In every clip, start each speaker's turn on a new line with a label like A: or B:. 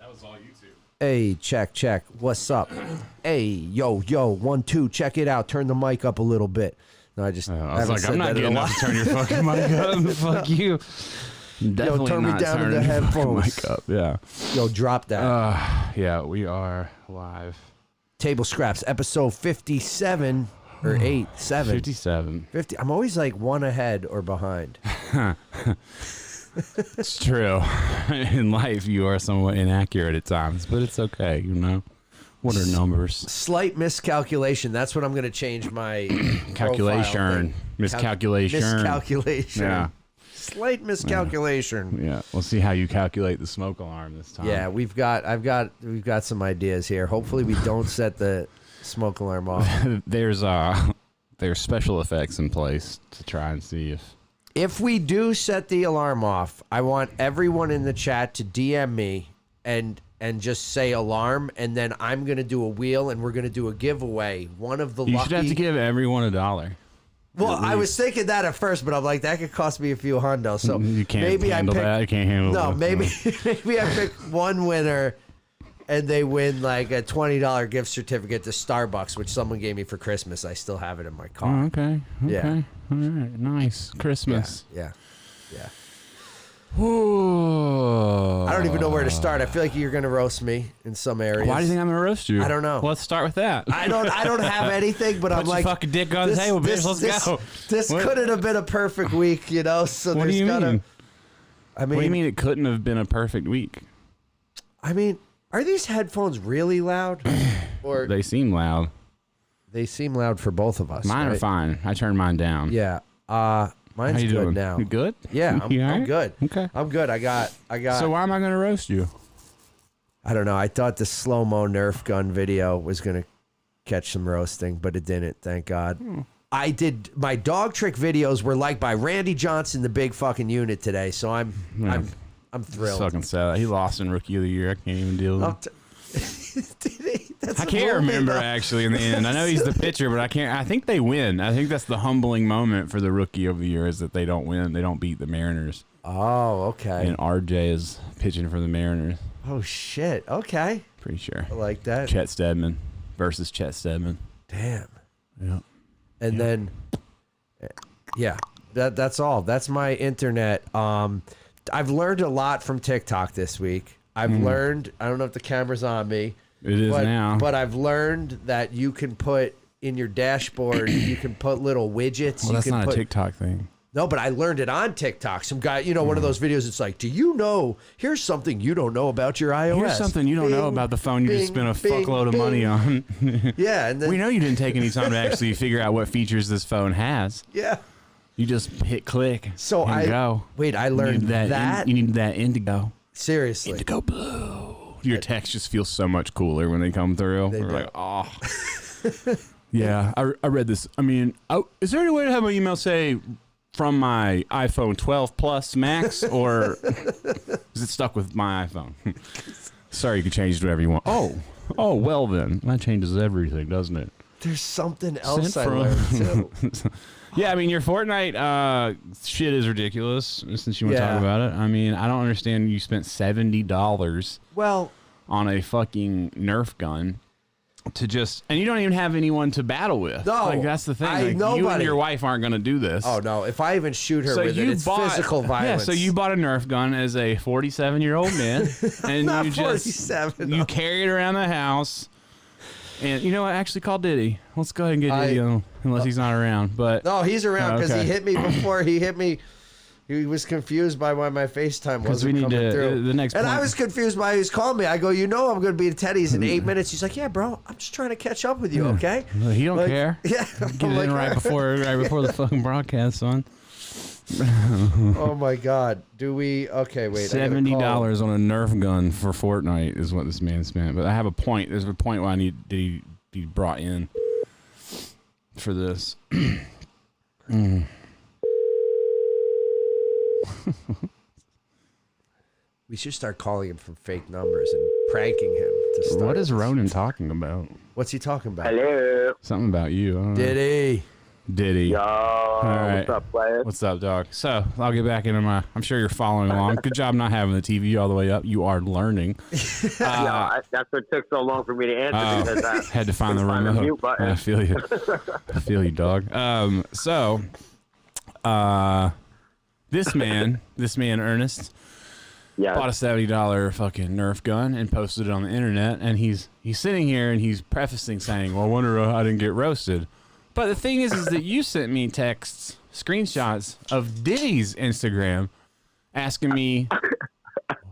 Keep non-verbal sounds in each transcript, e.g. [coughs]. A: That was all YouTube.
B: Hey, check, check. What's up? [clears throat] hey, yo, yo, one, two. Check it out. Turn the mic up a little bit. No, I just
C: Uh, I was
B: haven't
C: like,
B: said
C: I'm not
B: that in a
C: getting up
B: while.
C: to turn your fucking mic
B: [laughs]
C: up. [laughs] Fuck you. Definitely
B: turn me
C: not
B: down to
C: turning
B: the
C: your fucking
B: headphones.
C: Mic up. Yeah.
B: Yo, drop that.
C: Uh, yeah, we are live.
B: Table scraps, episode fifty-seven or
C: Hmm.
B: eight, seven.
C: 57.
B: 50 I'm always like one ahead
C: [laughs]
B: or behind.
C: It's true. [laughs] In life, you are somewhat inaccurate at times, but it's okay, you know? What are numbers?
B: Slight miscalculation. That's what I'm going to
C: [clears throat]
B: change my profile
C: Calculation.
B: thing.
C: Miscalculation.
B: Miscalculation.
C: Yeah.
B: [laughs] Slight miscalculation.
C: Yeah. We'll see how you calculate the smoke alarm this time.
B: Yeah, we've got I've got we've got some ideas here. Hopefully we don't set the smoke alarm off.
C: [laughs] There's uh there's special effects in place to try and see if
B: If we do set the alarm off, I want everyone in the chat to DM me and and just say alarm and then I'm going to do a wheel and we're going to do a giveaway. One of the
C: you
B: lucky
C: should have to give everyone a dollar.
B: Well, I was thinking that at first, but I'm like that could cost me a few hundo. So
C: Mm, You can't
B: maybe I
C: handle
B: pick
C: that. You can't handle
B: No,
C: that.
B: maybe [laughs] maybe I pick one winner and they win like a twenty dollar gift certificate to Starbucks, which someone gave me for Christmas. I still have it in my
C: Oh,
B: car.
C: okay. Okay.
B: [laughs] Yeah.
C: All right. Nice. Christmas.
B: Yeah. Yeah.
C: Ooh.
B: I don't even know where to start. I feel like you're gonna roast me in some areas.
C: Why do you think I'm gonna roast you?
B: I don't know.
C: Let's start with that.
B: I don't I
C: [laughs]
B: don't have anything, but
C: Put
B: I'm
C: your
B: like
C: fucking dick on the table, bitch. Let's
B: this,
C: go.
B: This
C: What-
B: couldn't have been a perfect week, you know. So
C: What do
B: there's
C: you
B: gotta
C: mean?
B: I mean
C: What do you mean it couldn't have been a perfect week?
B: I mean, are these headphones
C: [clears throat]
B: really loud? or
C: They seem loud.
B: they seem loud for both of us.
C: Mine are
B: right?
C: fine. I turned mine down.
B: Yeah. Uh
C: How
B: mine's
C: you
B: good
C: doing
B: now.
C: You good?
B: Yeah, I'm,
C: You
B: I'm
C: alright?
B: good.
C: Okay.
B: I'm good. I got I got
C: So why am I gonna roast you?
B: I don't know. I thought the slow mo Nerf gun video was gonna catch some roasting, but it didn't. Thank God. I did my dog trick videos were liked by Randy Johnson, the big fucking unit today. So I'm I'm I'm thrilled.
C: Fucking sad. He lost in rookie of the year. I can't even deal with
B: I'm
C: it.
B: t- Did he- that's
C: I
B: a
C: can't
B: little bit
C: remember
B: of-
C: actually in the end. I know he's the pitcher, but I can't. I think they win. I think that's the humbling moment for the rookie of the year is that they don't win. They don't beat the Mariners,
B: Oh, okay.
C: and RJ is pitching for the Mariners.
B: Oh shit. Okay.
C: Pretty sure.
B: I like that.
C: Chet Stedman versus Chet Stedman.
B: Damn.
C: Yeah.
B: and then eh, yeah that that's all that's my internet um i've learned a lot from tiktok this week i've learned i don't know if the camera's on me
C: Hmm. It is
B: but,
C: now.
B: but i've learned that you can put in
C: [clears throat]
B: your dashboard you can put little widgets
C: Well,
B: you
C: that's
B: can
C: not
B: put
C: a TikTok thing.
B: no but i learned it on tiktok some guy you know one of
C: Hmm.
B: those videos it's like do you know here's something you don't know about your ios
C: Here's something you don't know
B: Bing,
C: about the phone you just
B: bing,
C: spent a
B: bing,
C: fuckload of
B: bing.
C: money on.
B: yeah and then
C: we know you didn't take any time to actually figure out what features this phone has.
B: yeah
C: You just hit click.
B: so
C: and
B: i
C: go.
B: wait i
C: You
B: learned
C: need
B: that,
C: in- you need that indigo.
B: seriously
C: Indigo blue. Your text just feels so much cooler when they come through.
B: They
C: We're
B: do.
C: like, oh.
B: [laughs]
C: yeah, I, I read this. I mean, oh, is there any way to have my email say from my iPhone 12 Plus Max,
B: [laughs]
C: or is it stuck with my iPhone? [laughs] Sorry, you can change it to whatever you want. Oh, oh, well then, that changes everything, doesn't it?
B: There's something else I
C: from-
B: learned too.
C: [laughs] Yeah, I mean your Fortnite uh, shit is ridiculous. Since you want to
B: Yeah.
C: talk about it, I mean I don't understand. You spent seventy dollars
B: well,
C: on a fucking Nerf gun to just, and you don't even have anyone to battle with.
B: No,
C: like that's the thing.
B: I-
C: like, you and
B: nobody.
C: your wife aren't going to do this.
B: oh no, if I even shoot her
C: So
B: with
C: you
B: it, it's
C: bought
B: physical
C: [laughs]
B: violence.
C: Yeah, so you bought a Nerf gun as a 47 year old
B: [laughs]
C: man, and
B: not
C: you just
B: 47,
C: you
B: no.
C: carry it around the house. And you know what? Actually, call Diddy. Let's go ahead and get
B: I-
C: Diddy on, unless he's not around. But
B: No, he's around
C: Oh,
B: because
C: okay. [clears throat]
B: he hit me before he hit me. He was confused by why my FaceTime wasn't
C: we need
B: coming
C: to-
B: through.
C: the next
B: and I
C: point-
B: was confused by he was calling me. I go, you know, I'm going to be at Teddy's
C: [laughs]
B: in eight minutes. He's like, yeah, bro, I'm just trying to catch up with you, okay?
C: Well, he don't
B: Like,
C: care.
B: [laughs] Yeah,
C: get
B: I'm
C: it
B: like,
C: in
B: [laughs]
C: right before right before the fucking broadcast on.
B: oh my god, do we? Okay, wait, I gotta call.
C: Seventy dollars on a Nerf gun for Fortnite is what this man spent. But I have a point. There's a point why I need to be brought in for this. Mm.
B: We should start calling him from fake numbers and pranking him to start.
C: Ronan talking about?
B: What's he talking about?
D: Hello.
C: Something about you. I don't know.
B: Did he?
C: Did he?
D: Yo,
C: right.
D: what's up, players?
C: What's up, dog? So I'll get back into my. I'm sure you're following along. Good job not having the TV all the way up. You are learning.
D: Yo, I, that's what took so long for me to
C: Oh, [laughs]
D: answer because uh, I
C: had to find the
D: Find the
C: remote.
D: mute button.
C: I feel you. I feel you, dog. Um, so, uh, this man, this man Ernest, bought
D: yeah,
C: a seventy dollar fucking Nerf gun and posted it on the internet. And he's he's sitting here and he's prefacing saying, "Well, I wonder how I didn't get roasted." But the thing is, is that you sent me texts, screenshots of Diddy's Instagram, asking me.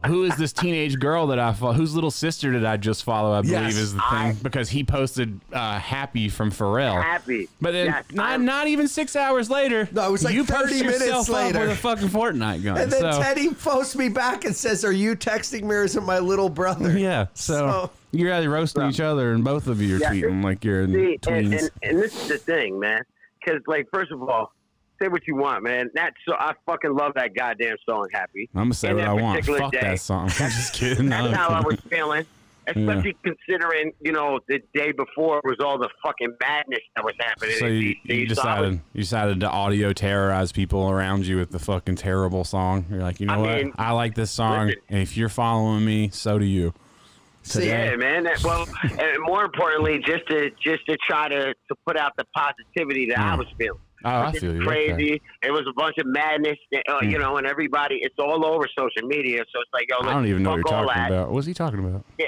C: Who is this teenage girl that I follow? Whose little sister did I just follow? I believe
B: Yes,
C: is the thing because he posted uh, "Happy" from Pharrell.
D: happy.
C: But then,
D: Yes,
C: not,
D: I'm-
C: not even six hours later.
B: No, it was like
C: you
B: 30
C: post
B: minutes
C: yourself
B: later.
C: up with a fucking Fortnite gun.
B: And then
C: so,
B: Teddy posts me back and says, "Are you texting me or is it my little brother?"
D: [laughs]
C: Yeah. So,
B: So-
C: you're either roasting each other, and both of you are
D: Yeah,
C: tweeting like you're in
D: See, and,
C: tweens.
D: and, and this is the thing, man. Because, like, first of all, say what you want, man. That so I fucking love that goddamn song, Happy.
C: I'm gonna say
D: and
C: what
D: that
C: I want.
D: particular
C: Fuck
D: day.
C: that song. [laughs] I'm just kidding.
D: That's how I was feeling, especially considering you know the day before was all the fucking madness that was happening.
C: so
D: in
C: you,
D: DC.
C: you
D: So I was-
C: decided you decided to audio terrorize people around you with the fucking terrible song. You're like, you know
D: I
C: what?
D: mean,
C: I like this song,
D: listen.
C: and if you're following me, so do you.
B: See,
C: Today.
D: Yeah, man.
C: [laughs]
D: That- Well, and more importantly, just to just to try to, to put out the positivity that I was feeling.
C: Oh, I
D: It's
C: feel you. Okay. Hmm.
D: crazy. It was a bunch of madness, uh, you know, and everybody. It's all over social media, so it's like, yo,
C: I don't even know what you're
D: fuck all
C: talking
D: that.
C: about. What's he talking about?
D: Yeah,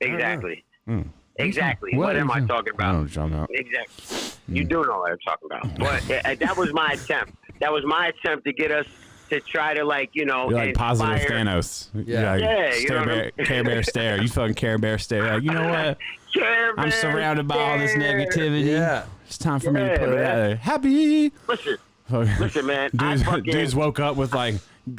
D: exactly,
C: Hmm.
D: exactly. What, am I talking
C: I
D: about?
C: don't know what you're talking about.
D: Exactly.
C: Hmm.
D: You do know what I'm talking
C: [laughs]
D: about. But uh, that was my attempt. That was my attempt to get us to try to like, you know,
C: You're like positive
D: inspire-
C: Thanos.
B: Yeah.
C: You're
D: Yeah,
C: like,
D: you
C: Stare
D: know what
C: Bear,
D: I'm-
C: Care Bear stare. You fucking Care Bear stare. Like, you know
D: [laughs]
C: what?
D: Care
C: I'm
D: Bear
C: surrounded by all this
D: Care.
C: negativity.
B: Yeah.
C: It's time for me to
D: Yeah,
C: put it
D: man.
C: out there. Happy.
D: Listen,
C: Fucking-
D: listen, man. I
C: dudes,
D: fucking-
C: dudes woke up with like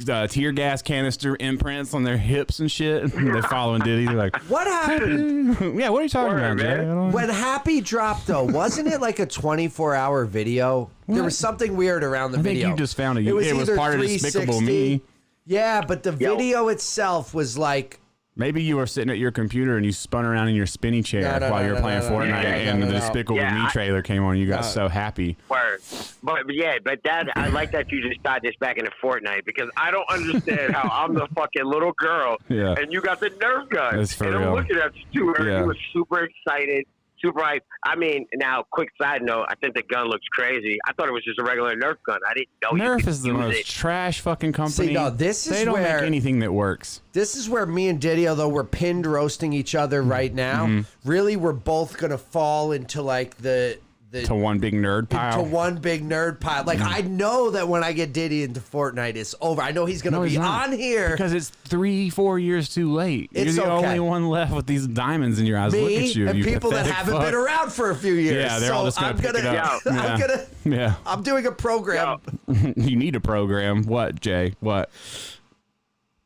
C: uh, tear gas canister imprints on their hips and shit. [laughs] They're following Diddy. They're like,
B: What happened?
C: [laughs] yeah, what are you talking
D: Word,
C: about,
D: man.
C: Jay? I don't-
B: When Happy dropped, though, wasn't it like a 24 hour video? There was something weird around the
C: I think
B: video.
C: you just found it. It was
B: either
C: part of Despicable
B: 360.
C: Me.
B: Yeah, but the video itself was like,
C: Maybe you were sitting at your computer and you spun around in your spinny chair
B: No, no,
C: while
B: no,
C: you were
B: no,
C: playing
B: no, no,
C: Fortnite,
D: no, no,
C: and
B: no,
C: the
B: no.
C: Despicable
D: Yeah,
C: Me
D: I-
C: trailer came on. and You got so happy.
D: Word. But yeah, but that I like that you just tied this back into Fortnite because I don't understand how I'm the fucking little girl
C: [laughs] Yeah.
D: and you got the Nerf gun.
C: That's for
D: and
C: real.
D: I'm looking at you too. and
C: Yeah.
D: You were super excited, super hyped. I mean, now quick side note, I think the gun looks crazy. I thought it was just a regular Nerf gun. I didn't know you
C: Nerf
D: could
C: is the
D: use
C: most
D: it.
C: trash fucking company.
B: no, this
C: they
B: is
C: don't
B: where-
C: make anything that works.
B: this is where me and Diddy, although we're pinned roasting each other
C: Mm-hmm.
B: right now, really we're both going to fall into like the. the
C: To one big nerd pile.
B: to one big nerd pile. Like I know that when I get Diddy into Fortnite, it's over. I know he's gonna
C: No,
B: be
C: he's not.
B: on here.
C: because it's three, four years too late.
B: It's
C: You're the
B: okay.
C: only one left with these diamonds in your eyes.
B: me
C: Look at you,
B: and
C: you
B: people that
C: pathetic
B: haven't
C: fuck.
B: been around for a few years.
C: Yeah, they're
B: so
C: all just gonna
B: I'm
C: pick
B: gonna,
C: it up.
B: I'm
C: Yeah.
B: gonna,
C: Yeah,
B: I'm doing a program.
D: Yo,
C: [laughs] you need a program. What, Jay? What?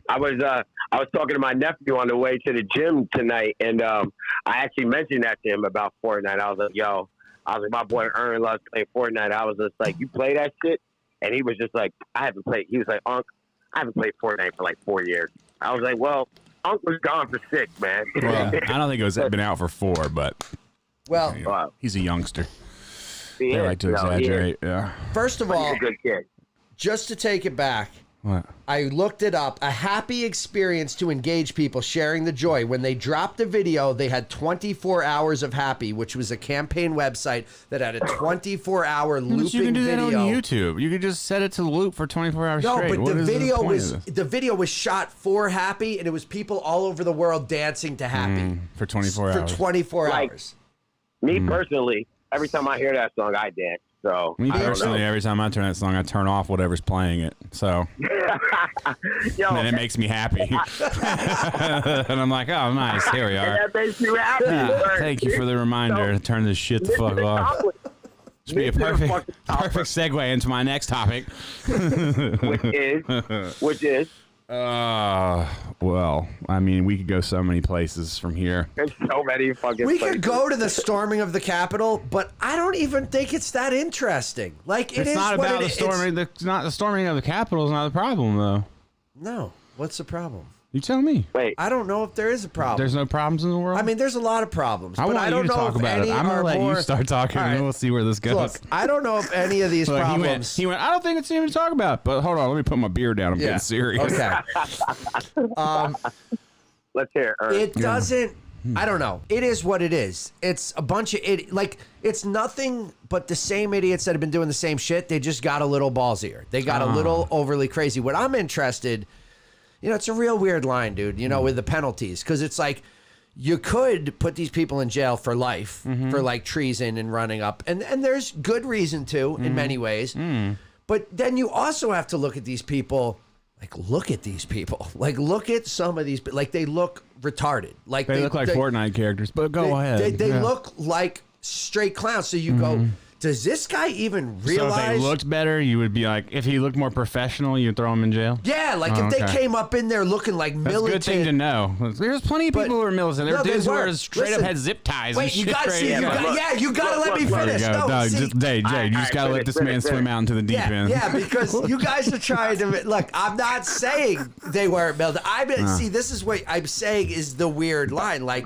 D: I was uh, I was talking to my nephew on the way to the gym tonight, and um, I actually mentioned that to him about Fortnite. I was like, "Yo," I was like, "My boy Ern loves playing Fortnite." I was just like, "You play that shit?" And he was just like, "I haven't played." He was like, "Unc, I haven't played Fortnite for like four years." I was like, "Well, Unc was gone for
C: [laughs]
D: six, man."
C: Well, I don't think it was been out for four, but
B: Well,
D: [laughs] Wow.
C: he's a youngster.
D: He
C: They
D: is,
C: like to
D: you know, he is.
C: exaggerate. Yeah.
B: first of
D: He's
B: all,
D: a good kid.
B: just to take it back,
C: What?
B: I looked it up. A happy experience to engage people sharing the joy. When they dropped the video, they had 24 hours of happy, which was a campaign website that had a 24 hour looping
C: you can do
B: video.
C: that on YouTube. You could just set it to loop for 24 hours
B: No,
C: straight.
B: but
C: What
B: the
C: is
B: video
C: point
B: was
C: of this?
B: the video was shot for Happy, and it was people all over the world dancing to Happy
C: for 24
B: for
C: Hmm. hours.
B: 24
D: Like,
B: hours.
D: Me
C: Mm.
D: personally, every time I hear that song, I dance. So
C: Me
D: I don't know.
C: personally, every time I turn that song, I turn off whatever's playing it. So
D: [laughs] yo,
C: and then it makes me happy. [laughs] and I'm like, oh, nice. Here we are.
D: that makes you happy.
C: Ah, [laughs]
D: Ern.
C: thank you
D: [laughs]
C: for the reminder to turn this shit the
D: This
C: fuck
D: is a
C: off.
D: compliment.
C: This would be a
D: this is a
C: perfect,
D: fucking
C: [laughs]
D: topic.
C: perfect segue into my next topic. [laughs]
D: which is which is
C: Uh, well, I mean, we could go so many places from here.
D: there's so many fucking.
B: We
D: places.
B: could go to the storming of the Capitol, but I don't even think it's that interesting. Like it
C: it's
B: is
C: not
B: what
C: about
B: it
C: the
B: is-
C: storming. The, it's not the storming of the Capitol is not the problem, though.
B: No, what's the problem?
C: You tell me.
D: Wait,
B: I don't know if there is a problem.
C: There's no problems in the world.
B: I mean, there's a lot of problems.
C: I
B: but
C: want
B: I
C: you
B: don't
C: to
B: know
C: talk
B: if
C: about
B: any
C: it. I'm
B: are
C: gonna let
B: more-
C: you start talking,
B: All
C: and
B: right.
C: then we'll see where this goes.
B: Look, I don't know if any of
C: [laughs]
B: these
C: Look, he went.
B: problems.
C: He went. I don't think it's even to talk about. But hold on, let me put my beer down. I'm
B: Yeah.
C: getting serious.
B: okay. um,
D: let's hear it. Ern.
B: it doesn't. I don't know. It is what it is. It's a bunch of it. Like it's nothing but the same idiots that have been doing the same shit. They just got a little ballsier. They got a little overly crazy. What I'm interested. you know, it's a real weird line, dude, you know,
C: Mm.
B: with the penalties. Cause it's like you could put these people in jail for life
C: Mm-hmm.
B: for like treason and running up. And and there's good reason to in
C: Mm.
B: many ways. But then you also have to look at these people like look at these people. [laughs] Like look at some of these pe- like they look retarded. Like
C: They look like Fortnite characters, but go
B: They,
C: ahead.
B: they, they
C: Yeah. Mm-hmm.
B: look like straight clowns. So you go, does this guy even
C: So
B: realize
C: if they looked better, you would be like, if he looked more professional, you'd throw him in jail.
B: Yeah, like
C: Oh,
B: if they
C: okay.
B: came up in there looking like
C: That's a
B: militant
C: good thing to know. There's plenty of
B: But-
C: people who are militant. There
B: No,
C: are
B: they
C: dudes who
B: were.
C: are straight
B: Listen.
C: up had zip ties. and
B: Wait, you
C: shit
B: gotta
C: right
B: see. You
C: now.
D: Yeah,
B: got,
D: look,
B: yeah, you gotta
D: look,
B: let me
D: look,
C: There
B: finish.
C: you
B: No,
C: go. No,
B: see,
C: just, hey, Jay, you
D: All
C: just
D: right,
C: gotta
D: all right,
C: let this
D: finish,
C: man
D: finish.
C: swim out into the deep
B: yeah,
C: end.
D: [laughs]
B: yeah, because you guys are trying to look. I'm not saying they weren't melted. I been
D: Uh.
B: see. This is what I'm saying is the weird line. Like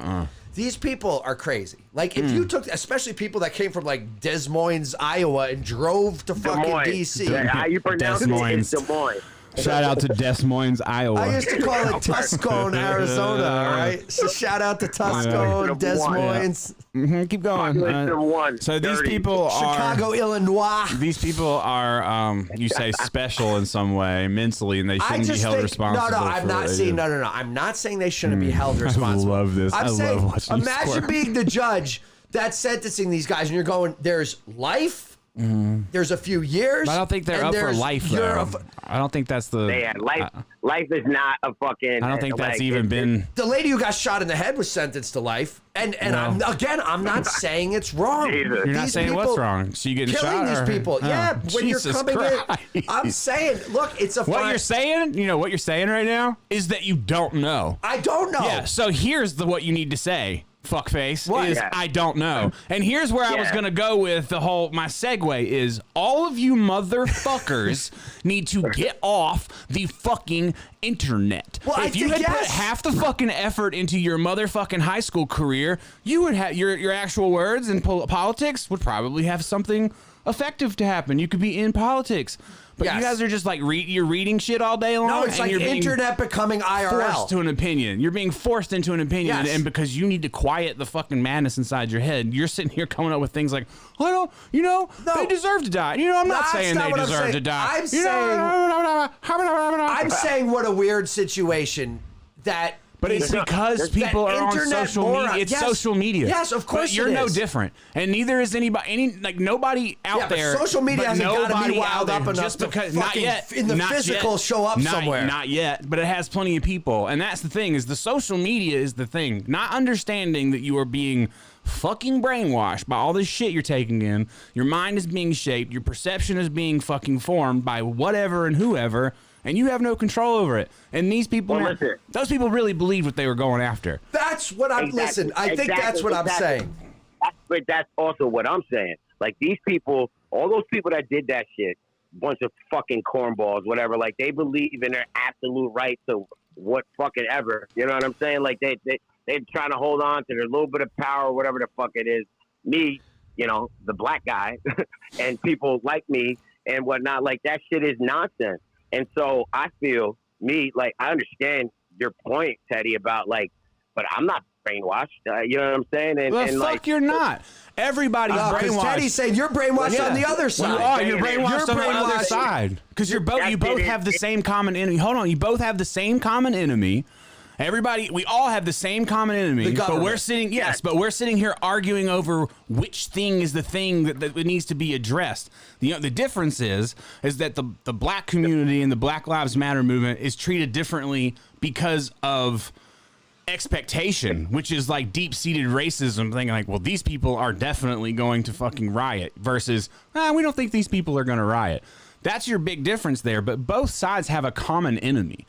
B: these people are crazy. Like if
D: Hmm.
B: you took, especially people that came from like Des Moines, Iowa, and drove to
D: Des
B: fucking
D: Moines.
B: DC.
D: Yeah, how you pronounce
C: Des
D: it? It's
C: Moines.
D: Des Moines.
C: Shout out to Des Moines, Iowa.
B: I used to
D: [laughs]
B: call it Tuscone, Arizona. All right, so shout out to Tuscone, Des Moines,
C: Mhm, [laughs] keep going.
D: Population of one,
C: so these
D: dirty.
C: people are
B: Chicago, Illinois.
C: these people are um, you say special in some way mentally, and they
B: I
C: shouldn't
B: just
C: be held
B: think,
C: responsible.
B: No, no,
C: for
B: I'm
C: what
B: not
C: they
B: saying.
C: do.
B: No, no, no. I'm not saying they shouldn't
C: [laughs]
B: be held responsible.
C: love this.
B: I'm
C: I love
B: saying,
C: watching you
B: imagine
C: squirm.
B: being the judge that's sentencing these guys, and you're going, "There's life. There's a few years.
C: Mm-hmm. I don't think they're
B: and
C: up for
B: there's-
C: life
B: you're
C: though.
B: a f-
C: I don't think that's the.
D: Yeah, life.
C: I,
D: life is not a fucking.
C: I don't think that's
D: like,
C: even
D: it-
C: been.
B: the lady who got shot in the head was sentenced to life, and and I'm again,
C: [laughs]
B: I'm not saying it's wrong.
D: Jesus. You're
C: You're not
B: These
C: saying
B: people-
C: what's wrong. So you getting
B: Killing
C: shot?
B: these
C: or-
B: people,
C: Oh,
B: yeah. When
C: Jesus
B: you're coming in,
C: Christ.
B: I'm saying, look, it's a
C: What
B: fine.
C: you're saying, you know, what you're saying right now is that you don't know.
B: I don't know.
C: Yeah. So here's the what you need to say, fuckface.
B: What?
C: is
D: Yeah.
C: I don't know. And here's where I was
D: Yeah.
C: gonna go with the whole my segue is all of you
B: [laughs]
C: motherfuckers need to get off the fucking internet.
B: Well, I
C: if you
B: think
C: had put
B: yes.
C: half the fucking effort into your motherfucking high school career, you would have your your actual words and pol- politics would probably have something effective to happen. You could be in politics. But
B: Yes.
C: you guys are just like re- you're reading shit all day long.
B: No, it's
C: and
B: like
C: you're being-
B: internet becoming IRL.
C: forced to an opinion. You're being forced into an opinion,
B: Yes.
C: and because you need to quiet the fucking madness inside your head, you're sitting here coming up with things like, "I don't, you know,
B: No.
C: they deserve to die." You know, I'm not
B: That's
C: saying
B: not
C: they
B: what I'm
C: deserve
B: saying.
C: to die.
B: I'm
C: you know,
B: I'm saying what a weird situation that.
C: But it's
B: that
C: because people are on
B: internet
C: social
B: moron-
C: media. It's
B: Yes.
C: social media.
B: Yes, of course
C: But you're
B: it
C: no
B: is.
C: different, and neither is anybody. Any like nobody out
B: Yeah, but
C: there.
B: social media
C: but
B: hasn't gotta be
C: nobody out
B: wild
C: there
B: up enough
C: Just
B: to
C: because not
B: fucking
C: yet
B: f- in the
C: not
B: physical
C: yet,
B: show up
C: not,
B: somewhere.
C: Not yet, but it has plenty of people, and that's the thing. Is the social media is the thing. Not understanding that you are being fucking brainwashed by all this shit you're taking in. Your mind is being shaped. Your perception is being fucking formed by whatever and whoever. And you have no control over it. And these people,
D: Well,
C: now-
D: listen.
C: those people really believed what they were going after.
B: That's what I'm.
D: Exactly,
B: Listen, I think
D: exactly,
B: that's what
D: exactly.
B: I'm saying.
D: That's, but that's also what I'm saying. Like these people, all those people that did that shit, bunch of fucking cornballs, whatever. Like they believe in their absolute right to what fucking ever. You know what I'm saying? Like they they they're trying to hold on to their little bit of power, whatever the fuck it is. Me, you know, the black guy, [laughs] and people like me and whatnot. Like that shit is nonsense. And so I feel me like I understand your point, Teddy, about like, but I'm not brainwashed. Uh, you know what I'm saying? And,
C: Well,
D: and
C: fuck,
D: like Uh,
C: you're not. Everybody's
B: No, Uh, 'cause
C: brainwashed.
B: Teddy's saying you're brainwashed
D: Yeah.
B: on the other
D: Well,
C: you
D: I'm
C: are.
B: side.
C: oh, You're
D: saying
C: brainwashed
B: you're
C: on the other
B: brainwashed.
C: side because you're both.
D: That's
C: You both
D: it.
C: have the same common enemy. Hold on. You both have the same common enemy. Everybody, we all have the same common
B: The
C: enemy, but
B: government.
C: we're sitting. Yes, but we're sitting here arguing over which thing is the thing that, that needs to be addressed. The the difference is is that the the black community and the Black Lives Matter movement is treated differently because of expectation, which is like deep seated racism, thinking like, well, these people are definitely going to fucking riot versus, ah, we don't think these people are going to riot. That's your big difference there. But both sides have a common enemy.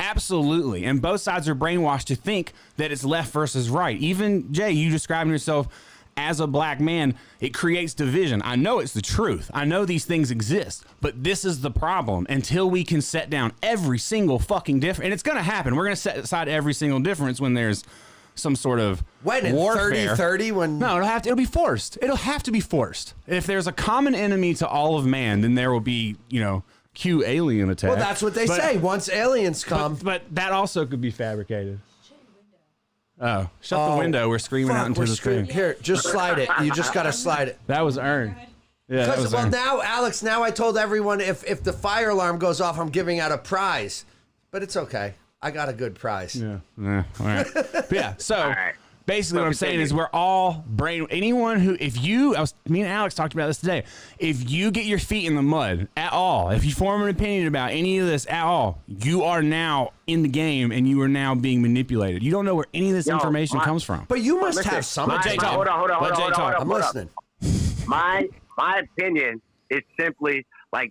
C: Absolutely. And both sides are brainwashed to think that it's left versus right. Even Jay, you describing yourself as a black man, it creates division. I know it's the truth. I know these things exist, but this is the problem. Until we can set down every single fucking difference, and it's going to happen. We're going to set aside every single difference when there's some sort of
B: When in
C: warfare.
B: 30 30 when
C: No, it'll have to. It'll be forced. It'll have to be forced. If there's a common enemy to all of man, then there will be, you know, Q alien attack.
B: Well, that's what they
C: But-
B: say. Once aliens come,
C: But, but that also could be fabricated. Oh, shut
B: Oh,
C: the window. We're screaming Oh out
B: Fuck,
C: into
B: we're
C: the
B: screwed.
C: screen.
B: Here, just slide it. You just gotta slide it.
C: That was earned. Yeah, that
B: 'Cause-
C: was
B: well,
C: earned.
B: now, Alex, now I told everyone if if the fire alarm goes off, I'm giving out a prize. But it's okay. I got a good prize.
C: Yeah. Yeah. All [laughs] right. But yeah. So
D: right.
C: basically, what I'm
D: Perfect
C: saying is
D: ending.
C: we're all brain. Anyone who, if you, I was, me and Alex talked about this today. If you get your feet in the mud at all, if you form an opinion about any of this at all, you are now in the game and you are now being manipulated. You don't know where any of this
D: Yo,
C: information
D: my-
C: comes from.
B: But you must
D: Listen,
B: have some.
D: my-
C: Jay
D: my-
C: talk.
D: Hold on, hold on, hold
C: Let
D: on,
C: Jay
D: hold on,
C: talk.
D: hold on.
B: I'm
D: hold on.
B: listening.
D: my my opinion is simply like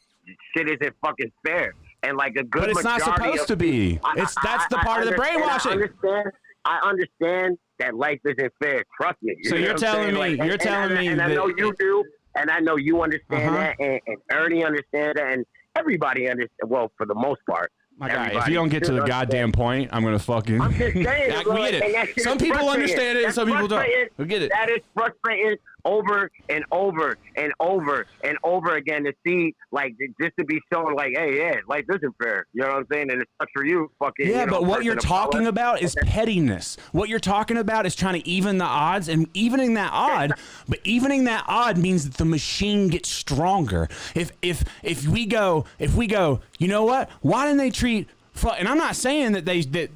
D: shit isn't fucking fair, and like a good.
C: But it's not
D: majority
C: supposed
D: of-
C: to be.
D: I-
C: It's-
D: I-
C: that's the
D: I- I
C: part of the
D: understand-
C: brainwashing.
D: I understand. I understand that life isn't fair. Trust me. You
C: So
D: know
C: you're
D: what I'm
C: telling
D: saying?
C: me-
D: Like, and-
C: you're
D: and-
C: telling
D: and,
C: me
D: and I
C: that-
D: know you do, and I know you understand
C: Uh-huh.
D: that, and, and Ernie understands that, and everybody understands. Well, for the most part.
C: My guy, if
D: everybody
C: you don't get to
D: should
C: the
D: understand.
C: goddamn point, I'm gonna fucking.
D: I'm just saying.
C: [laughs] Yeah,
D: bro,
C: we get
D: and that
C: it.
D: shit
C: Some
D: is
C: people
D: frustrating.
C: understand it, and
D: That's
C: some people don't.
D: frustrating.
C: We get it.
D: That is frustrating over and over and over and over again to see, like, j- just to be shown, like, hey, yeah, life isn't fair. You know what I'm saying? And it sucks for you, fucking.
C: Yeah,
D: you know,
C: but what you're
D: person of
C: talking
D: color.
C: about is pettiness. What you're talking about is trying to even the odds, and evening that odd, but evening that odd means that the machine gets stronger. If if if we go, if we go, you know what? Why didn't they treat? fu- And I'm not saying that they that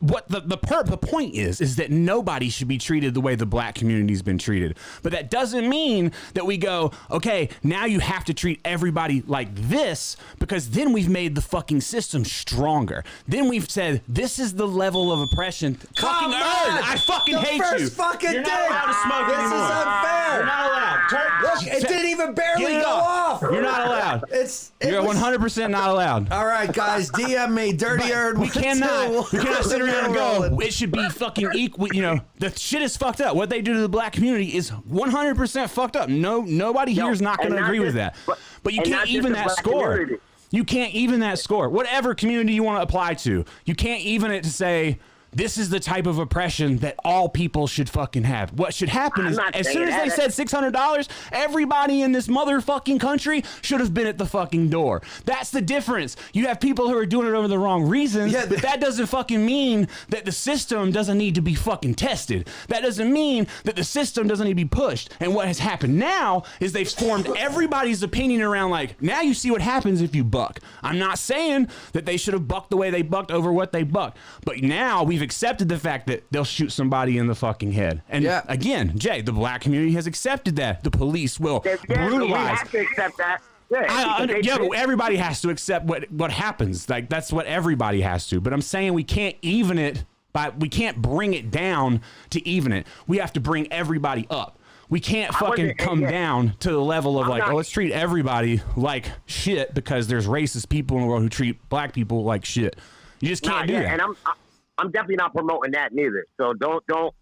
C: what the the per the point is is that nobody should be treated the way the black community's been treated. But that doesn't mean that we go, okay, now you have to treat everybody like this because then we've made the fucking system stronger. Then we've said this is the level of oppression. fucking
B: on!
C: earn. I fucking
B: The
C: hate
B: first
C: you.
B: fucking
C: You're
B: day.
C: not allowed to smoke
B: This is
C: anymore.
B: unfair.
C: You're not allowed. Turn-
B: Look, it
C: Get
B: didn't even barely
C: it
B: go off.
C: You're not allowed.
B: It's it
C: You're
B: was-
C: 100 percent not allowed.
B: All right,
D: [laughs]
B: guys. DM me dirtier.
C: We cannot. We cannot sit around and
B: [laughs]
C: go. It should be fucking equal. You know, the shit is fucked up. What they do to the black community is 100 percent fucked up. No, nobody here is not going
D: and
C: to
D: not
C: agree with that.
D: just- but-
C: But you
D: and not
C: can't
D: just
C: even
D: the
C: that
D: black
C: score.
D: community.
C: You can't even that score. Whatever community you want to apply to, you can't even it to say. This is the type of oppression that all people should fucking have. What should happen
D: I'm
C: is,
D: not
C: as
D: saying
C: soon as
D: that.
C: they said six hundred dollars, everybody in this motherfucking country should have been at the fucking door. That's the difference. You have people who are doing it over the wrong reasons,
B: Yeah,
C: but that doesn't fucking mean that the system doesn't need to be fucking tested. That doesn't mean that the system doesn't need to be pushed. And what has happened now is they've formed everybody's opinion around like, now you see what happens if you buck. I'm not saying that they should have bucked the way they bucked over what they bucked, but now we've accepted the fact that they'll shoot somebody in the fucking head. And
B: Yeah.
C: again, Jay, the black community has accepted that. The police will
D: Yeah, we
C: brutalize.
D: have to accept that. Yeah,
C: I,
D: because
C: under,
D: they
C: yeah,
D: treat-
C: but everybody has to accept what what happens. Like that's what everybody has to. But I'm saying we can't even it by we can't bring it down to even it. We have to bring everybody up. We can't fucking
D: wasn't-
C: come
D: yeah.
C: down to the level of like,
D: not-
C: oh, let's treat everybody like shit because there's racist people in the world who treat black people like shit. You just can't
D: Nah,
C: do
D: yeah,
C: that.
D: And I'm I- I'm definitely not promoting that neither. So don't don't.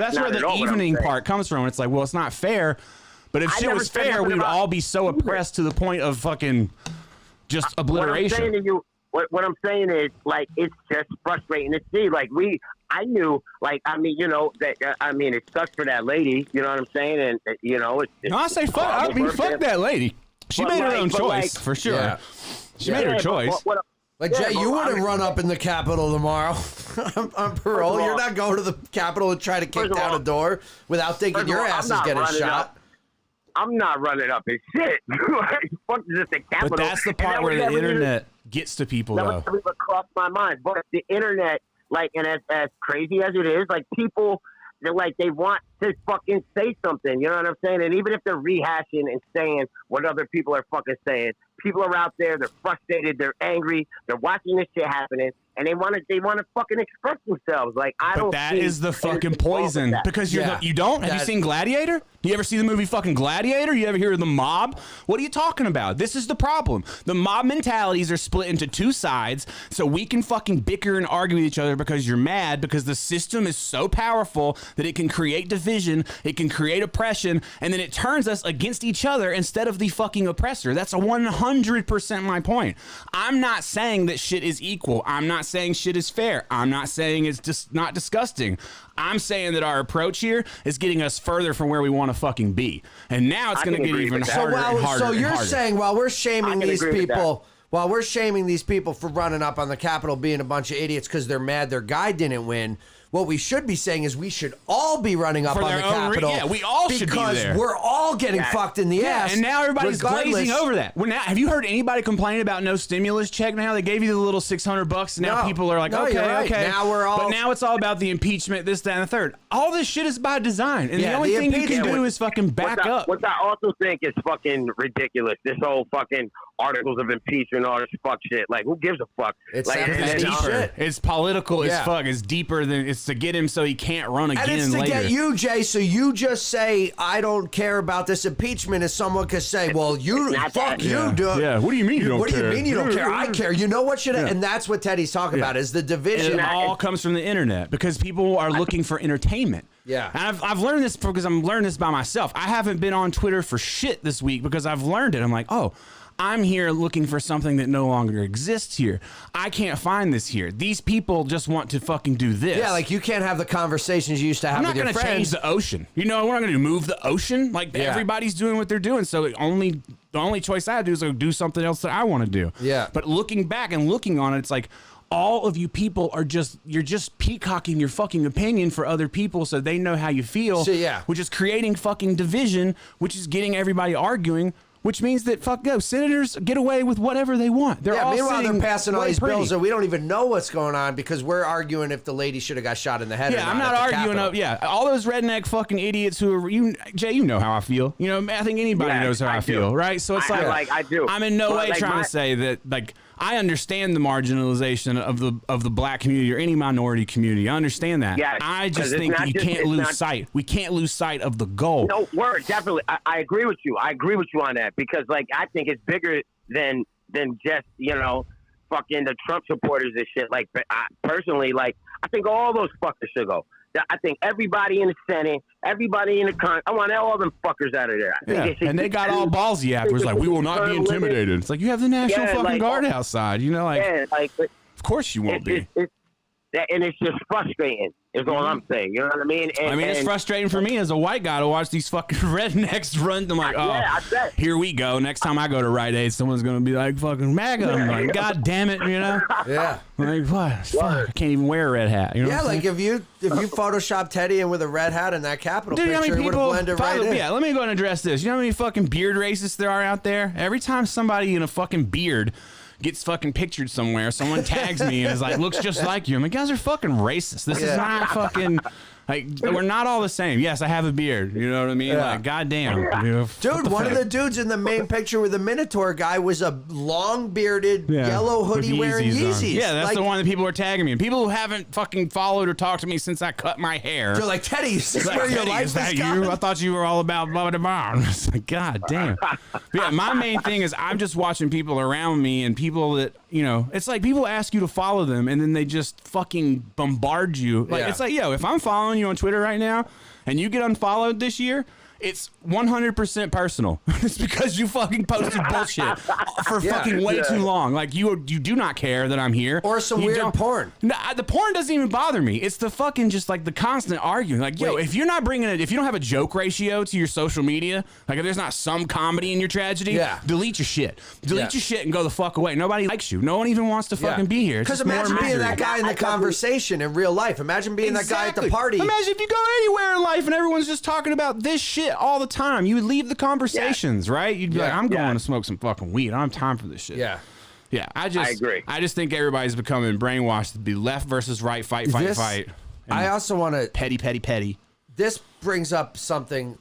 C: But that's
D: not
C: where
D: at
C: the
D: all what I'm
C: evening
D: saying.
C: part comes from. It's like, well, it's not fair. But if
D: I
C: shit
D: never
C: was
D: said
C: fair,
D: nothing
C: we would
D: about
C: all be so oppressed to the point of fucking just
D: What I'm
C: obliteration.
D: saying to you, what, what I'm saying is, like, it's just frustrating to see. Like, we, I knew, like, I mean, you know, that uh, I mean, it sucks for that lady. You know what I'm saying? And uh, you know, it's, it's
C: No, I say fuck. I
D: horrible
C: mean,
D: for
C: fuck
D: them.
C: that lady. She
D: But
C: made her
D: like-
C: own
D: but
C: choice
D: like-
C: for sure.
B: Yeah.
C: She made her
D: Yeah, but
C: choice.
D: what- what-
B: Like
D: Yeah,
B: Jay,
D: but
B: you
D: I
B: wouldn't
D: mean-
B: run up in the Capitol tomorrow [laughs] on, on parole.
D: of all-
B: You're not going to the Capitol and try to
D: First
B: kick
D: of
B: down
D: all-
B: a door without
D: first
B: thinking
D: of
B: your
D: all, I'm
B: ass is
D: not
B: getting
D: running
B: shot.
D: up. I'm not running up his shit. [laughs] Like, fuck just the capital.
C: but that's the
D: And that
C: part
D: was
C: where the
D: never even-
C: internet gets to people,
D: That
C: though.
D: was never even crossed my mind. But the internet, like, and as, as crazy as it is, like, people, they're like, they want to fucking say something. You know what I'm saying? And even if they're rehashing and saying what other people are fucking saying, People are out there. They're frustrated. They're angry. They're watching this shit happening, and they want to. They want to fucking express themselves. Like I
C: But
D: don't.
C: that
D: see
C: is the
D: anything
C: fucking
D: wrong with
C: poison
D: that.
C: because you're
B: Yeah.
C: the, you don't. Have you
B: That-
C: seen Gladiator? Do you ever see the movie fucking Gladiator? You ever hear of the mob? What are you talking about? This is the problem. The mob mentalities are split into two sides, so we can fucking bicker and argue with each other because you're mad because the system is so powerful that it can create division, it can create oppression, and then it turns us against each other instead of the fucking oppressor. That's a 100% my point. I'm not saying that shit is equal. I'm not saying shit is fair. I'm not saying it's just not disgusting. I'm saying that our approach here is getting us further from where we want to fucking be. And now it's
D: I
C: going to
D: can
C: get
D: agree
C: even
D: with that.
B: So
C: harder
B: while
C: and harder.
B: so
C: and
B: you're
C: harder.
B: saying while we're shaming
D: I can
B: these
D: agree with that.
B: people while we're shaming these people for running up on the Capitol being a bunch of idiots because they're mad their guy didn't win. What we should be saying is we should all be running up
C: For
B: on
C: their
B: the
C: own re-
B: Capitol.
C: yeah, we all should be
B: because
C: there.
B: we're all getting fucked in the ass.
C: and now everybody's
B: regardless-
C: glazing over that. Well, now have you heard anybody complain about no stimulus check? Now they gave you the little six hundred bucks, and now
B: No.
C: people are like,
B: No,
C: okay,
B: you're right.
C: okay.
B: Now we're all-
C: But now it's all about the impeachment, this, that, and the third. All this shit is by design, and the
B: Yeah,
C: only
B: the
C: thing you can
B: impeachment-
C: do is fucking back
D: what I,
C: up.
D: What I also think is fucking ridiculous. This whole fucking articles of impeachment, all this fuck shit. Like, who gives a fuck?
B: It
D: like,
B: sounds
D: and
B: like
D: then-
B: deep shit.
C: It's political
B: Yeah.
C: as fuck. It's deeper than it's to get him so he can't run again
B: And it's to
C: later.
B: get you, Jay. So you just say, "I don't care about this impeachment," as someone could say, "Well, you
D: not
B: fuck
D: that.
B: you,
D: Yeah.
B: dude."
C: Yeah, what do you mean you don't
B: What do
C: care?
B: you mean you don't care? I care. You know what should?
C: Yeah.
B: And that's what Teddy's talking about is the division.
C: it all comes from the internet because people are looking for entertainment.
B: Yeah.
C: And I've, I've learned this because I'm learning this by myself. I haven't been on Twitter for shit this week because I've learned it. I'm like, oh, I'm here looking for something that no longer exists here. I can't find this here. These people just want to fucking do this.
B: Yeah, like you can't have the conversations you used to have
C: I'm not
B: with your
C: going to change
B: friends.
C: the ocean. You know, we're not going to move the ocean. Like everybody's doing what they're doing. So the only the only choice I do is to do something else that I want to do.
B: Yeah.
C: But looking back and looking on it, it's like all of you people are just you're just peacocking your fucking opinion for other people so they know how you feel.
B: So, yeah.
C: Which is creating fucking division, which is getting everybody arguing. Which means that fuck go senators get away with whatever they want. They're
B: yeah,
C: all
B: meanwhile
C: sitting
B: they're passing all
C: way
B: these
C: pretty.
B: bills that we don't even know what's going on because we're arguing if the lady should have got shot in the head. or
C: Yeah, I'm
B: not
C: not
B: at the
C: arguing.
B: Capitol.
C: Up, yeah, all those redneck fucking idiots who are you, Jay. You know how I feel. You know, I think anybody
D: Yeah,
C: knows how I,
D: I do.
C: feel, right? So it's
D: I- I
C: like,
D: like- I do.
C: I'm in no
D: But,
C: way
D: like,
C: trying
D: my-
C: to say that like I understand the marginalization of the of the black community or any minority community. I understand that.
D: Yes,
C: I
D: 'cause
C: just
D: it's
C: think
D: not
C: that you
D: just-
C: can't
D: it's
C: lose
D: not-
C: sight. We can't lose sight of the goal.
D: No word, definitely. I, I agree with you. I agree with you on that because, like, I think it's bigger than than just you know, fucking the Trump supporters and shit. Like, but I, personally, like, I think all those fuckers should go. That- I think everybody in the Senate, everybody in the con, I want all them fuckers out of there. I think
C: Yeah,
D: should
C: and they
D: just
C: got
D: do-
C: all ballsy afterwards, like we will not be
D: Term limits.
C: intimidated. It's like you have the national
D: Yeah,
C: fucking
D: like,
C: guard
D: oh,
C: outside. You know, like
D: Yeah, like but
C: of course you won't
D: it's,
C: be.
D: it's, it's that, and it's just frustrating. Is all I'm saying. You know what I mean? And,
C: Mm-hmm. I mean, it's
D: and-
C: frustrating for me as a white guy to watch these fucking [laughs] rednecks run. I'm like, oh,
D: Yeah, I bet.
C: here we go. Next time I go to Rite Aid, someone's gonna be like, fucking MAGA. I'm like, God damn it, you
D: [laughs]
C: know?
B: Yeah.
C: Like, what? Fuck, I can't even wear a red hat. You know
B: Yeah,
C: what I'm
B: like if you if you Photoshop Teddy in with a red hat in that Capitol
C: Dude, you know
B: picture,
C: how many
B: it would have
C: people?
B: blended
C: By
B: right
C: the-
B: in.
C: yeah, let me go and address this. You know how many fucking beard racists there are out there? Every time somebody in a fucking beard gets fucking pictured somewhere, someone tags me and is like, "Looks just like you." I'm like, "Guys are fucking racist. This
B: Yeah.
C: is not fucking like we're not all the same." Yes, I have a beard. You know what I mean?
B: Yeah.
C: Like, goddamn, you know, f- what
B: Dude, one of
C: fuck?
B: the dudes in the main picture with the Minotaur guy was a long bearded,
C: Yeah.
B: yellow
C: With
B: hoodie wearing
C: on.
B: Yeezys.
C: Yeah, that's
B: like,
C: the one that people are tagging me. And people who haven't fucking followed or talked to me since I cut my hair.
B: They're like, Teddy, is this
C: Like,
B: where your
C: Teddy,
B: life
C: is
B: is
C: that
B: gone?
C: you? I thought you were all about blah blah blah. [laughs] It's like, God damn. But yeah, my main thing is I'm just watching people around me and people that you know. It's like people ask you to follow them and then they just fucking bombard you. Like
B: Yeah.
C: it's like, yo, if I'm following you on Twitter right now and you get unfollowed this year. It's 100% personal. [laughs] it's because you fucking posted
B: [laughs]
C: bullshit for fucking way too long. Like you you do not care that I'm here.
B: Or some
C: You
B: weird
C: don't-
B: porn.
C: no, I- the porn doesn't even bother me. It's the fucking just like the constant arguing. Like, yo,
B: Wait.
C: if you're not bringing it, if you don't have a joke ratio to your social media, like if there's not some comedy in your tragedy,
B: Yeah.
C: delete your shit. Delete
B: Yeah.
C: your shit and go the fuck away. Nobody likes you. No one even wants to fucking be here. It's
B: Because
C: just more
B: imagine being
C: misery.
B: that guy in
D: I
B: the
D: thought we-
B: conversation in real life. Imagine being that guy at the
C: Exactly.
B: party.
C: Imagine if you go anywhere in life and everyone's just talking about this shit all the time. You would leave the conversations, right? You'd be
B: Yeah.
C: like, I'm
D: Yeah.
C: going to smoke some fucking weed. I don't have time for this shit.
B: Yeah.
C: Yeah. I just
D: I agree.
C: I just think everybody's becoming brainwashed to be left versus right, fight, fight,
B: This-
C: fight.
B: I also want to.
C: Petty, petty, petty.
B: This brings up something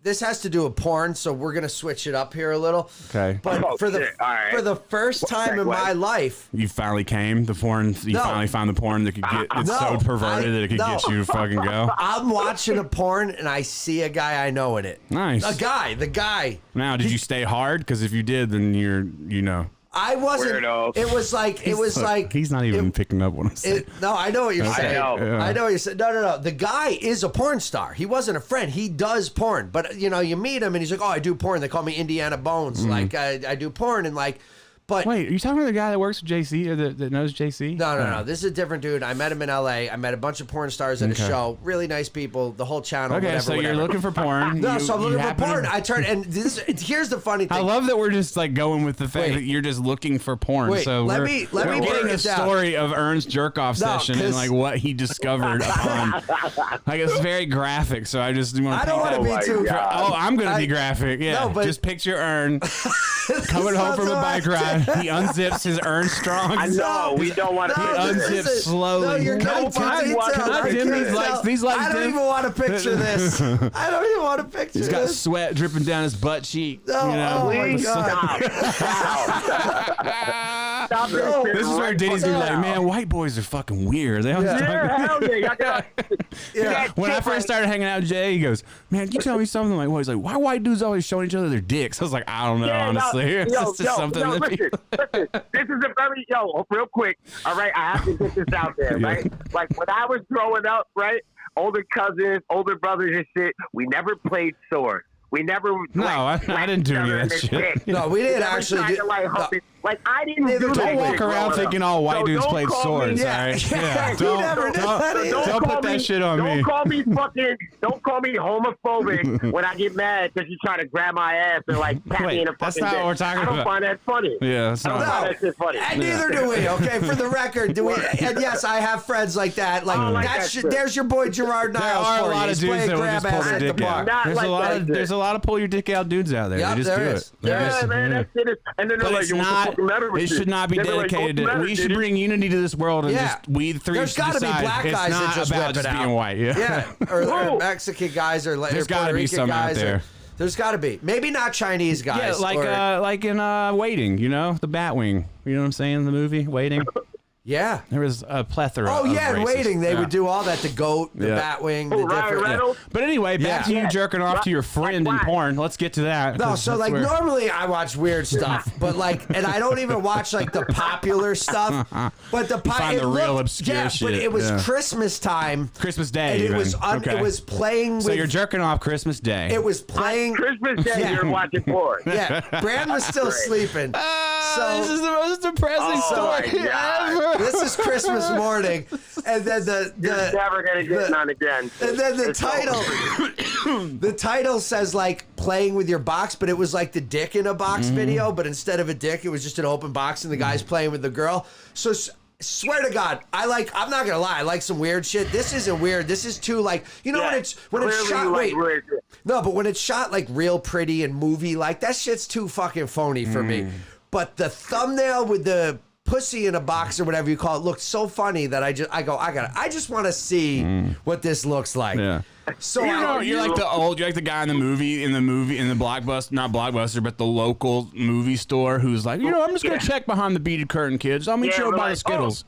B: this has to do with porn, so we're gonna switch it up here a little.
C: Okay.
B: But
D: Oh,
B: for the
D: shit. All right.
B: for the first time in
D: segue.
B: my life,
C: You finally came. The porn. You
B: No.
C: finally found the porn that could
B: [laughs]
C: get. It's
B: No,
C: so perverted
B: I-
C: that it could
B: no.
C: get you to fucking
B: [laughs]
C: go.
B: I'm watching a porn and I see a guy I know in it.
C: Nice.
B: A guy, the guy.
C: Now, did you stay hard? Because if you did, then you're, you know,
B: I wasn't.
D: Weirdo.
B: It was like it was
C: Look,
B: like
C: he's not even picking up what I'm saying.
B: It, no, I know what you're saying.
D: know.
C: Yeah.
B: I know what you're saying. No, no, no. The guy is a porn star. He wasn't a friend. He does porn, but you know, you meet him and he's like, "Oh, I do porn." They call me Indiana Bones. Like I, I do porn, and like, but
C: Mm-hmm. Wait, are you talking to the guy that works with JC or that, that knows JC?
B: no, no, no. This is a different dude. I met him in L.A. I met a bunch of porn stars at
C: Okay.
B: a show. Really nice people. The whole channel.
C: Okay,
B: whatever,
C: so you're
B: whatever.
C: looking for porn.
B: [laughs] No,
C: You-
B: so I'm
C: you
B: looking for
C: happen to-
B: porn. I turn and this. Here's the funny thing.
C: I love that we're just like going with the fact
B: Wait.
C: that you're just looking for porn.
B: Wait,
C: so
B: let
C: we're,
B: me- let
C: we're
B: me
C: getting
B: break
C: a
B: it down.
C: story of Ernst Jerkoff
B: No,
C: session and
B: 'cause-
C: like what he discovered upon.
B: [laughs]
C: like it's very graphic, so I just want
B: I
C: to.
B: don't want
D: Oh
B: to
D: my
B: be too.
D: God.
C: Oh, I'm gonna
B: I-
C: be graphic. Yeah,
B: No, but-
C: just picture
B: [laughs]
C: Ern coming home from a bike ride. He unzips his Ern Strong.
D: I know we don't want to.
B: No,
C: He
B: this
C: unzips
B: isn't-
C: slowly.
B: No, you're
C: Nobody
B: going too
C: wants to
B: detailed. I
C: picture
B: can't
C: these
B: tell.
C: lights- these lights
B: I don't
C: dim.
B: even want
C: [laughs]
B: to picture this. I don't even want to picture
C: He's got
B: this.
C: sweat dripping down his butt cheek.
B: No,
C: you know?
B: oh my
C: Like the sun- [laughs]
B: God.
D: Stop
B: No.
D: this.
C: This is where Diddy's gonna be like, man, white boys are fucking weird. They always talk-
D: Yeah, hell yeah. Y'all
C: [laughs]
D: got,
B: Yeah.
C: When I first started hanging out with Jay, he goes, "Man, can you tell me something?" Like, what? He's like, "Why white dudes always showing each other their dicks?" I was like, "I don't know, honestly. [laughs]
D: Yo,
C: it's
D: yo,
C: just
D: yo,
C: something
D: yo,
C: that
D: listen,
C: people-
D: listen, this is a very yo, real quick. All right, I have to get this out there,
C: [laughs] Yeah.
D: right? Like when I was growing up, right? Older cousins, older brothers and shit, we never played swords. We never
C: No, I- I didn't do any of that shit. [laughs]
B: No, we didn't
D: never
B: actually
D: tried
B: do-
D: to, like, hump
B: no.
D: it. like I didn't
B: Neither
D: do
B: did
D: that
B: we.
C: Don't walk
D: shit
C: around
D: growing
C: thinking
D: up.
C: all white
D: So
C: dudes
D: don't
C: played
D: call me-
C: swords.
B: yeah.
C: all right?
B: Yeah,
C: Yeah,
B: you
C: don't,
B: never did
C: don't-
B: that either.
C: don't
D: call
C: put that
D: me-
C: shit on
D: don't
C: me.
D: call me fucking. Don't call me homophobic when I get mad because you try to grab my ass and like tap
C: Wait,
D: me in the fucking.
C: that's not
D: dick.
C: what we're talking
D: I don't
C: about.
D: find that funny.
C: Yeah, it's
D: I don't
C: not-
D: find that shit funny.
B: And neither do we. Okay, for the record,
D: [laughs]
B: do we? And yes, I have friends like that. Like,
D: don't Oh, like
B: that's
D: that
B: your-
D: shit.
B: there's your boy Gerard
C: There
B: Niles.
C: are
B: for
C: a lot
B: you.
C: of
B: He's
C: dudes
B: playing
C: that will
B: grab
C: just pull
B: ass
C: their
B: at the
C: dick
B: bar.
C: out.
D: Not
C: There's a
D: like
C: lot
D: that
C: of
D: shit.
C: there's a lot of pull your dick out dudes out there.
B: Yep,
C: they just
B: there
C: do
B: is.
C: it.
B: There
C: There's-
D: Yeah, man,
C: yeah.
D: that shit is. And then they're
C: But
D: like,
C: it's
D: yo, what's
C: not.
D: the fucking matter with
C: It
D: you?
C: should not be
D: Then they're like,
C: dedicated.
D: what's the
C: to,
D: matter,
C: we should
D: dude?
C: bring unity to this world and
B: Yeah.
C: just weed through.
B: There's
C: got to
B: be black
C: it's
B: guys
C: not
B: that just
C: about
B: whip
C: just
B: it out.
C: being white. Yeah.
B: Yeah, or, or
D: Woo.
B: Mexican guys, or like,
C: There's
B: or Puerto
C: gotta be
B: Rican
C: some out
B: guys. or-
C: there.
B: there's got to be. Maybe not Chinese guys.
C: Yeah, like
B: or-
C: uh, like in uh, Waiting, you know, the Batwing. You know what I'm saying? The movie Waiting.
B: yeah.
C: There was a plethora.
B: Oh
C: of
B: yeah, and
C: races.
B: waiting. They
C: Yeah.
B: would do all that. The goat, the
C: Yeah.
B: batwing, the
D: Oh, Ryan
B: different.
D: Reynolds?
C: But anyway, back
B: Yeah.
C: to you
D: Yeah.
C: jerking off to your
D: Like-
C: friend in
D: like why?
C: porn. Let's get to that.
B: No,
C: 'cause
B: so
C: that's
B: like
C: where-
B: normally I watch
C: [laughs]
B: weird stuff, but like, and I don't even watch like the
C: [laughs]
B: popular stuff. But the
C: find
B: popular
C: the real obscure
B: yeah,
C: shit,
B: But it was
C: yeah.
B: Christmas time,
C: Christmas Day.
B: and it
C: even.
B: was un-
C: Okay.
B: it was playing
C: So
B: with
C: you're jerking off Christmas Day.
B: it was
C: [laughs]
B: playing.
D: Christmas Day,
B: Yeah.
D: you're watching porn.
B: yeah, Bran was still sleeping.
C: Ah,
B: so
C: this is the most depressing [laughs]
D: [laughs] Oh,
C: story
D: my God.
C: ever.
B: this is Christmas morning, and then the
D: You're
B: the
D: never gonna get
B: the-
D: none again.
B: and then the
D: It's over.
B: title [coughs] the title says like playing with your box, but it was like the dick in a box video, but instead of a dick, it was just an open box and the guy's playing with the girl. So s- swear to God, I like I'm not gonna lie, I like some weird shit. This isn't weird. This is too like you know
D: Yeah,
B: when it's when
D: Clearly
B: it's shot
D: you
B: wait
D: like weird shit. [laughs]
B: no, but when it's shot like real pretty and movie like, that shit's too fucking phony for
C: Hmm.
B: me. But the thumbnail with the pussy in a box or whatever you call it looked so funny that I just I go I got to I just want to see what this looks like.
C: Hmm. Yeah.
B: So
C: Oh, You
B: I-
D: Oh,
C: know, you're like the old, you're like the guy in the movie, in the movie, in the blockbuster, not blockbuster, but the local movie store who's like, you know, I'm just gonna
D: Yeah.
C: check behind the beaded curtain, kids. I'll meet
D: Yeah,
C: you over
D: we're
C: by the
D: like, oh.
C: Skittles.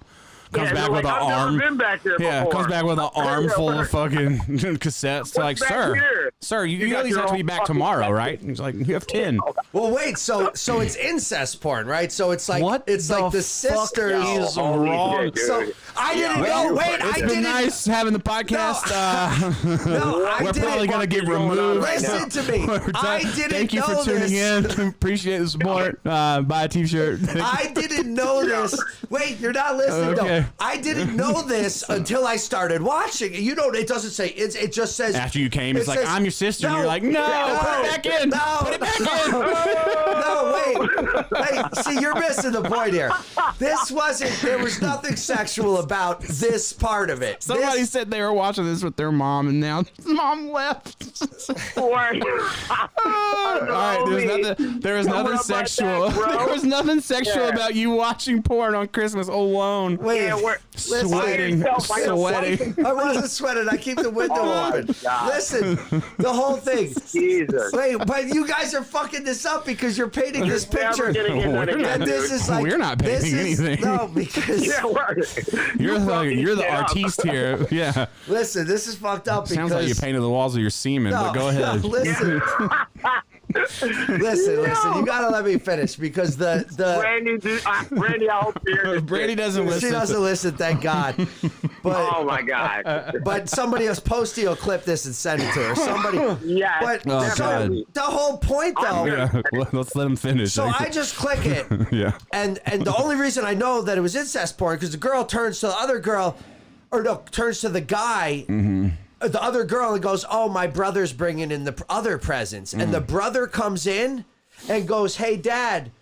C: Comes
D: Yeah,
C: back
D: you're
C: with an
D: like, I've never
C: arm.
D: been back there
C: yeah,
D: before.
C: comes back with an arm full of fucking [laughs] cassettes. like,
D: back
C: sir,
D: here?
C: sir, you,
D: You
C: you
D: got
C: at least
D: your
C: have to
D: own
C: be back
D: fucking Oh,
C: tomorrow,
D: record.
C: right? He's like, you have ten.
B: Well, wait. So so it's incest porn, right? So it's like
C: What
B: it's like
C: the
B: the
C: fuck
B: sisters.
C: is
D: Oh, holy
C: wrong?
D: shit, dude.
B: So I didn't
D: Yeah,
B: know.
D: you're
B: Wait,
D: fucking
B: I
C: It's
B: didn't.
C: been nice having the podcast. uh,
B: No, [laughs] I
C: we're
B: didn't.
C: probably gonna get
D: Fuck is going on
C: removed.
D: right
B: Listen
D: now.
B: to me.
C: We're done.
B: I didn't
C: Thank you
B: know
C: for tuning
B: this.
C: in. [laughs] Appreciate the support. Uh, buy a t-shirt. [laughs]
B: I didn't know this. Wait, you're not listening
C: Okay.
B: though. I didn't
C: [laughs]
B: know this until I started watching. You know, it doesn't say it's. It just says
C: After you came, it's
B: it
C: like,
B: says-
C: I'm your sister. and you're like, no, put it back in.
B: No,
C: Put it back in.
B: [laughs] no, wait. hey, see, you're missing the point here. This wasn't. There was nothing sexual about this part of it.
C: Somebody
B: This-
C: said they were watching this with their mom, and now [laughs] mom left. [laughs]
D: Or
C: All right, there's nothing. There is
D: Don't
C: nothing
D: rub my back,
C: sexual. [laughs]
D: bro.
C: there was nothing sexual
D: Yeah.
C: about you watching porn on Christmas alone.
B: wait.
D: [laughs] yeah, we're
B: Listen.
C: Sweating,
D: yourself, I know why
C: sweating.
B: I wasn't sweating. I keep the window
D: [laughs] Oh, my
B: open.
D: God.
B: Listen, the whole thing.
D: Jesus.
B: Wait, but you guys are fucking this up because you're painting this
D: Never
B: picture.
D: gonna get none of
C: We're
D: that,
B: And this is
C: [laughs]
B: like
C: We're not
B: this
C: painting
B: is-
C: anything. [laughs]
B: No, because
D: [laughs] Yeah, we're-
C: You're
D: you
C: the
D: fucking
C: you're the
D: shit up.
C: artiste here. Yeah,
B: listen, this is fucked up.
C: sounds like
B: because-
C: you painted the walls of your semen.
B: No, [laughs]
C: but go ahead. [laughs]
B: no, listen, listen, listen. You gotta let me finish because the the
D: Brandy, dude, I, Brandy, I hope
C: [laughs]
D: you hear this.
C: Brady
D: shit.
C: doesn't
B: she
C: listen.
B: doesn't listen. Thank God.
C: [laughs]
B: But
D: Oh my God.
B: but somebody else posting will clip this and send it to
C: [laughs]
B: her. Somebody.
D: Yes.
B: But
C: Oh,
B: so
C: God.
B: the whole point though.
C: Yeah, [laughs] let's let him finish.
B: So I just click it,
C: [laughs] yeah.
B: and and the only reason I know that it was incest porn because the girl turns to the other girl, or no, turns to the guy, uh, the other girl, and goes, "Oh, my brother's bringing in the pr- other presents," and the brother comes in and goes, "Hey, dad,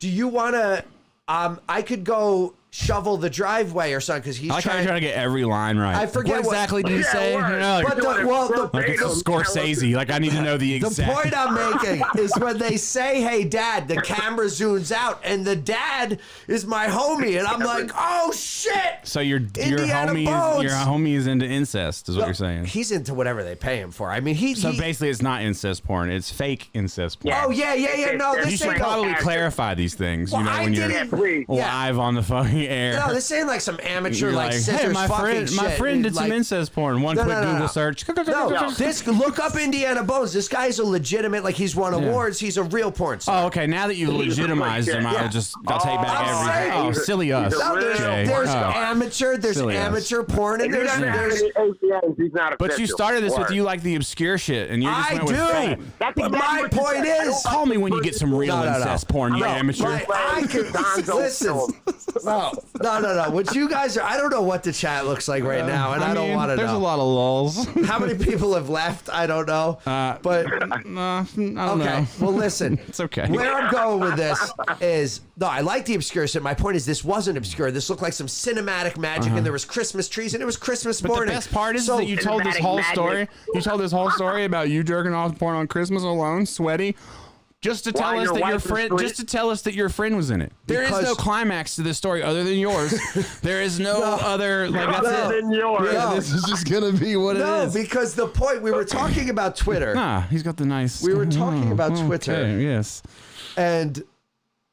B: do you want to? Um, I could go." Shovel the driveway or something because he's
C: I like how
B: trying.
C: you're trying to get every line right.
B: I forget
C: what
B: what-
C: exactly did you
D: Yeah,
C: say? You
D: word.
C: know, like,
B: But the- well, the-
C: like it's a Scorsese. Like I need to know the
B: The
C: exact.
B: point I'm making is when they say, "Hey, Dad," the camera zooms out, and the dad is my homie, and I'm like, "Oh shit!"
C: So your your
B: Indiana
C: homie
B: Bones.
C: is, your homie is into incest, is what you're saying.
B: He's into whatever they pay him for. I mean, he.
C: So
B: he-
C: basically, it's not incest porn; it's fake incest porn.
D: Yeah.
B: oh yeah, yeah, yeah. No,
D: You
C: you
B: this
C: should
B: ain't. no-
C: probably
D: actor.
C: clarify these things.
B: Well,
C: you know,
B: I
C: when you're
B: didn't-
D: Please.
B: Yeah.
C: live on the fucking air. [laughs]
B: No, this ain't like some amateur
C: You're
B: like, sisters
C: hey, my
B: fucking
C: friend,
B: shit.
C: my friend did some
B: Like,
C: incest porn. One
B: No,
C: quick
B: no, no,
C: Google
B: no.
C: search. [laughs]
B: No, this look up Indiana Bones. This guy's a legitimate. Like he's won awards. He's a real porn star.
C: Oh, okay. Now that you've legitimized him,
B: Yeah.
C: I'll just I'll take back
B: I'm
C: everything.
B: saying-
C: Oh, silly us.
D: No,
B: No, there's,
C: Jay.
B: there's
C: Oh.
B: amateur, there's
C: Silly ass.
B: amateur porn, and
D: He
B: there's,
D: doesn't have
B: there's
D: any ACNs. He's not
C: But you
D: official.
C: started this with
D: Word.
C: you like the obscure shit, and you just
B: I
C: went with
B: do.
C: fame.
D: That's
B: But
D: exactly
B: my
D: what you
B: point
D: said.
B: is,
C: Call me when you get some real
B: No, no, no.
C: incest porn, you
B: No,
C: amateur.
B: my- I could
D: Don's
B: [laughs]
D: old
B: listen.
D: film.
B: No, no, no, no. What you guys are, I don't know what the chat looks like right now, and I, don't
C: Uh, mean,
B: want to
C: There's
B: know.
C: a lot of
D: [laughs]
C: lulls.
B: How many people have left? I don't know.
C: Uh,
B: but
C: Nah, I don't
B: okay,
C: know.
B: well, listen.
C: [laughs] It's okay.
B: Where I'm going with this is no, I like the obscure shit. My point is, this wasn't obscure. This looked like some cinematic magic, and there was Christmas trees, and it was Christmas
C: Uh-huh. But
B: morning.
C: the best part is
B: So-
C: that you told this
D: Dramatic
C: whole
D: madness.
C: story. You told this whole story about you jerking off porn on Christmas alone, sweaty, just to tell
D: While
C: us
D: your
C: that your
D: wife was
C: friend,
D: sweet.
C: just to tell us that your friend was in it. There is no
B: Because-
C: climax to this story other than yours. [laughs] there is no, other like that's
B: No.
C: it.
D: Than yours.
B: Yeah.
C: This is just gonna be what
B: no,
C: it is.
B: because the point we were talking about Twitter,
C: nah, he's got the nice. [laughs]
B: We were talking about Twitter.
C: Yes.
B: and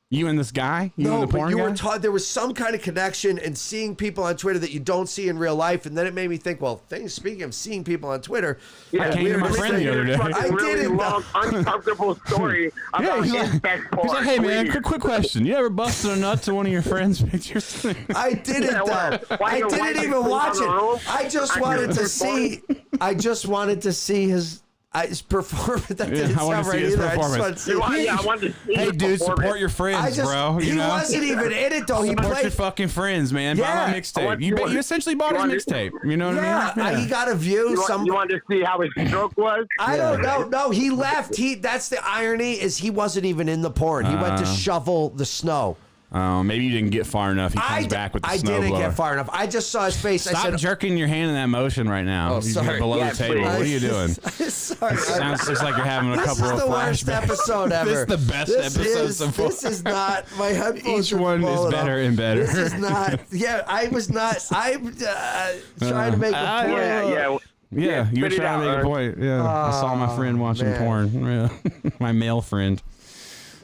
C: You and this guy. You
B: No,
C: and the porn
B: but you
C: guy?
B: were taught there was some kind of connection and seeing people on Twitter that you don't see in real life, and then it made me think. Well, things speaking of seeing people on Twitter,
D: Yeah,
C: came to
D: we're
C: my
D: just
C: friend the
D: in
C: other
D: a
C: day.
D: fucking
B: I
D: really
B: didn't know.
D: long,
C: [laughs]
D: uncomfortable story
C: yeah,
D: about
C: he's
D: his
C: like,
D: best
C: he's
D: part.
C: like, hey man,
D: Please.
C: quick, quick question. You ever busted a nut to one of your friends' [laughs] pictures?
B: I didn't
D: Yeah, why-
B: though.
D: why
B: I
D: your wife
B: didn't
D: is
B: even watch
D: on the road?
B: it. I just
D: I
B: wanted
D: know.
B: to see. I just wanted to see his uh, his performance. [laughs] That
C: Yeah,
B: didn't
C: I wanna
B: sound
C: see
B: right
C: his
B: either. I just
C: performance.
B: wanted to see.
D: You want- yeah, I wanted to see
C: hey
D: the
C: dude, support
D: performance.
C: your friends,
B: I just
C: bro. You
B: he
C: know?
B: wasn't even in it though. He
C: Support your
B: played.
C: fucking friends, man.
B: Yeah.
C: Buy my mixtape. You, ba- you essentially bought his
D: You want-
C: mixtape. You know what
B: yeah,
C: I mean?
B: uh, he got a view.
D: You,
B: some
D: want, you wanted to see how his stroke was?
B: I don't know. No, he left. He that's the irony is he wasn't even in the porn. He went to
C: Uh.
B: shovel the snow.
C: Oh, maybe you didn't get far enough. He comes
B: I,
C: back with the
B: I
C: snow
B: didn't
C: blower.
B: get far enough. I just saw his face.
C: Stop
B: I said,
C: jerking your hand in that motion right now.
B: Oh,
C: He's gonna
B: sorry.
C: Below
D: Yeah,
C: the table.
D: please.
C: What are you doing?
B: [laughs] Sorry.
C: Sounds just like you're having a
B: this is
C: couple of
B: the worst
C: flashbacks. [laughs]
B: episode ever.
C: This is the best
B: This
C: episode
B: is-
C: so far.
B: This is not my headphones.
C: Each
B: are
C: one is
B: falling off.
C: better and better.
B: This is not. Yeah, I was not. I'm uh, trying to make
C: Uh,
B: a point.
D: Yeah, yeah.
C: Yeah, you were
D: spit it
C: trying to
D: out,
C: make a
D: Ern.
C: point. Yeah, I saw my friend watching
B: Oh, man.
C: porn. [laughs] Yeah. my male friend.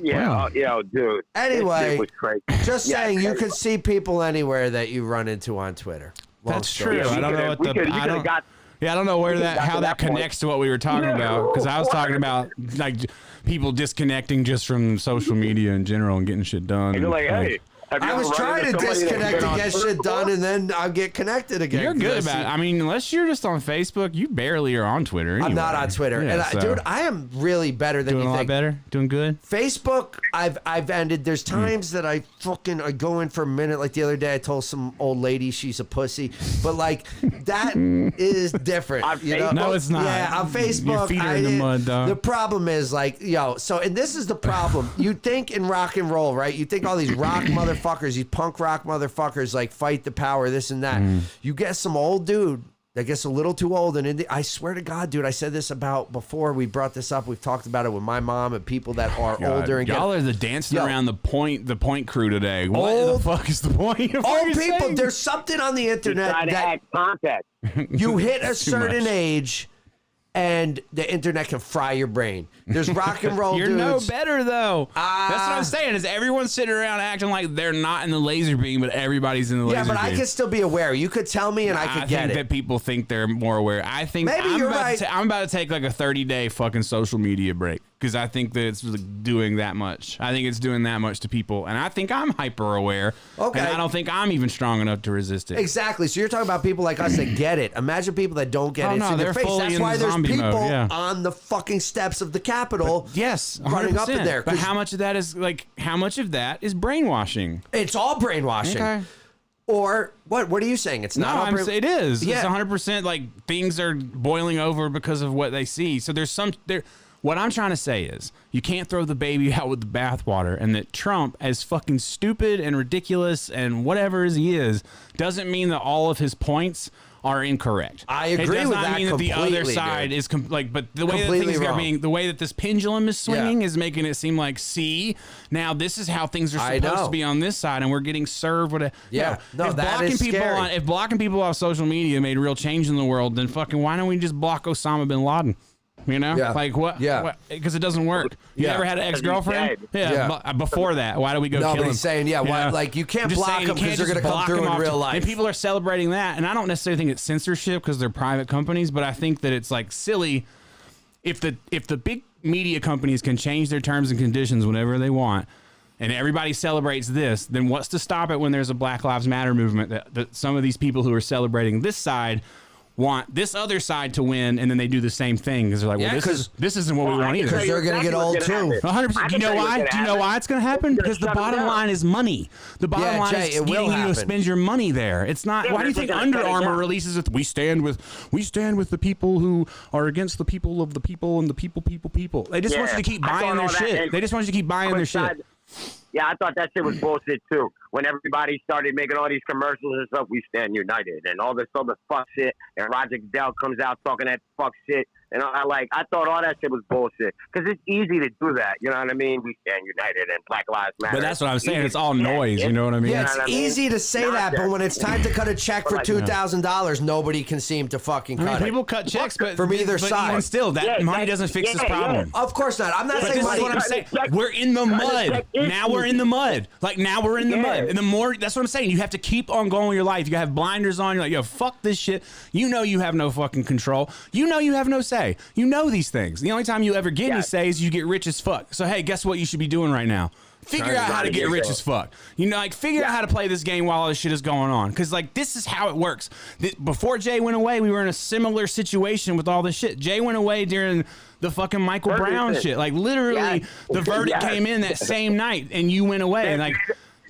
D: Yeah,
C: Wow.
D: oh, yeah, dude.
B: Anyway,
D: it was crazy.
B: Just
D: Yeah,
B: saying, you
D: yeah.
B: could see people anywhere that you run into on Twitter. Long
C: That's
B: story.
C: true.
D: Yeah, we
C: I don't know
D: could've-
C: what
D: we
C: the.
D: could've- you
C: I
D: could've
C: don't,
D: got-
C: yeah, I don't know where that
D: got
C: how
D: to
C: that,
D: that point.
C: connects to what we were talking
D: No.
C: about because I was talking about like people disconnecting just from social media in general and getting shit done.
D: And you're like,
C: and,
D: hey, Have you
B: I
D: ever
B: was
D: run
B: trying
D: into
B: to
D: somebody that
B: disconnect
D: been
B: and
D: on
B: get
D: first
B: shit
D: floor?
B: done, and then I'll get connected again.
C: You're
B: 'cause I
C: good about
B: see-
C: it. I mean, unless you're just on Facebook, you barely are on Twitter.
B: I'm
C: anyway.
B: not on Twitter,
C: Yeah,
B: and I,
C: so-
B: dude, I am really better than
C: doing a
B: you
C: lot
B: think.
C: better, doing good.
B: Facebook, I've I've ended. There's
D: Hmm.
B: times that I fucking I go in for a minute. Like the other day, I told some old lady she's a pussy, but like that is different.
D: Hmm. On
B: you know?
D: Facebook?
C: No, it's not.
B: Yeah, on
C: Your
B: Facebook,
C: feet are
B: I
C: in the
B: didn't-
C: mud, dog.
B: The problem is like yo. So and this is
C: [laughs]
B: the problem. you think in rock and roll, right? You think all
C: [clears throat]
B: these rock motherfuckers, these punk rock motherfuckers, like fight the power, this and that.
C: Mm.
B: You get some old dude that gets a little too old, and in I swear to God, dude, I said this about before we brought this up. We've talked about it with my mom and people that are older and get
C: y'all are the dancing
B: Yo.
C: around the point, the point crew today. What
B: Old-
C: the fuck is the point? [laughs] of what
B: old
C: you're
B: people.
C: saying?
B: There's something on the internet
D: Try to
B: that
D: act contact.
C: [laughs]
B: you hit a
C: too much.
B: certain age, and the internet can fry your brain. There's rock and
C: [laughs]
B: roll
C: You're no
B: Oh, dudes.
C: better though. That's what
B: Ah.
C: I'm saying. Is everyone's sitting around acting like they're not in the laser beam, but everybody's in the
B: yeah,
C: laser
B: but
C: beam.
B: I could still be aware. You could tell me, and I could get
C: think
B: it.
C: that people think they're more aware. I think
B: Maybe
C: I'm
B: you're
C: about
B: right.
C: To ta- I'm about to take like a 30 day fucking social media break because I think that it's like, doing that much. I think it's doing that much to people, and I think I'm hyper aware.
B: Okay.
C: and I don't think I'm even strong enough to resist it.
B: Exactly. So you're talking about people like us
C: [clears throat]
B: that get it. Imagine people that don't get
C: Oh,
B: it. It's
C: no,
B: in their
C: they're
B: face.
C: fully
B: That's
C: in
B: why there's
C: zombie
B: people
C: mode, yeah.
B: on the fucking steps of the Capitol.
C: Yes,
B: running up
C: 100%.
B: in there.
C: But
B: 'cause
C: how much of that is like how much of that is brainwashing?
B: It's all brainwashing. Or what? What are you saying? It's
C: No,
B: not. all
C: I'm,
B: brain-
C: it is.
B: Yeah.
C: It's 100% like things are boiling over because of what they see. So there's some there what I'm trying to say is you can't throw the baby [laughs] out with the bathwater and that Trump as fucking stupid and ridiculous and whatever as he is doesn't mean that all of his points are incorrect.
B: I
C: it
B: agree
C: does
B: with
C: not
B: that
C: mean that the other
B: completely,
C: side
B: dude.
C: is com- like but the way
B: Completely
C: that things are
B: wrong.
C: being the way that this pendulum is
B: Yeah.
C: swinging is making it seem like see now this is how things are
B: I
C: supposed
B: know.
C: to be on this side and we're getting served with a
B: Yeah. No,
C: if
B: that
C: blocking
B: is
C: people
B: scary.
C: on if blocking people off social media made real change in the world, then fucking why don't we just block Osama bin Laden? You know,
B: Yeah.
C: like what?
B: Yeah.
C: because it doesn't work. You
B: Yeah.
C: ever had an ex girlfriend?
D: dead.
C: Yeah,
B: Yeah.
C: bu- before that, why do we go
B: No,
C: kill
B: but
C: him?
B: he's saying, yeah, why- like, you can't
C: I'm just
B: block
C: saying, you
B: 'em 'cause
C: can't
B: they're
C: just
B: gonna come
C: block
B: through
C: 'em
B: in
C: off
B: real
C: to-
B: life.
C: And people are celebrating that, and I don't necessarily think it's censorship because they're private companies, but I think that it's like silly if the if the big media companies can change their terms and conditions whenever they want and everybody celebrates this then what's to stop it when there's a black lives matter movement that, that some of these people who are celebrating this side want this other side to win and then they do the same thing because they're like
B: Yeah,
C: well this
B: 'cause-
C: is this isn't what we want either
B: Because they're gonna get old, too.
C: 100%. Do you know why? Do you know why it's going to happen? Because the bottom line is money. The bottom
B: Yeah,
C: line
B: Jay,
C: is
B: it will
C: getting you to
B: happen.
C: spend your money there. It's not.
D: Yeah,
C: why do
D: but
C: you
D: it's
C: think
D: gonna
C: Under
D: shut it
C: Armour
D: down.
C: releases it? We stand with we stand with the people who are against the people of the people and the people, people, people. They just want you to keep
D: Yeah, I
C: buying
D: thought
C: their
D: all that
C: shit.
D: and-
C: They just want you to keep buying their shit.
D: Yeah, I thought that shit was bullshit too. When everybody started making all these commercials and stuff, we stand united and all this other fuck shit. And Roger Goodell comes out talking that fuck shit. And I like, I thought all that shit was bullshit because it's easy to do that. You know what I mean? We stand united and Black Lives Matter.
C: But that's what I'm saying.
D: Easy
C: It's all
D: shit.
C: noise. You know what I mean?
B: Yeah,
D: know
B: it's
D: what I mean?
B: easy to say
D: Not
B: that, but
D: that-
B: when it's time to cut a check
C: [laughs]
B: for two thousand dollars, nobody can seem to fucking
C: I
B: cut
C: mean,
B: it.
C: people cut checks, but
B: From either
C: but
B: side.
C: even still, that
D: Yeah,
C: money
D: that-
C: doesn't fix this
D: yeah, yeah.
C: problem.
B: of course not. I'm not
C: But
B: saying
C: this is
B: money.
C: what I'm
D: Trying to
C: saying.
D: check-
C: We're in the
D: trying to
C: mud.
D: check
C: Now we're in the mud. Like now we're in the
D: Yeah.
C: mud. And the more that's what I'm saying. You have to keep on going with your life. You have blinders on. You're like, yo, fuck this shit. You know you have no fucking control. You know you have no say. You know these things. The only time you ever get any
D: Yeah.
C: say is you get rich as fuck. So hey, guess what you should be doing right now? Figure out how to get rich as fuck. You know, like figure out how to play this game while all this shit is going on. Cause like this is how it works. Th- Before Jay went away, we were in a similar situation with all this shit. Jay went away during the fucking Michael
D: Ferguson.
C: Brown shit. Like literally,
D: Yes.
C: the verdict
D: Yes.
C: came in that same night, and you went away. And like,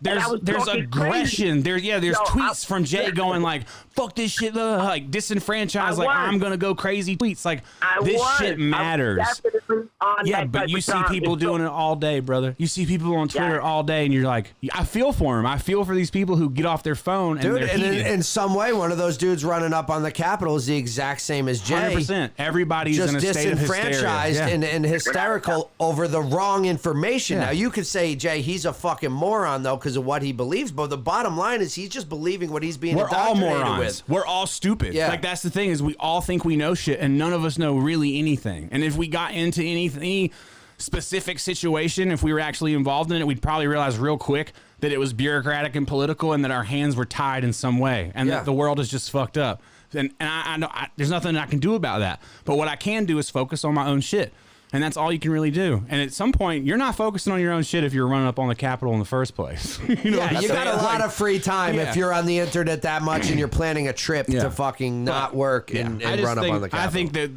C: there's
D: I was
C: there's
D: talking
C: aggression.
D: crazy.
C: There's yeah, there's
D: No, I-
C: tweets from Jay going like, "Fuck this shit," [laughs] blah, blah, blah, like disenfranchised,
D: I
C: like
D: was.
C: I'm gonna go crazy. Tweets like
D: I
C: this
D: was. I
C: shit
D: was
C: matters.
D: definitely on
C: Yeah,
D: that
C: but
D: type
C: you
D: of
C: see
D: time.
C: people
D: It's so-
C: doing it all day, brother. You see people on Twitter
D: Yeah.
C: all day, and you're like, I feel for them. I feel for these people who get off their phone and
B: Dude,
C: they're
B: and in,
C: heated.
B: in some way, one of those dudes running up on the Capitol is the exact same as Jay.
C: 100%. Everybody's
B: just
C: in a state of hysteria.
B: disenfranchised
C: Yeah.
B: and, and hysterical over the wrong information.
C: Yeah.
B: Now you could say Jay, he's a fucking moron though because of what he believes, but the bottom line is he's just believing what he's being
C: We're all
B: indoctrinated
C: morons.
B: with.
C: We're all stupid.
B: Yeah.
C: Like that's the thing is we all think we know shit, and none of us know really anything. And if we got into any any specific situation, if we were actually involved in it, we'd probably realize real quick that it was bureaucratic and political, and that our hands were tied in some way, and
B: Yeah.
C: that the world is just fucked up. And and I, I know I, there's nothing I can do about that. But what I can do is focus on my own shit. And that's all you can really do. And at some point, you're not focusing on your own shit if you're running up on the Capitol in the first place. [laughs] you know what
B: Yeah,
C: I'm
B: you
C: saying?
B: got a lot
C: Like-
B: of free time if
C: Yeah.
B: you're on the internet that much and you're planning a trip
C: Yeah.
B: to fucking not work and,
C: I
B: and
C: just
B: run
C: think,
B: up on the Capitol.
C: I think that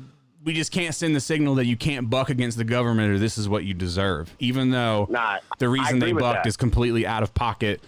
C: we just can't send the signal that you can't buck against the government or this is what you deserve, even though
D: Nah,
C: the
D: I
C: reason they
D: agree with
C: bucked
D: that.
C: is completely out of pocket.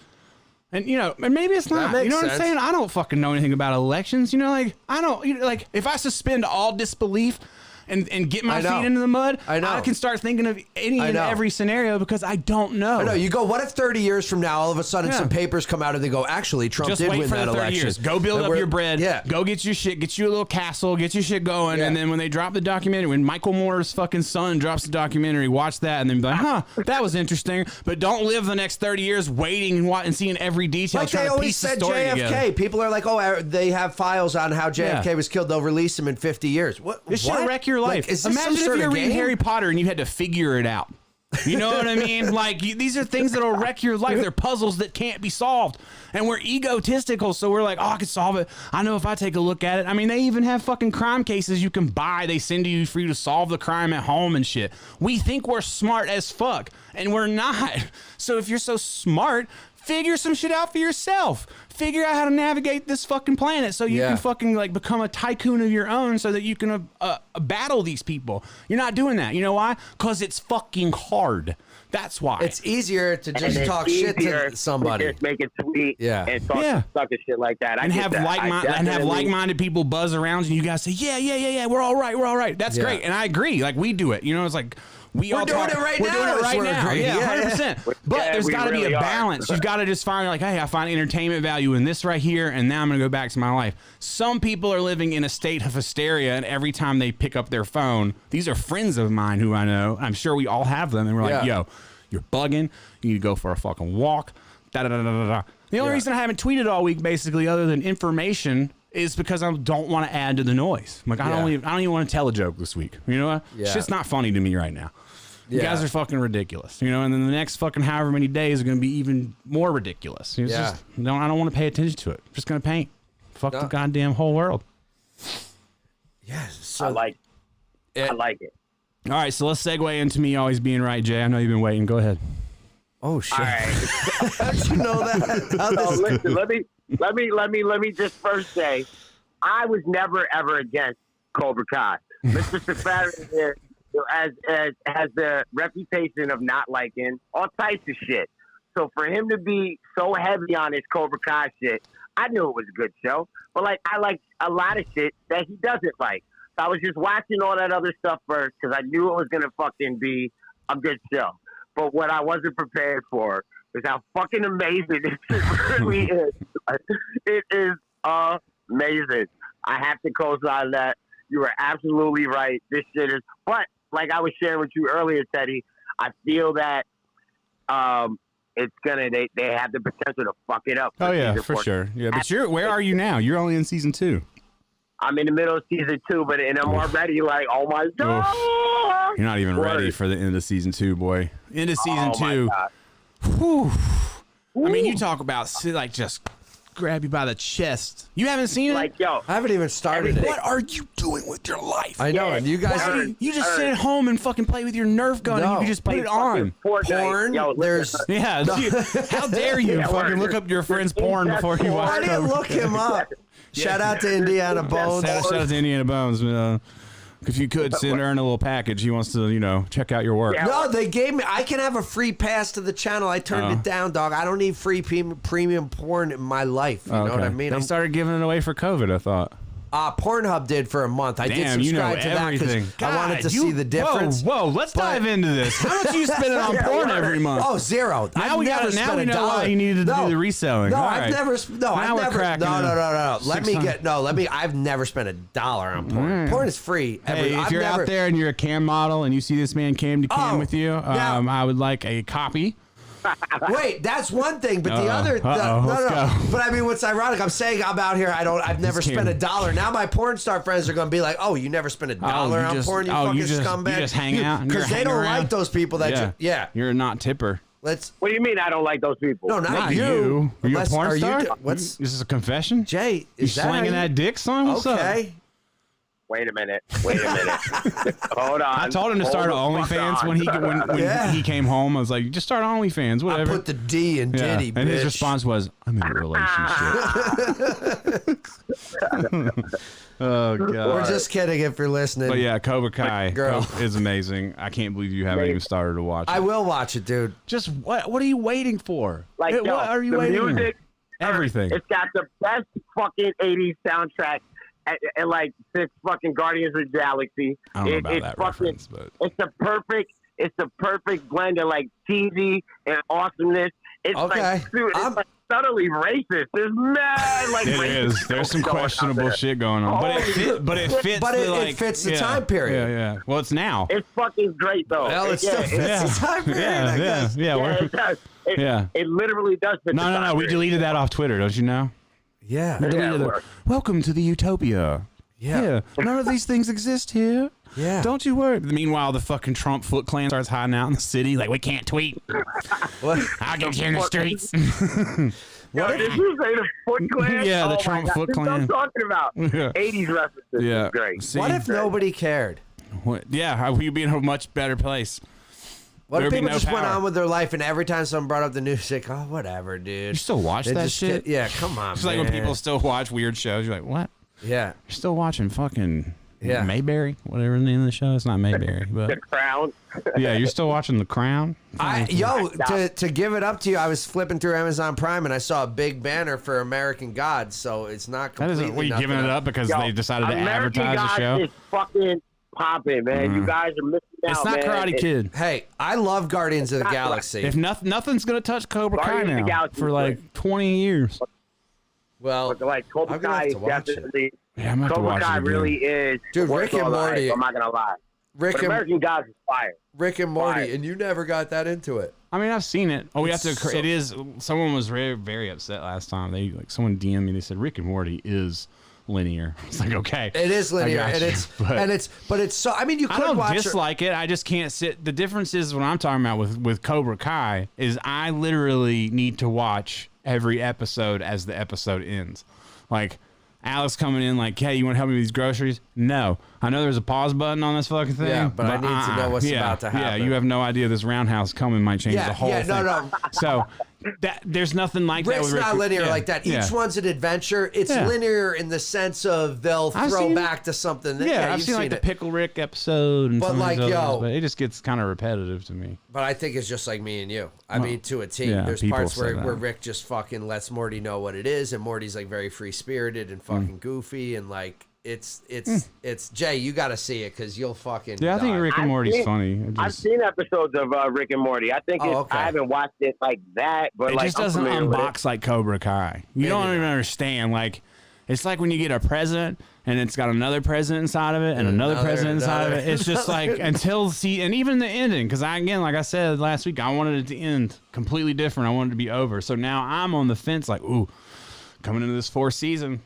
C: And you know, and maybe it's not.
B: makes
C: You know what I'm
B: sense.
C: saying? I don't fucking know anything about elections. You know, like I don't. You know, like if I suspend all disbelief. And, and get my
B: I know.
C: feet into the mud.
B: I know.
C: can start thinking of any
B: I
C: and
B: know.
C: every scenario because I don't know.
B: No, you go. What if thirty years from now, all of a sudden,
C: Yeah.
B: some papers come out and they go, "Actually, Trump
C: Just
B: did
C: wait
B: win
C: for
B: that
C: the 30
B: election."
C: years. Go build
B: And
C: up
B: we're-
C: your bread.
B: Yeah,
C: Go get your shit. Get you a little castle. Get your shit going. And
B: Yeah.
C: then when they drop the documentary, when Michael Moore's fucking son drops the documentary, watch that and then be like, huh, that was interesting. But don't live the next 30 years waiting and, wa- and seeing every detail.
B: Like
C: trying
B: they
C: to
B: always
C: piece the
B: said,
C: story
B: JFK.
C: together.
B: People are like, "Oh, I- they have files on how JFK
C: Yeah.
B: was killed. They'll release him in fifty years." What?
C: This
B: what?
C: should wreck your
B: Like,
C: life.
B: is this some
C: Imagine if
B: sort
C: you're
B: of
C: reading
B: game?
C: Harry Potter and you had to figure it out. You know what I
B: [laughs]
C: mean? Like you, these are things that'll wreck your life. They're puzzles that can't be solved, and we're egotistical, so we're like, "Oh, I can solve it. I know if I take a look at it." I mean, they even have fucking crime cases you can buy. They send to you for you to solve the crime at home and shit. We think we're smart as fuck, and we're not. [laughs] So if you're so smart, figure some shit out for yourself. Figure out how to navigate this fucking planet so you
B: Yeah.
C: can fucking like become a tycoon of your own so that you can uh, uh, battle these people. You're not doing that. You know why? Cuz it's fucking hard. That's why.
B: It's easier to just
D: it's
B: talk shit
D: easier
B: to somebody.
D: Just make it sweet.
B: Yeah.
D: And talk
C: Yeah.
D: suck and shit like that. I
C: and
D: get
C: have
D: that.
C: like
D: I
C: mind and have
D: definitely-
C: like minded people buzz around and you guys say, Yeah, yeah, yeah, yeah, we're all right, we're all right. That's
B: Yeah.
C: great. And I agree. Like we do it. You know, it's like we are all
B: doing
C: talk-
B: it right
C: we're
B: now
C: Doing it
B: is
C: right
B: we're
C: now.
B: agreeing.
C: Yeah,
B: Yeah, yeah.
C: 100%. But
D: Yeah,
C: there's
D: we
C: got to be
D: really
C: a
D: are.
C: balance. You've got to just find like, hey, I find entertainment value in this right here, and now I'm gonna go back to my life. Some people are living in a state of hysteria, and every time they pick up their phone, these are friends of mine who I know. I'm sure we all have them, and we're like,
B: Yeah.
C: yo, you're bugging. You need to go for a fucking walk. Da da da da da. da. The only
B: Yeah.
C: reason I haven't tweeted all week, basically, other than information, is because I don't want to add to the noise. Like I don't
B: Yeah.
C: even I don't even want to tell a joke this week. You know what?
B: Yeah.
C: Shit's not funny to me right now. [laughs] You
B: Yeah.
C: guys are fucking ridiculous. You know, and then the next fucking however many days are going to be even more ridiculous. It's
B: Yeah.
C: just no, I don't want to pay attention to it. I'm just going to paint. Fuck the
B: No.
C: goddamn whole world.
B: Yes.
D: I
B: So
D: like I like it.
C: All right, so let's segue into me always being right, Jay. I know you've been waiting. Go ahead.
B: oh shit.
D: All right.
B: How'd you know that?
C: [laughs]
B: How
D: So
C: Oh,
B: [laughs] this-
D: listen, let me let me let me let me just first say, I was never ever against Cobra Kai. Mr. Safari here you know, has, has has the reputation of not liking all types of shit. So for him to be so heavy on his Cobra Kai shit, I knew it was a good show. But like I like a lot of shit that he doesn't like. So I was just watching all that other stuff first because I knew it was gonna fucking be a good show. But what I wasn't prepared for is how fucking amazing [laughs] this shit really is. It is amazing. I have to co-sign that. You are absolutely right. This shit is. But like I was sharing with you earlier, Teddy, I feel that um, it's gonna. They, they have the potential to fuck it up. season four.
C: sure. Oh, Yeah, but you're where are you now? You're only in season two.
D: I'm in the middle of season two, but and I'm already like, oh my god.
C: You're not even ready
D: Word.
C: for the end of season two, boy. End of season
D: Oh, my
C: two.
D: God.
C: Whew. I mean, you talk about si- like just grab you by the chest. You haven't seen it.
D: Like yo,
B: I haven't even started it.
D: Everything.
C: what are you doing with your life?
B: I know,
D: Yeah.
B: and you guys
C: Why
D: Word.
B: are
C: do you, you just sit
D: Word.
C: at home and fucking play with your Nerf gun, and you
B: No.
C: can just put
D: Hey,
C: it
D: fucking
C: on.
D: Fortnite.
B: porn.
D: Yo, listen,
B: There's
C: [laughs] Yeah, you- how dare you
D: Yeah,
C: fucking
D: word.
C: look up your friend's porn
D: That's
C: before you
D: porn.
B: How
C: watch
B: do you
C: it?
B: look him
C: [laughs]
B: up? Shout out to Indiana Bones.
C: Shout, shout out to Indiana Bones. Uh, if you could send Ern a little package, he wants to, you know, check out your work.
D: Yeah.
B: No, they gave me. I can have a free pass to the channel. I turned
C: Oh.
B: it down, dog. I don't need free pre- premium porn in my life. You know what I
C: Oh, Okay.
B: mean?
C: They
B: I'm-
C: started giving it away for COVID, I thought.
B: uh, Pornhub did for a month. I
C: Damn,
B: did
C: you know
B: subscribe to that
C: everything.
B: I wanted to
C: God, you-
B: see the difference.
C: Whoa, whoa, let's
B: but-
C: dive into this. How much you spending on porn every month?
B: Oh, zero.
C: Now
B: I've
C: we
B: never
C: gotta- now
B: spent
C: we
B: a
C: know why
B: dollar.
C: you needed to do
B: no,
C: the reselling.
B: No,
C: All
B: I've
C: right.
B: never. sp- No,
C: Now
B: I've
C: we're
B: never.
C: cracking
B: No, no, no, no, no. Let me
C: 600.
B: get. No, let me. I've never spent a dollar on porn. Porn is free. Every,
C: Mm. Hey, if
B: I've
C: you're
B: never,
C: out there and you're a cam model and you see this man cam to cam
B: Oh,
C: with you,
B: now-
C: um, I would like a copy.
B: Wait, that's one thing, but the
C: Uh-oh.
B: other, the,
C: Uh-oh.
B: no,
C: Let's
B: no.
C: go.
B: But I mean, what's ironic? I'm saying I'm out here. I don't. I've never
C: Just
B: spent a
C: kidding.
B: dollar. Now my porn star friends are going to be like, "Oh, you never spent a dollar
C: you
B: on
C: just-
B: porn, you
C: oh,
B: fucking
C: you just- you
B: scumbag."
C: just hang out and you're
B: because they
C: hanging
B: don't
C: around.
B: like those people that.
C: yeah.
B: ju- yeah.
C: You're a not tipper.
B: Let's.
D: What do you mean I don't like those people?
B: No, not,
C: Not
B: you.
C: you. Are you a
B: Unless-
C: porn
B: are you
C: star?
B: d- what's
C: This is a confession.
B: Jay?
C: you
B: Is that how
C: slinging
B: you-
C: that dick, son? What's
B: Okay.
D: wait a minute, wait a
C: [laughs]
D: minute, hold on.
C: I told him to start an
D: Hold the fuck
C: OnlyFans
D: on.
C: when he when, when
B: [laughs] Yeah.
C: he came home. I was like, just start OnlyFans,
B: I
C: whatever.
B: put the D in
C: yeah.
B: Diddy,
C: and his
B: bitch.
C: response was, "I'm in a relationship." [laughs] oh god.
B: We're just kidding if you're listening.
C: But yeah, Cobra Kai
B: girl.
C: Cobra is amazing. I can't believe you haven't even started to watch. It.
B: I will watch it, dude.
C: just what what are you waiting for?
D: Like,
C: Eh,
D: yo,
C: what are you
D: the
C: waiting? for?
D: music,
B: uh,
C: Everything.
D: It's got the best fucking '80s soundtrack, and, and like since fucking Guardians of the Galaxy.
C: I don't know
D: It-
C: about
D: it's
C: that
D: fucking-
C: reference,
B: [laughs]
C: but
D: It's the perfect. It's the perfect blend of like cheesy and awesomeness. It's
B: Okay.
D: like, dude, it's
B: I'm-
D: like subtly racist. There's mad like
C: it
D: racist
C: is. There's some
D: jokes going on
C: questionable
D: there.
C: shit going on, but it
D: Holy
C: fit, but it fits.
B: But
C: the,
B: it- it
C: like-
B: fits the
C: yeah.
B: time period.
C: Yeah, yeah. Well, it's now.
D: It's fucking great though.
B: Well, it still fits
C: yeah.
B: the time period,
C: yeah,
B: I
C: yeah,
B: guess.
C: yeah,
D: yeah,
C: we're-
D: it does. It,
C: yeah.
D: it literally does.
C: [laughs]
D: fit
C: No,
D: the
C: no, no. We
D: time
C: deleted that off Twitter. Don't you know?
B: Yeah,
D: period.
C: Deleted
D: Yeah,
C: the-
D: we're-
C: Welcome to the utopia.
B: yeah,
C: None of these things exist here.
B: yeah.
C: Don't you worry. Meanwhile, the fucking Trump Foot Clan starts hiding out in the city. Like we can't tweet.
B: What, [laughs]
C: I'll get you in the streets.
D: Yo, did you say the
C: [laughs]
D: Foot Clan? Oh
C: Yeah, the
D: my
C: Trump
D: God,
C: Foot
D: this is what
C: Clan.
D: I'm talking about.
C: [laughs] Yeah.
D: 80s references.
C: yeah.
D: Is great.
C: See?
B: what if nobody cared?
C: What- yeah, we'd be in a much better place.
B: What
C: There'd
B: if
C: be
B: people
C: no
B: just went
C: power.
B: on with their life, and every time someone brought up the news, like, oh, whatever, dude.
C: You still watch
B: They
C: that
B: just
C: shit?
B: get- yeah, come on,
C: It's like when
B: man.
C: people still watch weird shows. You're like, what?
B: Yeah,
C: You're still watching fucking
B: Yeah.
C: Mayberry, whatever the name of the show. It's not Mayberry,
D: The [laughs]
C: but
D: Crown.
C: yeah, you're still watching The Crown.
B: I yo to to give it up to you. I was flipping through Amazon Prime and I saw a big banner for American Gods, so it's not
C: That
B: completely.
C: isn't. Were you
B: nothing
C: giving it up because
D: Yo,
C: they decided to
D: American
C: advertise the
D: Gods
C: show? Mm.
D: is fucking popping, man. You guys are missing out,
C: It's not
D: man.
C: Karate
D: It-
C: Kid.
B: Hey, I love Guardians of the Galaxy.
C: If nothing, nothing's gonna touch Cobra Kai
D: Guardians of the
C: now
D: Galaxy
C: for
D: is
C: like 20 years.
B: well,
D: But like Cobra
B: I'm gonna have
D: Kai,
B: to watch it.
D: definitely.
C: Yeah, I'm gonna have to
D: Cobra
C: watch
D: Kai
C: it again.
D: really is.
B: Dude,
D: worth
B: Rick and
D: all the hype,
B: Morty-
D: I'm not gonna lie.
B: Rick
D: But
B: and
D: American Gods is fire.
B: Rick and Morty,
D: Fire.
B: and you never got that into it.
C: I mean, I've seen it. Oh, we have
B: It's
C: to.
B: so-
C: it is. Someone was very, very upset last time. They like someone DM'd me. They said Rick and Morty is linear. [laughs] It's like okay,
B: It is
C: I
B: linear,
C: got
B: and
C: you,
B: it's
C: [laughs] but-
B: and it's but it's so. I mean, you
C: I
B: could
C: don't
B: watch it.
C: dislike it. I just can't sit. The difference is what I'm talking about with with Cobra Kai is I literally need to watch every episode as the episode ends. Like Alex coming in like, "Hey, you want to help me with these groceries?" No, I know there's a pause button on this fucking thing. uh,
B: Yeah, but I need to know what's
C: yeah,
B: about to happen.
C: Yeah, you have no idea this roundhouse coming might change
B: Yeah,
C: the whole
B: yeah,
C: thing.
B: no, no.
C: So that there's nothing like that.
B: Rick's
C: with Rick-
B: not linear
C: yeah,
B: like that. Each
C: yeah.
B: one's an adventure. It's
C: Yeah.
B: linear in the sense of they'll
C: I've
B: throw
C: seen-
B: back to something. That,
C: Yeah,
B: yeah,
C: I've
B: you've
C: seen, like
B: it.
C: the Pickle Rick episode and
B: But,
C: some of these
B: like,
C: other
B: yo-
C: ones, but it just gets kind of repetitive to me.
B: But I think it's just like me and you. I mean, to a team.
C: yeah,
B: There's
C: people
B: parts
C: say
B: where,
C: that.
B: where Rick just fucking lets Morty know what it is, and Morty's like very free spirited and
C: Hmm.
B: fucking goofy, and like it's it's it's Jay. You got to see it because you'll fucking
C: Yeah, I think
B: die.
C: Rick and
D: I've
C: Morty's
D: seen-
C: funny. It
D: I've
C: just,
D: seen episodes of uh, Rick and Morty. I think
B: Oh,
D: it's,
B: okay.
D: I haven't watched it like that, but
C: it
D: like
C: just
D: I'm
C: doesn't
D: familiar with it.
C: unbox like Cobra Kai. You don't even understand. Like, it's like when you get a present and it's got another present inside of it and another,
B: another,
C: present inside of it.
B: another,
C: It's just like
D: [laughs]
C: until see and even the ending because I again like I said last week I wanted it to end completely different. I wanted it to be over. So now I'm on the fence. Like, ooh, coming into this fourth season,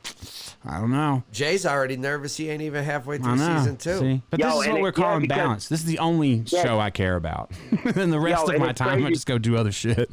C: I don't know.
B: Jay's already nervous. He ain't even halfway
C: I
B: through
C: know.
B: season two.
C: See? But
D: Yo,
C: this is
D: and
C: what
D: it-
C: we're
D: yeah,
C: calling
D: because-
C: balance. This is the only show I care about. [laughs] and the rest
D: Yo,
C: of
D: and
C: my
D: it's
C: time, I
D: crazy-
C: just go do other shit.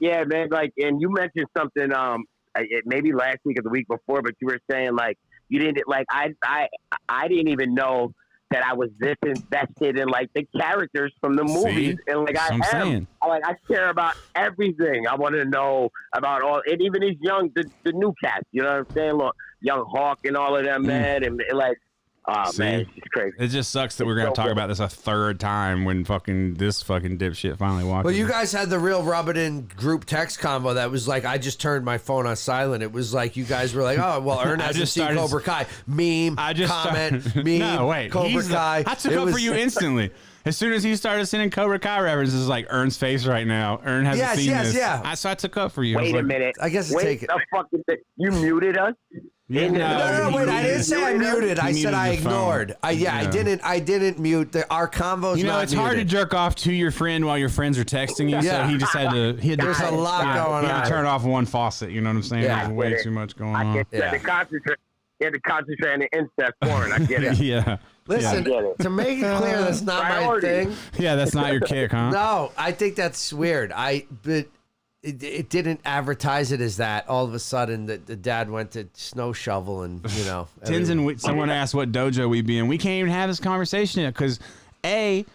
D: Yeah, man. Like, and you mentioned something. Um, I- it, maybe last week or the week before, but you were saying like you didn't like I I I didn't even know that I was this invested in like the characters from the movies, and like I
C: That's
D: am.
C: what I'm saying.
D: I, like I care about everything. I want to know about all, and even these young the, the new cats. You know what I'm saying? Look, young Hawk and all of them, man, and, and, like, oh
C: Mm. See?
D: man, it's just crazy.
C: It just sucks that we're gonna
D: so
C: talk
D: good.
C: about this a third time when fucking this fucking dipshit finally watches.
B: Well, you
C: it.
B: guys had the real rub it in group text combo that was like, I just turned my phone on silent. It was like, you guys were like, oh,
C: [laughs]
B: well, Ern
C: I
B: hasn't
C: just
B: seen
C: started-
B: Cobra Kai. Meme,
C: I just
B: comment,
C: started-
B: meme,
C: [laughs] no wait.
B: Cobra
C: he's the-
B: Kai.
C: I took
B: It
C: up for
B: was- [laughs]
C: you instantly. As soon as he started sending Cobra Kai references, like Ern's face right now. Ern hasn't
B: Yes,
C: seen
B: yes,
C: this.
B: yeah.
C: I, so I took up for you. I was
D: Wait a
C: like,
D: minute.
B: I guess it's
D: Wait
B: taken-
D: a fucking minute. You muted us.
C: Yeah,
D: In the-
C: no,
B: No, no, no, wait! I didn't say I muted. I
C: He
B: said
C: muted
B: I
C: the phone.
B: ignored. I yeah, I
C: Yeah.
B: didn't. I didn't mute. The, our convos.
C: You know,
B: not
C: it's hard to
B: muted.
C: jerk off to your friend while your friends are texting you.
B: Yeah.
C: So he just had to. He had
B: There's
C: to,
B: a lot
C: yeah,
B: going
C: he had to
B: on.
C: turn off one faucet. You know what I'm saying?
B: Yeah.
C: There's
D: I
C: way
D: get it.
C: too much going
D: I
C: on.
D: get
B: Yeah.
D: to concentrate. You had to concentrate on the incest porn. I get
C: [laughs]
D: it.
C: yeah.
B: Listen
D: Yeah, I get it.
B: to make it clear. That's not my
D: Priorities.
B: thing.
C: Yeah, that's not your kick, huh?
B: No, I think that's weird. I but it, it didn't advertise it as that. All of a sudden, the, the dad went to snow shovel and
C: [laughs]
B: you know.
E: Tins
B: everyone-
E: and we, someone asked what dojo we be in. We can't even have this conversation yet because a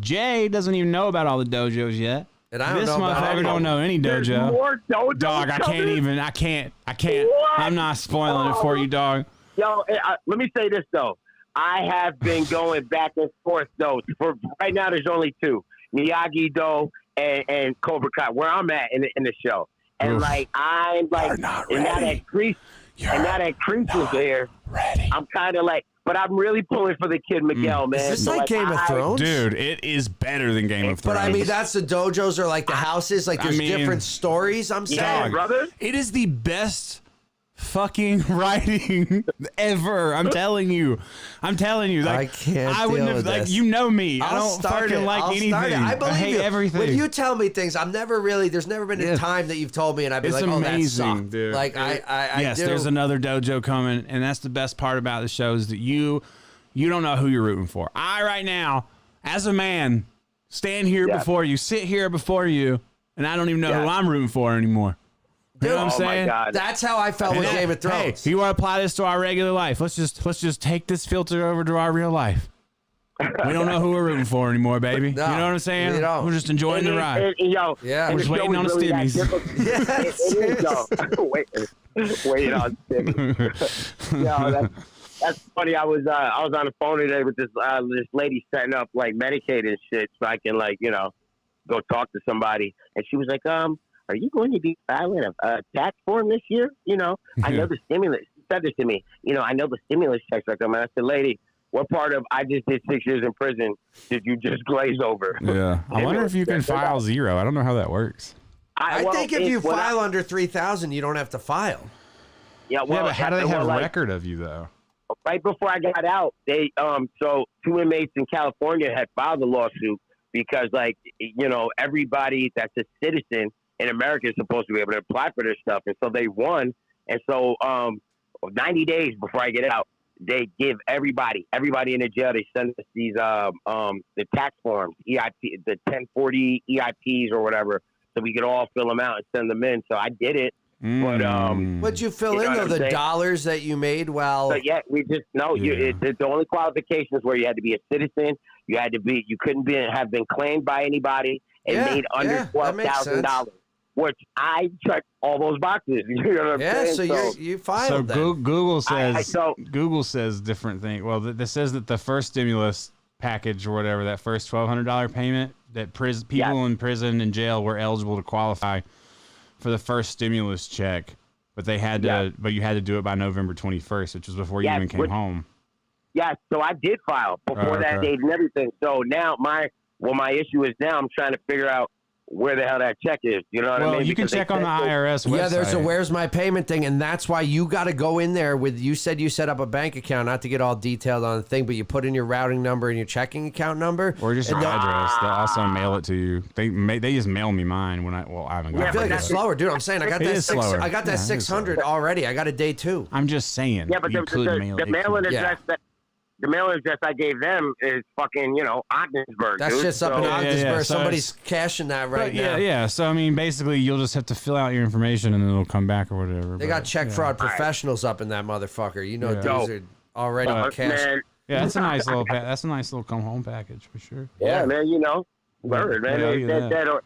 E: Jay doesn't even know about all the dojos yet.
B: And I don't
E: this
B: know about
E: motherfucker
B: any
E: don't know any
D: There's
E: dojo.
D: more dojo
E: dog, I can't
D: coming?
E: even. I can't. I can't.
D: What?
E: I'm not spoiling it for you, dog.
D: Yo, eh, I, let me say this though. I have
C: [laughs]
D: been going back and forth though. For right now, there's only two: Miyagi Do and, and Cobra Kai. Where I'm at in the, in the show, and
C: Oof.
D: like I'm like,
C: You're not
D: and now
C: ready.
D: that crease, and now that crease is there,
C: Ready.
D: I'm kind of like, but I'm really pulling for the
C: Mm.
D: kid Miguel, man.
B: Is this
D: So,
B: like Game of
D: I-
B: Thrones?
C: Dude, it is better than Game of Thrones.
B: But I mean, that's the dojos are like the houses. Like
C: I
B: there's
C: mean-
B: different stories. I'm saying.
D: Yeah,
C: Dog.
D: brother.
C: It is the best fucking
E: [laughs]
C: writing ever. I'm telling you. I'm telling you. Like,
B: I can't
C: I wouldn't
B: deal
C: have
B: with
C: like
B: this.
C: you know me. I
B: I'll
C: don't
B: start
C: fucking
B: it.
C: like
B: I'll
C: anything.
B: start it. I believe
C: hate
B: you.
C: everything.
B: When you tell me things, I'm never really. There's never been a time that you've told me, and I've been
C: It's
B: like, "Oh, that
C: amazing,
B: sucked."
C: dude.
B: Like I, I, I
C: yes,
B: do.
C: there's another dojo coming, and that's the best part about the show is that you you don't know who you're rooting for. I right now, as a man, stand here
D: Yeah.
C: before you, sit here before you, and I don't even know who
D: Yeah.
C: I'm rooting for anymore. You know what I'm
D: oh
C: saying?
D: my God.
B: That's how I felt Oh, with
C: And
B: Game
C: that-
B: of Thrones.
C: Hey, you want to apply this to our regular life? Let's just let's just take this filter over to our real life. We don't know who we're rooting for anymore, baby.
B: No,
C: you know what I'm saying?
B: we don't.
C: We're just enjoying the
D: And-
C: ride.
D: [laughs] and- and, yo,
B: Yeah.
D: and
B: We're
D: the
C: just
D: show
C: waiting
D: is
C: on a
D: really that
C: stimmies.
D: difficult.
B: Yes.
D: It- it is, yo. Wait, [laughs] wait on
C: [laughs]
D: stimmies. yo, that's, that's funny. I was uh, I was on the phone today with this uh, this lady setting up like Medicaid and shit, so I can like you know go talk to somebody. And she was like, um, are you going to be filing a, a tax form this year? You know, I know the stimulus. She said this to me. You know, I know the stimulus checks are coming. I said, lady. What part of I just did six years in prison did you just glaze over?
E: Yeah. I
D: It
E: wonder
D: was-
E: if you can
D: that- that-
E: file zero. I don't know how that works.
B: I
D: well,
B: think if
D: it-
B: you
D: when I-
B: file under three thousand, you don't have to file.
D: Yeah, well,
E: yeah, but how do they
D: well,
E: have
D: like,
E: record of you though?
D: right before I got out, they um so two inmates in California had filed a lawsuit because like you know everybody that's a citizen in America is supposed to be able to apply for this stuff, and so they won, and so um ninety days before I get out, they give everybody everybody in the jail they send us these um um the tax forms EIP the ten forty EIPs or whatever, so we could all fill them out and send them in. So I did it,
C: Hmm.
D: But, um,
B: What'd you fill
D: You know
B: in
D: what
B: though?
D: I'm
B: The
D: saying?
B: dollars that you made while
D: But yet we just no. You,
C: Yeah.
D: it, the, the only qualifications were you had to be a citizen. You had to be. You couldn't be have been claimed by anybody and
B: Yeah,
D: made under
B: yeah, that
D: twelve
B: makes sense.
D: thousand dollars. Which I checked all those boxes. [laughs] You know what I'm
B: yeah,
D: saying?
B: so you you
C: so
B: filed
C: Goo-
B: that.
C: Google
D: I-
C: says
D: I don't-
C: Google says different thing. Well, th- this says that the first stimulus package or whatever that first twelve hundred dollar payment that pris- people in prison and jail were eligible to qualify for the first stimulus check, but they had to,
D: Yeah.
C: but you had to do it by November twenty first, which was before you
D: Yeah,
C: even came
D: which-
C: home.
D: Yes, so I did file before
C: Oh,
D: that
C: okay.
D: date and everything. So now my well, my issue is now I'm trying to figure out where the hell that check is. You know what I
C: Well,
D: mean?
C: you can
D: Because uh, they
C: check on the
D: sent it-
C: IRS website.
B: Yeah, there's a where's my payment thing, and that's why you got to go in there with. You said you set up a bank account, not to get all detailed on the thing, but you put in your routing number and your checking account number.
C: Or just your
B: And they'll-
C: address. They'll also mail it to you. They ma- they just mail me mine when I well I haven't got.
D: Yeah,
B: I feel
C: it
B: like
C: yet.
B: it's slower, dude. I'm saying I got
C: It
B: that
C: is
B: six,
C: slower.
B: I got that
C: Yeah, it is
B: six hundred
C: slower.
B: already. I got a day two.
C: I'm just saying.
D: Yeah, but
C: you
D: the, the,
C: could mail
D: the,
C: it
D: the
C: to
D: mailing
C: me.
B: Yeah.
D: address that the mailing address I gave them is fucking you know Ogdensburg.
B: That's
D: dude.
B: just up in
D: So-
C: Yeah, yeah,
B: Ogdensburg.
C: yeah, so
B: Somebody's cashing that right
C: But yeah,
B: now.
C: yeah. So I mean, basically, you'll just have to fill out your information, and it'll come back or whatever.
B: They
C: but-
B: got check
C: yeah.
B: fraud professionals up in that motherfucker. You know,
C: Yeah.
B: these
D: Yo.
B: are already
D: Uh,
B: cash.
D: man,
C: Yeah, that's a nice little. Pa- that's a nice little come home package for sure.
D: Yeah,
B: Yeah.
D: man, you know, word, man.
C: Yeah,
D: if,
C: yeah.
D: that, that or,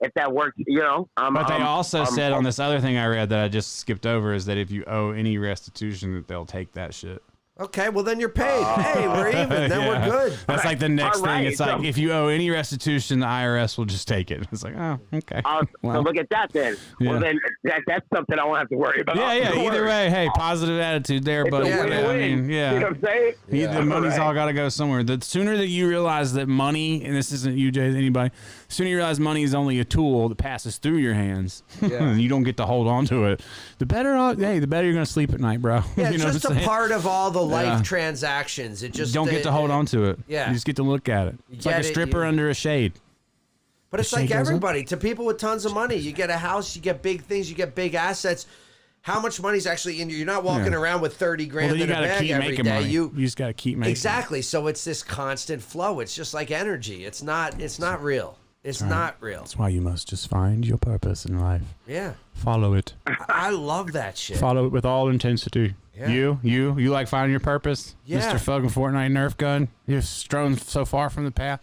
D: if that works, you know. Um,
C: But they
D: um,
C: also
D: um,
C: said on this other thing I read that I just skipped over is that if you owe any restitution, that they'll take that shit.
B: Okay, well then you're paid.
C: [laughs]
B: hey, we're even. Then
C: Oh. Yeah. [laughs]
B: we're good.
C: That's like the next
D: All
C: thing.
D: right,
C: It's like
D: so-
C: if you owe any restitution, the IRS will just take it. [laughs] It's like, oh, okay.
D: uh,
C: Wow.
D: So look at that then.
C: Yeah.
D: Well, then that, that's something I won't have to worry about.
C: yeah, yeah.
D: Don't
C: Either
D: worry.
C: way, hey, positive attitude there,
D: It's
C: but
D: a
B: yeah,
D: win-win.
C: I mean, yeah.
D: You know what I'm saying?
C: Yeah, The money's
D: Right.
C: all got to go somewhere. The sooner that you realize that money, and this isn't you, Jay, anybody, the sooner you realize money is only a tool that passes through your hands, [laughs]
B: Yeah.
C: and you don't get to hold on to it, the better, off- hey, the better you're going to sleep at night, bro. [laughs]
B: Yeah,
C: you
B: it's
C: know
B: just
C: what
B: a
C: I'm saying?
B: part of all the life
C: Yeah.
B: transactions. It
C: You
B: just
C: don't
B: it-
C: get to hold on to it.
B: Yeah.
C: You just get to look at it. It's like a
B: get it,
C: stripper
B: you-
C: under a shade.
B: But it's
C: The
B: like
C: shake goes up.
B: everybody. To people with tons of money, you get a house, you get big things, you get big assets. How much money's actually in you? You're not walking
C: Yeah.
B: around with thirty
C: Well,
B: grand
C: then you
B: in a
C: got to
B: bag
C: keep
B: every
C: making
B: day.
C: money. You,
B: You
C: just got to keep making
B: exactly. So it's this constant flow. It's just like energy. It's not. It's not real. It's not real.
F: That's why you must just find your purpose in life.
B: Yeah.
F: Follow it.
B: I love that shit.
F: Follow it with all intensity.
B: Yeah.
C: You, you, you like finding your purpose,
B: Yeah.
C: Mister Fucking Fortnite Nerf Gun. You're strolling so far from the path.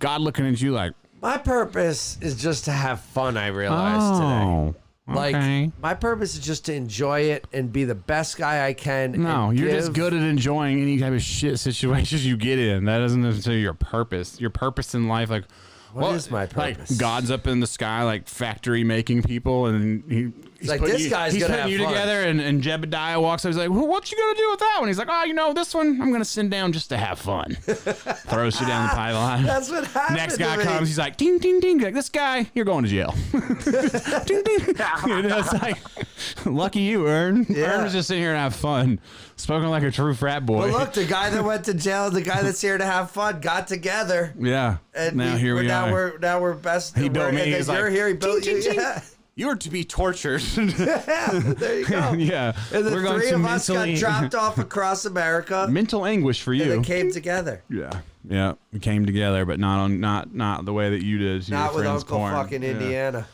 C: God looking at you like,
B: My purpose is just to have fun, I realized today.
C: oh,
B: Like
C: okay.
B: my purpose is just to enjoy it and be the best guy I can.
C: No,
B: and
C: you're
B: give-
C: just
B: [laughs]
C: good at enjoying any type of shit situations you get in. That isn't necessarily your purpose. Your purpose in life, like what
B: is my purpose?
C: Like God's up in the sky, like factory making people, and he, he's
B: like,
C: putting
B: this
C: you,
B: guy's
C: he's
B: gonna
C: putting
B: have
C: you
B: fun.
C: together, and, and Jebediah walks up. He's like, well, "What you gonna do with that one?" He's like, "Oh, you know, this one I'm gonna send down just to have fun." [laughs] Throws you
B: [laughs]
C: down the pylon.
B: That's what happened.
C: Next
B: to
C: guy
B: me.
C: comes, he's like, ding, ding, ding. Like, this guy, you're going to jail. [laughs] ding,
B: [laughs]
C: ding. You know, it's like, [laughs] lucky you, Ern.
B: Yeah.
C: Ern was just sitting here and have fun. Spoken like a true frat boy.
B: But look, the guy that went to jail, the guy that's here to have fun, got together.
C: [laughs] yeah.
B: And
C: now
B: we,
C: here
B: we're,
C: we
B: now
C: are.
B: We're now we're best.
C: He
B: we're-
C: built me,
B: and then
C: he's like,
B: you're here. He built
C: "Ching,
B: you.
C: ching, ching."
B: Yeah,
C: you are to be tortured. [laughs]
B: yeah. There you go.
C: yeah.
B: And the
C: We're going
B: three
C: to
B: of us
C: mentally-
B: got dropped off across America,
C: Mental anguish for
B: and
C: you.
B: they came together.
C: yeah. Yeah. We came together, but not on not not the way that you did. You
B: Not
C: were
B: with
C: friends
B: Uncle
C: corn.
B: fucking
C: Yeah.
B: Indiana.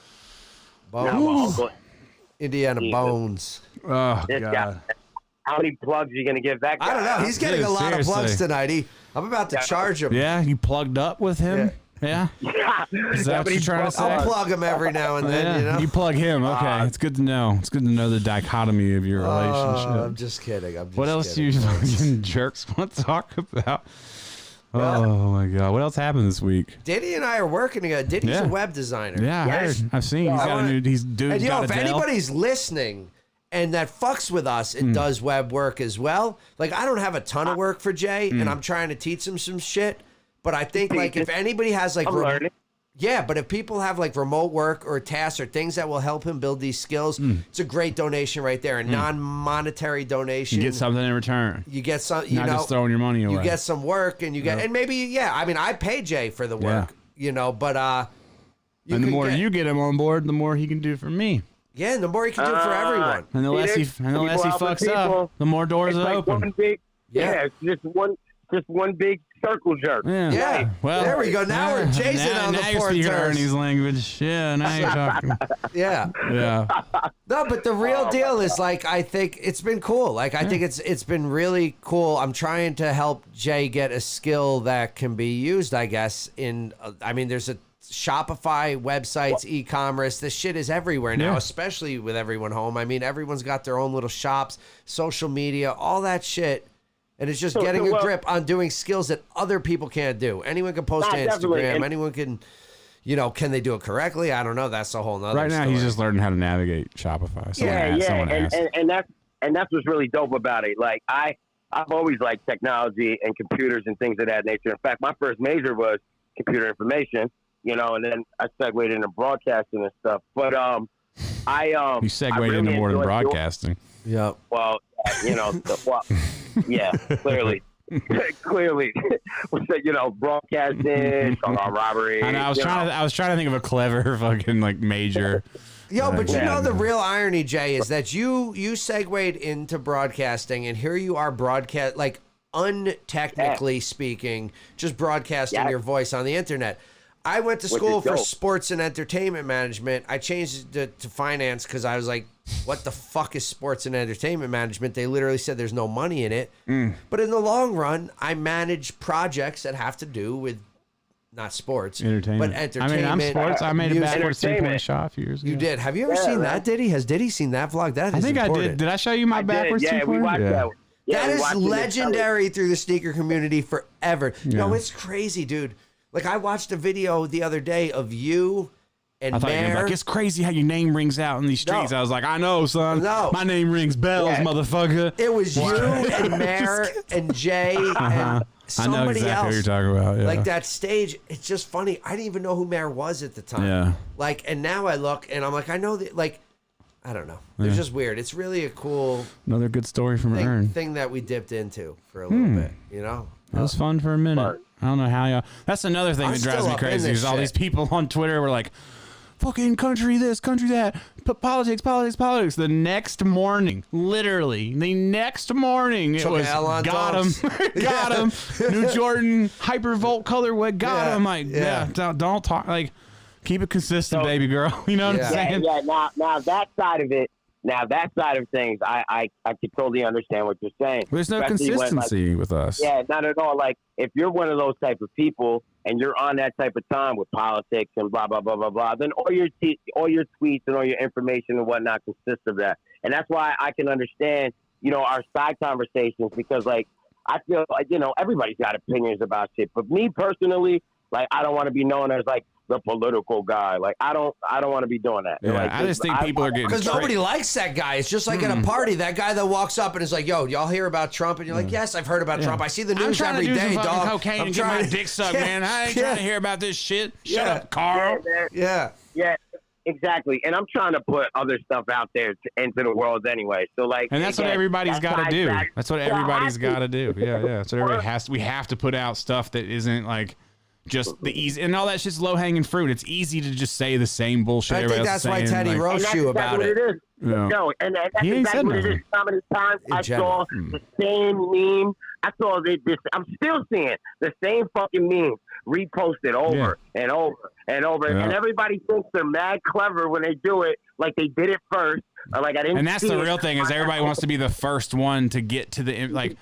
D: Now,
B: Bones.
D: Uncle,
B: Indiana
D: Jesus.
B: Bones.
C: Oh,
D: this guy,
C: God.
D: how many plugs are you gonna give that guy?
B: I don't know. He's getting
C: Dude,
B: a lot of plugs
C: seriously.
B: tonight. He, I'm about to charge him.
C: Yeah. You plugged up with him? Yeah.
D: Yeah.
C: Is that what you're trying to say?
B: I'll plug him every now and then,
C: Yeah,
B: you know. Uh,
C: plug him. Okay, it's good to know. It's good to know the dichotomy of your relationship.
B: Oh, I'm just kidding. I'm just
C: what else do
B: kidding.
C: you [laughs] fucking jerks want to talk about? Oh my god, what else happened this week?
B: Diddy and I are working together. Diddy's
C: Yeah.
B: a web designer.
C: Yeah,
D: Yes.
C: I heard. I've seen he's got a new. He's dude.
B: And you know,
C: got
B: if
C: a Dell.
B: anybody's listening and that fucks with us
C: Hmm.
B: and does web work as well, like I don't have a ton of work for Jay,
C: Hmm.
B: and I'm trying to teach him some shit. But I think like if anybody has like
D: I'm
B: re-
D: learning.
B: yeah, but if people have like remote work or tasks or things that will help him build these skills,
C: Hmm.
B: it's a great donation right there, a non-monetary donation.
C: you get something in return,
B: You get some. You
C: not
B: know,
C: just throwing your money away.
B: you get some work and you get and maybe yeah i mean i pay jay for the work you know but uh you
C: and the
B: can
C: more
B: get-
C: you get him on board, the more he can do for me.
B: yeah and the more you can do for
D: Ah.
B: everyone
C: And the
D: See,
C: less he
D: there's
C: and the less
D: people
C: he
D: helping
C: fucks
D: people.
C: up, the more doors
D: It's
C: are
D: like
C: open.
D: one big,
B: Yeah.
D: yeah. it's just one, just one big circle jerk.
C: Yeah.
B: Yeah.
C: Well,
B: There we go. Now we're Jason
C: [laughs] now,
B: on the
C: now you're
B: fourth
C: speaking
B: verse.
C: Ernie's language. Yeah. Now you're
B: [laughs]
C: talking.
B: yeah
C: Yeah.
B: no but the
D: Oh,
B: real deal is like i think it's been cool like i think it's it's been really cool i'm trying to help jay get a skill that can be used i guess in uh, i mean there's a Shopify websites, e-commerce, this shit is everywhere now,
C: Yeah.
B: especially with everyone home. I mean, everyone's got their own little shops, social media, all that shit. And it's just
D: So-
B: getting
D: so,
B: a
D: well-
B: grip on doing skills that other people can't do. Anyone can post
D: Nah,
B: to
D: definitely,
B: Instagram.
D: and-
B: Anyone can, you know, can they do it correctly? I don't know. That's a whole nother
C: Right now, he's
B: story.
C: just learning how to navigate Shopify. Someone
D: yeah,
C: asked,
D: yeah,
C: someone
D: and,
C: asked.
D: and and that's and that's what's really dope about it. Like I, I've always liked technology and computers and things of that nature. In fact, my first major was computer information, you know, and then I segued into broadcasting and stuff. But um, I um,
C: you
D: I
C: segued
D: really
C: into more than
D: enjoy doing-
C: broadcasting.
B: Yep.
D: well, you know, the, well, yeah, clearly. [laughs] clearly, We said, you know,
C: [laughs]
D: broadcasting, talking about robbery.
C: I know. I was
D: you
C: trying. To, I was trying to think of a clever [laughs] fucking like major.
B: Yo, but you
D: Yeah.
B: know the real irony, Jay, is that you you segued into broadcasting, and here you are broadcast like untechnically speaking, just broadcasting
D: Yeah.
B: your voice on the internet. I went to
D: Which
B: school
D: is
B: for
D: dope.
B: sports and entertainment management. I changed it to, to finance because I was like, "What the fuck is sports and entertainment management?" They literally said there's no money in it.
D: Mm.
B: But in the long run, I manage projects that have to do with not sports,
C: Entertainment.
B: but entertainment. uh,
C: I mean, I'm sports. I made a
B: music.
C: backwards three point
D: Entertainment.
C: shot a few years ago.
B: You did. Have you ever
D: Yeah,
B: seen
D: man.
B: that? Diddy has Diddy seen that vlog? That is
C: I think I
B: important.
C: did. Did I show you my
D: I did,
C: backwards
D: yeah,
C: two
D: we
C: point?
D: watched that. one. Yeah,
B: That
D: we
B: is
D: watched it.
B: legendary through the sneaker community forever. No, it's crazy, dude. Like I watched a video the other day of you and
C: I thought you were
B: Mare.
C: like, it's crazy how your name rings out in these streets.
B: No.
C: I was like, I know, son.
B: No.
C: My name rings bells,
D: Yeah.
C: motherfucker.
B: it
C: [laughs]
B: was you and Mare and Jay and
C: Uh-huh. I know
B: somebody
C: exactly what you're
B: else.
C: talking about. Yeah.
B: Like that stage, it's just funny. I didn't even know who Mare was at the time.
C: Yeah.
B: Like, and now I look and I'm like, I know that. Like, I don't know. It's just weird. It's really a cool
C: Another good story from
B: thing,
C: Ern.
B: thing that we dipped into for a little bit. You know,
C: Hmm.
B: Uh,
C: That was fun for a minute. I don't know how y'all. That's another thing
B: I'm
C: that drives
B: still
C: me
B: up in
C: crazy
B: this
C: is all
B: shit.
C: these people on Twitter were like, fucking country this, country that, p- politics, politics, politics. The next morning, literally, the next morning, it
B: Took
C: was
B: Al on
C: got
B: dogs. [laughs]
C: him, [laughs] got him. New Jordan Hypervolt colorway, got
B: Yeah,
C: him. Like,
B: yeah.
C: yeah, don't, don't talk. Like, keep it consistent,
D: So-
C: baby girl. [laughs] You know what
B: Yeah.
C: I'm
D: Yeah,
C: saying?
D: yeah. Now, now that side of it, now that side of things, I, I, I could totally understand what you're saying.
C: There's no
D: Especially when, like,
C: consistency with us.
D: Yeah, not at all. Like if you're one of those type of people and you're on that type of time with politics and blah blah blah blah blah, then all your t- all your tweets and all your information and whatnot consists of that. And that's why I can understand, you know, our side conversations because like I feel like you know everybody's got opinions about shit, but me personally, like I don't want to be known as like the political guy. Like I don't I don't want to be doing that.
C: Yeah,
D: Like,
C: I just think people are getting
B: Because
C: tricked.
B: nobody likes that guy. It's just like at
C: Hmm.
B: a party, that guy that walks up and is like, "Yo, y'all hear about Trump?" And you're like, "Yes, I've heard about Trump. I see the
C: I'm
B: news
C: trying
B: every
C: to do
B: day,
C: some fucking
B: dog.
C: cocaine
B: I'm
C: and
B: trying
C: get
B: [laughs]
C: my dick sucked,
B: Yeah,
C: man. I ain't
B: yeah,
C: trying to hear about this shit. Shut
B: Yeah.
C: up, Carl.
D: Yeah, man.
B: Yeah,
D: Yeah, exactly. And I'm trying to put other stuff out there to, into the world anyway. So like,
C: And that's what
D: again,
C: everybody's
D: that's
C: got
D: why
C: to do.
D: I-
C: That's what
D: Yeah, I
C: everybody's
D: think-
C: got to do. Yeah, yeah. That's what everybody has. We have to put out stuff that isn't like just the easy and all that shit's low hanging fruit. It's easy to just say the same bullshit.
B: I think
C: everybody else
B: that's
C: is
B: why
C: saying,
B: Teddy
C: like,
D: And
B: Roast
D: that's
B: you
D: exactly
B: about
D: what
B: it.
D: it is.
C: Yeah.
D: No, and that- that's
C: He ain't said
D: exactly what it is.
C: nothing. Mm.
D: How many times
B: In
D: I
B: general.
D: saw the same meme? I saw this, this. I'm still seeing the same fucking meme reposted over and over and over.
C: Yeah.
D: And everybody thinks they're mad clever when they do it, like they did it first, or like I didn't.
C: And that's
D: see
C: the
D: it.
C: real thing is everybody wants to be the first one to get to the like,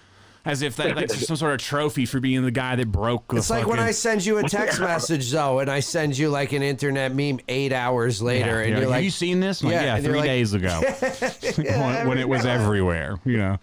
C: as if that like some sort of trophy for being the guy that broke. The
B: It's like when
C: fucking-
B: I
C: [laughs]
B: send you a text message though, and I send you like an internet meme eight hours later, and you're
C: have
B: like,
C: you seen this? I'm Like,
B: Yeah,
C: yeah,
B: and you're
C: three
B: like-
C: days
B: [laughs]
C: ago. when, [laughs] when it was everywhere, you know.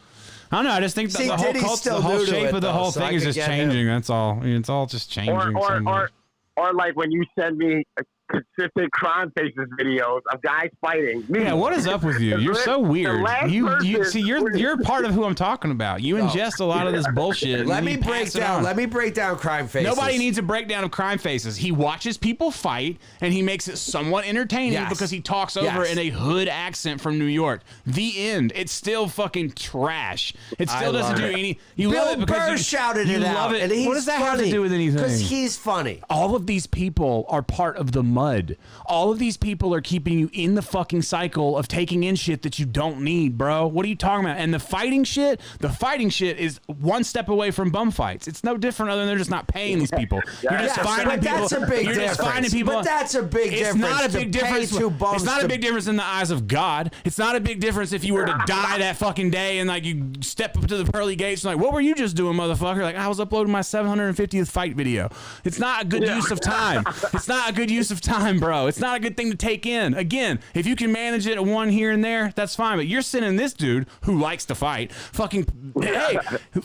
C: I don't know. I just think that
B: See,
C: the whole
B: Diddy's
C: cult, the
B: still
C: whole
B: new to
C: shape
B: it,
C: of the
B: though,
C: whole
B: so I
C: thing is
B: could
C: just
B: get him.
C: changing. That's all. I mean, It's all just changing.
D: or or,
C: sometimes.
D: or or like when you send me consistent crime faces videos of guys fighting. Me.
C: yeah, what is up with you?
D: The
C: You're so
D: last- the
C: weird.
D: last
C: You, you
D: person-
C: see, you're you're part of who I'm talking about. You ingest a lot of this bullshit. and
B: Oh. let
C: you
B: me break
C: pass it
B: down,
C: on.
B: let me break down crime faces.
C: Nobody needs a breakdown of crime faces. He watches people fight and he makes it somewhat entertaining
B: Yes.
C: because he talks over
B: Yes.
C: in a hood accent from New York. The end. It's still fucking trash. It
B: I
C: still doesn't
B: love
C: do
B: it.
C: any. You
B: Bill
C: love it because
B: Burr
C: you,
B: shouted
C: you
B: it
C: love
B: out,
C: It.
B: and he's
C: what does that have to do with anything?
B: Because he's funny.
C: all of these people are part of the mud. All of these people are keeping you in the fucking cycle of taking in shit that you don't need, bro. What are you talking about? And the fighting shit, the fighting shit is one step away from bum fights. It's no different other than they're just not paying these people. You're just
B: Yes,
C: finding
B: but
C: people.
B: that's a big
C: you're
B: difference.
C: just finding people.
B: But that's a big
C: it's
B: difference.
C: not a
B: to
C: big
B: pay
C: difference.
B: Two bums
C: it's not
B: to
C: a big difference in the eyes of God. It's not a big difference if you were to die that fucking day and like you step up to the pearly gates and like, what were you just doing, motherfucker? Like I was uploading my 750th fight video. It's not a good use of time. It's not a good use of time, bro. It's not a good thing to take in. Again, if you can manage it one here and there, that's fine. But you're sending this dude who likes to fight, fucking hey,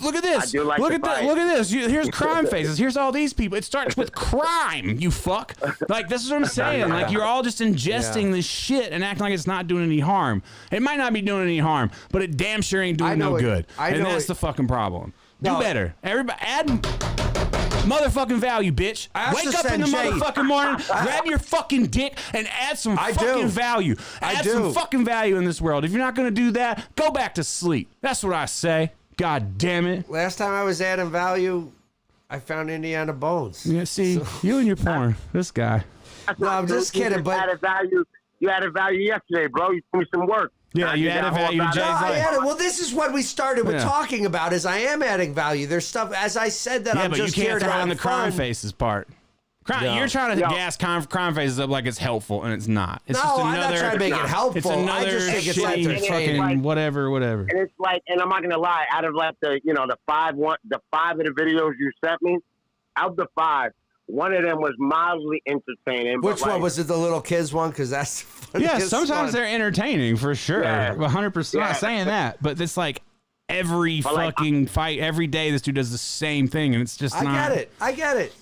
C: look at this.
D: I do like
C: look
D: to
C: at that.
D: fight.
C: Look at this. You, here's
B: [laughs]
C: crime faces. Here's all these people. It starts with crime. You fuck. Like this
B: [laughs]
C: is what I'm saying. Like you're all just ingesting
B: Yeah.
C: this shit and acting like it's not doing any harm. It might not be doing any harm, but it damn sure ain't
B: I
C: doing
B: know
C: no
B: it-
C: good.
B: I
C: and
B: know
C: that's
B: it-
C: the fucking problem.
B: No.
C: Do better. Everybody add motherfucking value, bitch.
B: I
C: Wake
B: also
C: up in
B: send
C: the
B: Jay-
C: motherfucking
B: [laughs]
C: morning, grab your fucking dick, and add some
B: I
C: fucking
B: do.
C: value.
B: I
C: Add
B: do.
C: some fucking value in this world. If you're not gonna do that, go back to sleep. That's what I say. God damn it.
B: Last time I was adding value, I found Indiana Bones.
C: Yeah, see, you
B: [laughs]
C: and your porn. This guy.
D: That's
B: No,
D: not
B: I'm
D: true.
B: just
D: You
B: kidding, but-
D: added value. You added value yesterday, bro. You threw some work.
C: Yeah,
D: Now
C: you
D: got
C: added
D: a whole
C: value to
D: lot of-
C: Jay's
B: No, I
C: life.
B: added. Well, this is what we started with
C: Yeah.
B: talking about. Is I am adding value. There's stuff, as I said, that
C: Yeah,
B: I'm
C: but you
B: just here
C: can't
B: to
C: throw
B: have
C: in the crime
B: fun.
C: faces part. Crime,
B: No.
C: You're trying to
D: No.
C: gas crime, crime faces up like it's helpful, and it's not. It's
B: No,
C: just
B: I'm
C: another,
B: not trying to make it helpful.
C: It's
B: I just
C: another
B: think it's
C: shitty
D: entertaining.
C: fucking whatever, whatever.
D: And it's like, and I'm not gonna lie. Out of like the, you know, the five one, the five of the videos you sent me, out of the five, one of them was mildly entertaining. but,
B: Which one
D: like,
B: was it? The little kids one? Because that's the funniest
C: Yeah, sometimes
B: one.
C: they're entertaining for sure.
D: Yeah.
C: 100%.
D: Yeah.
C: Not saying that, but it's like every
D: But, like,
C: fucking fight, every day, this dude does the same thing, and it's just
B: I
C: not.
B: get it. I get it.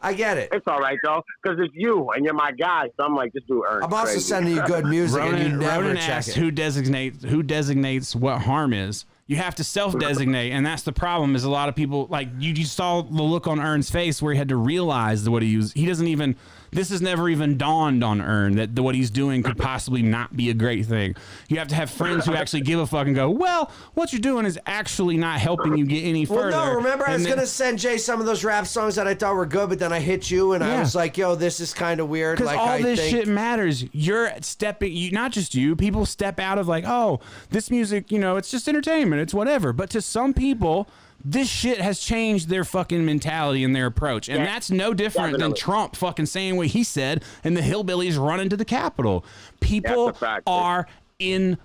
B: I get it.
D: It's all right though, because it's you and you're my guy. So I'm like, this dude earned.
B: I'm also
D: crazy.
B: sending you good music, and you
C: Ronan,
B: never
C: Ronan
B: check
C: asks
B: it.
C: who designates who designates what harm is. You have to self-designate, and that's the problem. Is a lot of people like you, you saw the look on Ern's face where he had to realize what he was. He doesn't even This has never even dawned on Earn that the, what he's doing could possibly not be a great thing. You have to have friends who actually give a fuck and go, well, what you're doing is actually not helping you get any
B: Well,
C: further.
B: no, remember I
C: And
B: was
C: then-
B: gonna send Jay some of those rap songs that I thought were good, but then I hit you, and I
C: Yeah.
B: was like, "Yo, this is kind of weird."
C: Because
B: Like
C: all
B: I
C: this
B: think,
C: shit matters. You're stepping, you, not just you, people step out of like, oh, this music, you know, it's just entertainment, it's whatever. But to some people, this shit has changed their fucking mentality and their approach. And that's no different than
D: Definitely.
C: Trump fucking saying what he said and the hillbillies running to the Capitol. People
D: That's a fact, dude.
C: are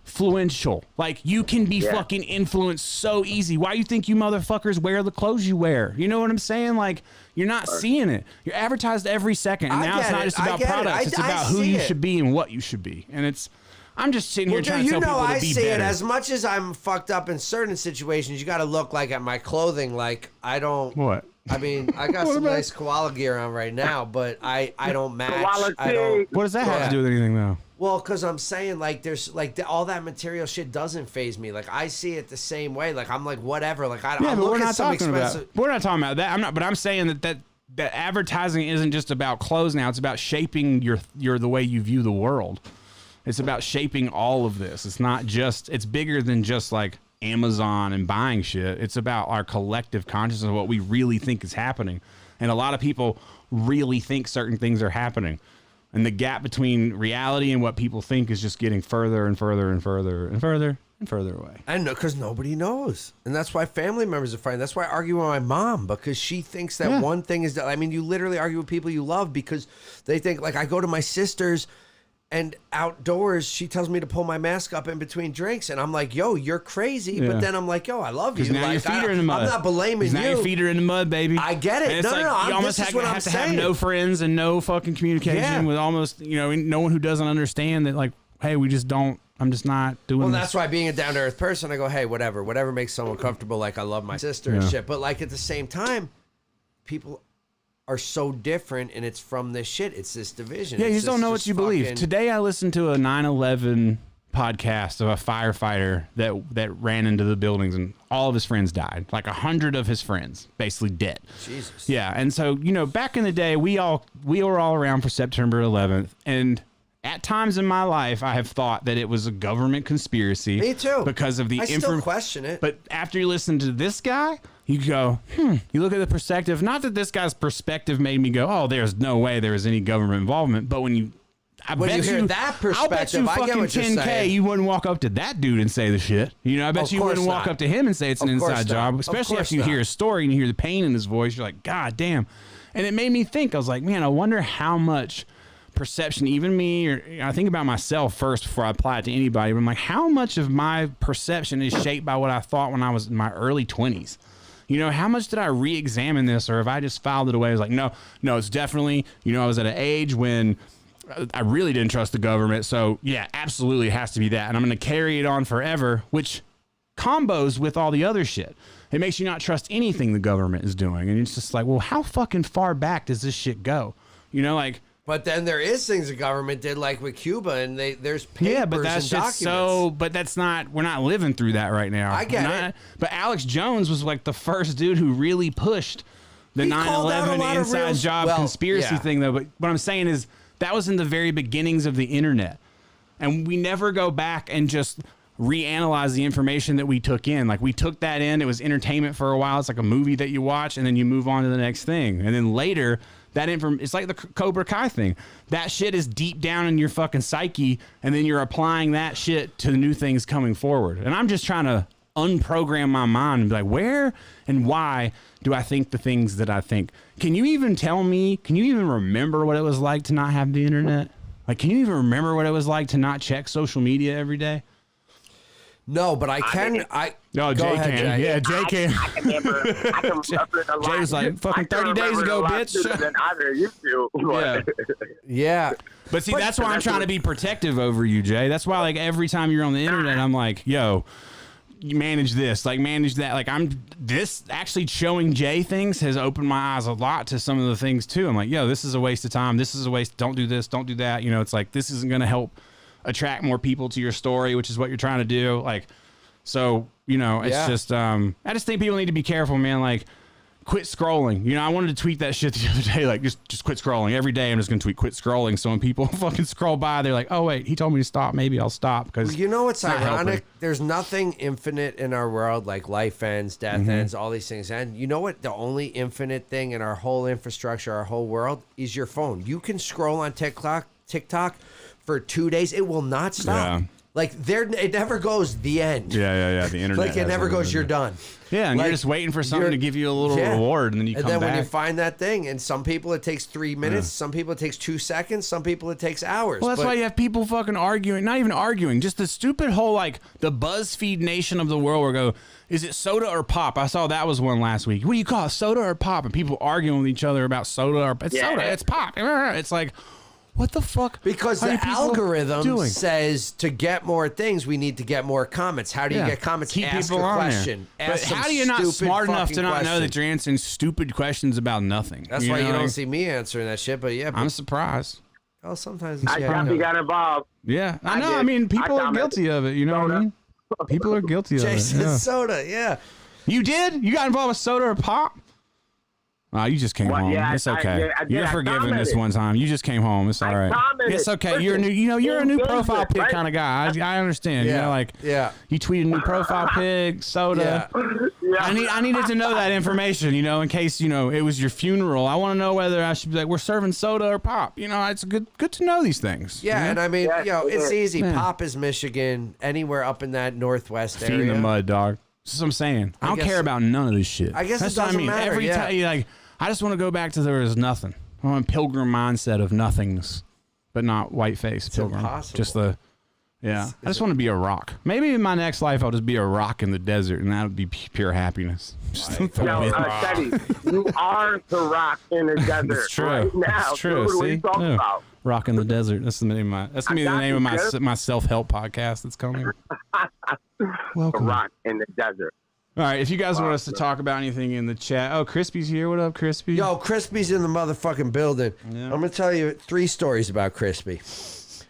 C: influential. Like you can be fucking influenced so easy. Why you think you motherfuckers wear the clothes you wear? You know what I'm saying? Like you're not seeing it. You're advertised every second. And
B: I
C: now it's
B: get
C: not
B: it.
C: just
B: I
C: about
B: get it.
C: products.
B: I-
C: it's
B: I
C: about who
B: see
C: you
B: it.
C: should be and what you should be. And it's I'm just sitting here
B: Well,
C: trying
B: dude,
C: to
B: you
C: tell
B: know,
C: people to
B: I
C: be
B: see
C: better.
B: it as much as I'm fucked up in certain situations. You got to look like at my clothing, like I don't.
C: what?
B: I mean,
C: [laughs]
B: I got some nice koala gear on right now, but I I don't match. I don't.
C: What does that have
B: Yeah.
C: to do with anything though?
B: Well, because I'm saying like there's like th- all that material shit doesn't phase me. Like I see it the same way. Like I'm like whatever. Like I,
C: Yeah, but
B: I'm
C: we're
B: looking
C: not
B: at some
C: talking
B: expensive.
C: about we're not talking about that. I'm not, but I'm saying that that that advertising isn't just about clothes now. It's about shaping your your the way you view the world. It's about shaping all of this. It's not just. It's bigger than just like Amazon and buying shit. It's about our collective consciousness of what we really think is happening, and a lot of people really think certain things are happening. And the gap between reality and what people think is just getting further and further and further and further and further away.
B: I know because nobody knows, and that's why family members are fighting. That's why I argue with my mom because she thinks that
C: Yeah.
B: one thing is that. I mean, you literally argue with people you love because they think like I go to my sister's, and outdoors she tells me to pull my mask up in between drinks, and I'm like, "Yo, you're crazy,"
C: Yeah.
B: but then I'm like, "Yo, I love you."
C: Because now
B: like,
C: your feet
B: I,
C: are in the mud.
B: I'm not blaming
C: 'Cause now
B: you.
C: your feet are in the mud, baby.
B: I get it.
C: And it's
B: No, no,
C: like,
B: no, I'm-
C: You almost
B: this
C: have,
B: is what
C: have
B: I'm
C: to have
B: saying.
C: no friends and no fucking communication
B: Yeah.
C: with almost, you know, no one who doesn't understand that, like, hey, we just don't, I'm just not doing
B: Well,
C: this.
B: that's why being a down to earth person, I go, hey, whatever, whatever makes someone comfortable. Like I love my sister and
C: Yeah.
B: shit, but like at the same time, people are so different, and it's from this shit. It's this division.
C: Yeah, you
B: It's
C: just don't know what
B: just
C: you believe.
B: fucking-
C: Today, I listened to a 9/11 podcast of a firefighter that that ran into the buildings and all of his friends died. Like a hundred of his friends, basically dead.
B: Jesus.
C: Yeah, and so you know, back in the day, we all we were all around for September 11th, and at times in my life, I have thought that it was a government conspiracy.
B: Me too.
C: Because of the
B: I still
C: infor-
B: question it.
C: But after you listen to this guy, you go, hmm. You look at the perspective. Not that this guy's perspective made me go, oh, there's no way there was any government involvement. But when you, I
B: When
C: bet
B: you hear that
C: I'll bet you
B: perspective, I get
C: fucking
B: what you're
C: 10K,
B: saying.
C: you wouldn't walk up to that dude and say the shit. You know, I bet
B: Of
C: you wouldn't
B: course
C: walk
B: not.
C: up to him and say it's an
B: Of course
C: inside
B: not.
C: job,
B: Of
C: especially
B: course
C: after you
B: not.
C: hear a story and you hear the pain in his voice. You're like, God damn. And it made me think, I was like, man, I wonder how much perception, even me, or I think about myself first before I apply it to anybody, but I'm like, how much of my perception is shaped by what I thought when I was in my early 20s? You know, how much did I re examine this, or have I just filed it away? I was like, no, no, it's definitely, you know, I was at an age when I really didn't trust the government. So, yeah, absolutely it has to be that. And I'm going to carry it on forever, which combos with all the other shit. It makes you not trust anything the government is doing. And it's just like, well, how fucking far back does this shit go? You know, like,
B: But then there is things the government did, like with Cuba, and they there's papers
C: yeah, but
B: and
C: that's
B: documents.
C: just so, but that's not, we're not living through that right now.
B: I get
C: Not-
B: it.
C: But Alex Jones was like the first dude who really pushed the
B: He
C: 9
B: called out a
C: 11
B: lot of
C: inside
B: real-
C: job
B: well,
C: conspiracy
B: yeah.
C: thing, though. But what I'm saying is that was in the very beginnings of the internet. and we never go back and just reanalyze the information that we took in. Like we took that in, it was entertainment for a while. It's like a movie that you watch, and then you move on to the next thing, and then later that inform it's like the C- Cobra Kai thing. That shit is deep down in your fucking psyche, and then you're applying that shit to the new things coming forward. And I'm just trying to unprogram my mind and be like, where and why do I think the things that I think? Can you even tell me? Can you even remember what it was like to not have the internet? Like, can you even remember what it was like to not check social media every day?
B: No, but I can.
D: mean-
B: I
C: No,
B: go
C: Oh, Jay
B: ahead,
C: can.
B: Jay.
C: Yeah, Jay can.
B: [laughs]
D: I can remember.
C: [laughs]
D: I can remember a lot.
C: Jay was like, fucking
D: I can
C: 30 days
D: remember
C: ago,
D: a lot
C: bitch.
D: sooner Than either of you [laughs] two.
C: Yeah.
B: yeah.
C: But see, that's why I'm trying to be protective over you, Jay. That's why, like, every time you're on the internet, I'm like, yo, you manage this, like, manage that. Like, I'm this actually showing Jay things has opened my eyes a lot to some of the things, too. I'm like, yo, this is a waste of time. This is a waste. Don't do this. Don't do that. You know, it's like, this isn't going to help attract more people to your story, which is what you're trying to do. Like, so, you know, it's
B: Yeah.
C: just, um, I just think people need to be careful, man. Like, quit scrolling. You know, I wanted to tweet that shit [laughs] the other day. Like, just just quit scrolling every day. I'm just gonna tweet quit scrolling. So when people [laughs] fucking scroll by, they're like, oh wait, he told me to stop. Maybe I'll stop because
B: You know what's
C: not helping.
B: ironic? There's nothing infinite in our world, like life ends, death
C: Mm-hmm.
B: ends, all these things end. You know what? The only infinite thing in our whole infrastructure, our whole world, is your phone. You can scroll on TikTok, TikTok, for two days. It will not stop.
C: Yeah.
B: Like there, it never goes. The
C: [laughs]
B: end.
C: yeah, yeah, yeah. The internet.
B: Like it
C: has
B: never
C: that,
B: goes.
C: doesn't
B: You're
C: it?
B: done.
C: Yeah, and
B: Like,
C: you're just waiting for something
B: you're-
C: to give you a little
B: Yeah.
C: reward, and then you
B: And
C: come
B: then
C: back.
B: when you find that thing, and some people it takes three minutes, some people it takes two seconds, some people it takes hours.
C: Well, that's
B: but-
C: why you have people fucking arguing, not even arguing, just the stupid whole like the BuzzFeed nation of the world where go, is it soda or pop? I saw that was one last week. What do you call it, soda or pop? And people arguing with each other about soda or it's
D: Yeah.
C: soda, it's pop. [laughs] It's like, what the fuck?
B: Because
C: are you
B: the
C: people
B: algorithm
C: doing?
B: says to get more things, we need to get more comments. How do you
C: Yeah.
B: get comments?
C: Keep
B: Ask
C: people
B: a
C: on there.
B: question. Ask
C: but
B: some
C: how do you not
B: stupid
C: smart enough to
B: fucking
C: not know that
B: question.
C: you're answering stupid questions about nothing?
B: That's why
C: know,
B: you don't
C: like,
B: see me answering that shit. But yeah, but,
C: I'm surprised.
B: oh, sometimes
D: I
B: yeah.
D: definitely got involved.
C: Yeah, I,
D: I
C: know. I
D: did.
C: mean, people
D: I
C: are
D: commented.
C: guilty of it. You know what I
D: Soda.
C: mean?
D: [laughs]
C: People are guilty of
B: [laughs] Jason
C: it. yeah.
B: Soda, yeah.
C: You did? You got involved with soda or pop? Ah, you just came
D: Well,
C: home.
D: yeah,
C: it's
D: I- I
C: okay.
D: did- I did.
C: You're
D: I
C: forgiven this
D: commented.
C: one time. You just came home. It's all
D: I
C: right.
D: commented.
C: It's okay. you're a new. You know, you're a new
D: Engagement,
C: profile pic
D: right?
C: kind of guy. I, I understand. You
B: Yeah,
C: know, like
B: yeah.
C: You tweet a new profile
D: [laughs]
C: pic, soda.
D: Yeah.
C: I need. I needed to know that information. You know, in case you know it was your funeral. I want to know whether I should be like we're serving soda or pop. You know, it's good. Good to know these things.
B: Yeah,
C: you
B: and
C: know?
B: I mean,
D: Yeah,
B: you know, it's
D: yeah.
B: easy.
C: Yeah.
B: Pop is Michigan, anywhere up in that northwest
C: feet in
B: area.
C: the mud, dog. That's what I'm saying. I, don't
B: guess-
C: care about none of this shit.
B: I guess it
C: that's what I
B: doesn't
C: mean.
B: matter,
C: Every
B: yeah.
C: time, you like, I just want to go back to there was nothing. I want a pilgrim mindset of nothingness, but not white face pilgrim.
B: impossible.
C: Just the yeah. I just want to be a rock. Maybe in my next life, I'll just be a rock in the desert, and that would be p- pure happiness. [laughs] Just the
D: Yo,
C: wind.
D: uh, Teddy, you are the rock
C: [laughs]
D: in the desert
C: It's true.
D: right now.
C: It's true.
D: Dude, what are
C: See,
D: you talking
C: Yeah.
D: about?
C: rock in the desert. That's the name of my. That's gonna be
D: I
C: the
D: got
C: name
D: you,
C: of my
D: Jeff.
C: s- my self help podcast that's coming.
D: [laughs] The
C: Welcome.
D: rock in the desert.
C: All right. If you guys want us to talk about anything in the chat, oh, Crispy's here. What up, Crispy?
B: Yo, Crispy's in the motherfucking building. I'm gonna tell you three stories about Crispy.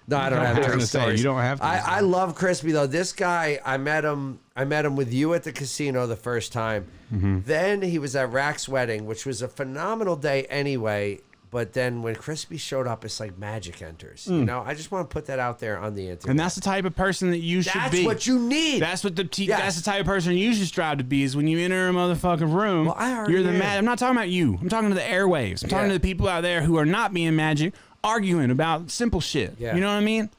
B: No,
C: [laughs]
B: I don't
C: don't
B: have [laughs]
C: have
B: three
C: to say.
B: stories.
C: You don't have to say.
B: I, I love Crispy though. This guy, I met him. I met him with you at the casino the first time.
C: Mm-hmm.
B: Then he was at Rack's wedding, which was a phenomenal day anyway. But then when Crispy showed up, it's like magic enters. You know, I just want to put that out there on the internet.
C: Hmm. And that's the type of person that you should
B: That's
C: be.
B: what you need.
C: That's what the te-
B: Yes.
C: that's the type of person you should strive to be. Is when you enter a motherfucking room,
B: Well, I already
C: you're the
B: am.
C: mad. I'm not talking about you. I'm talking to the airwaves. I'm talking to
B: Yeah.
C: the people out there who are not being magic, arguing about simple shit.
B: Yeah.
C: You know what I mean?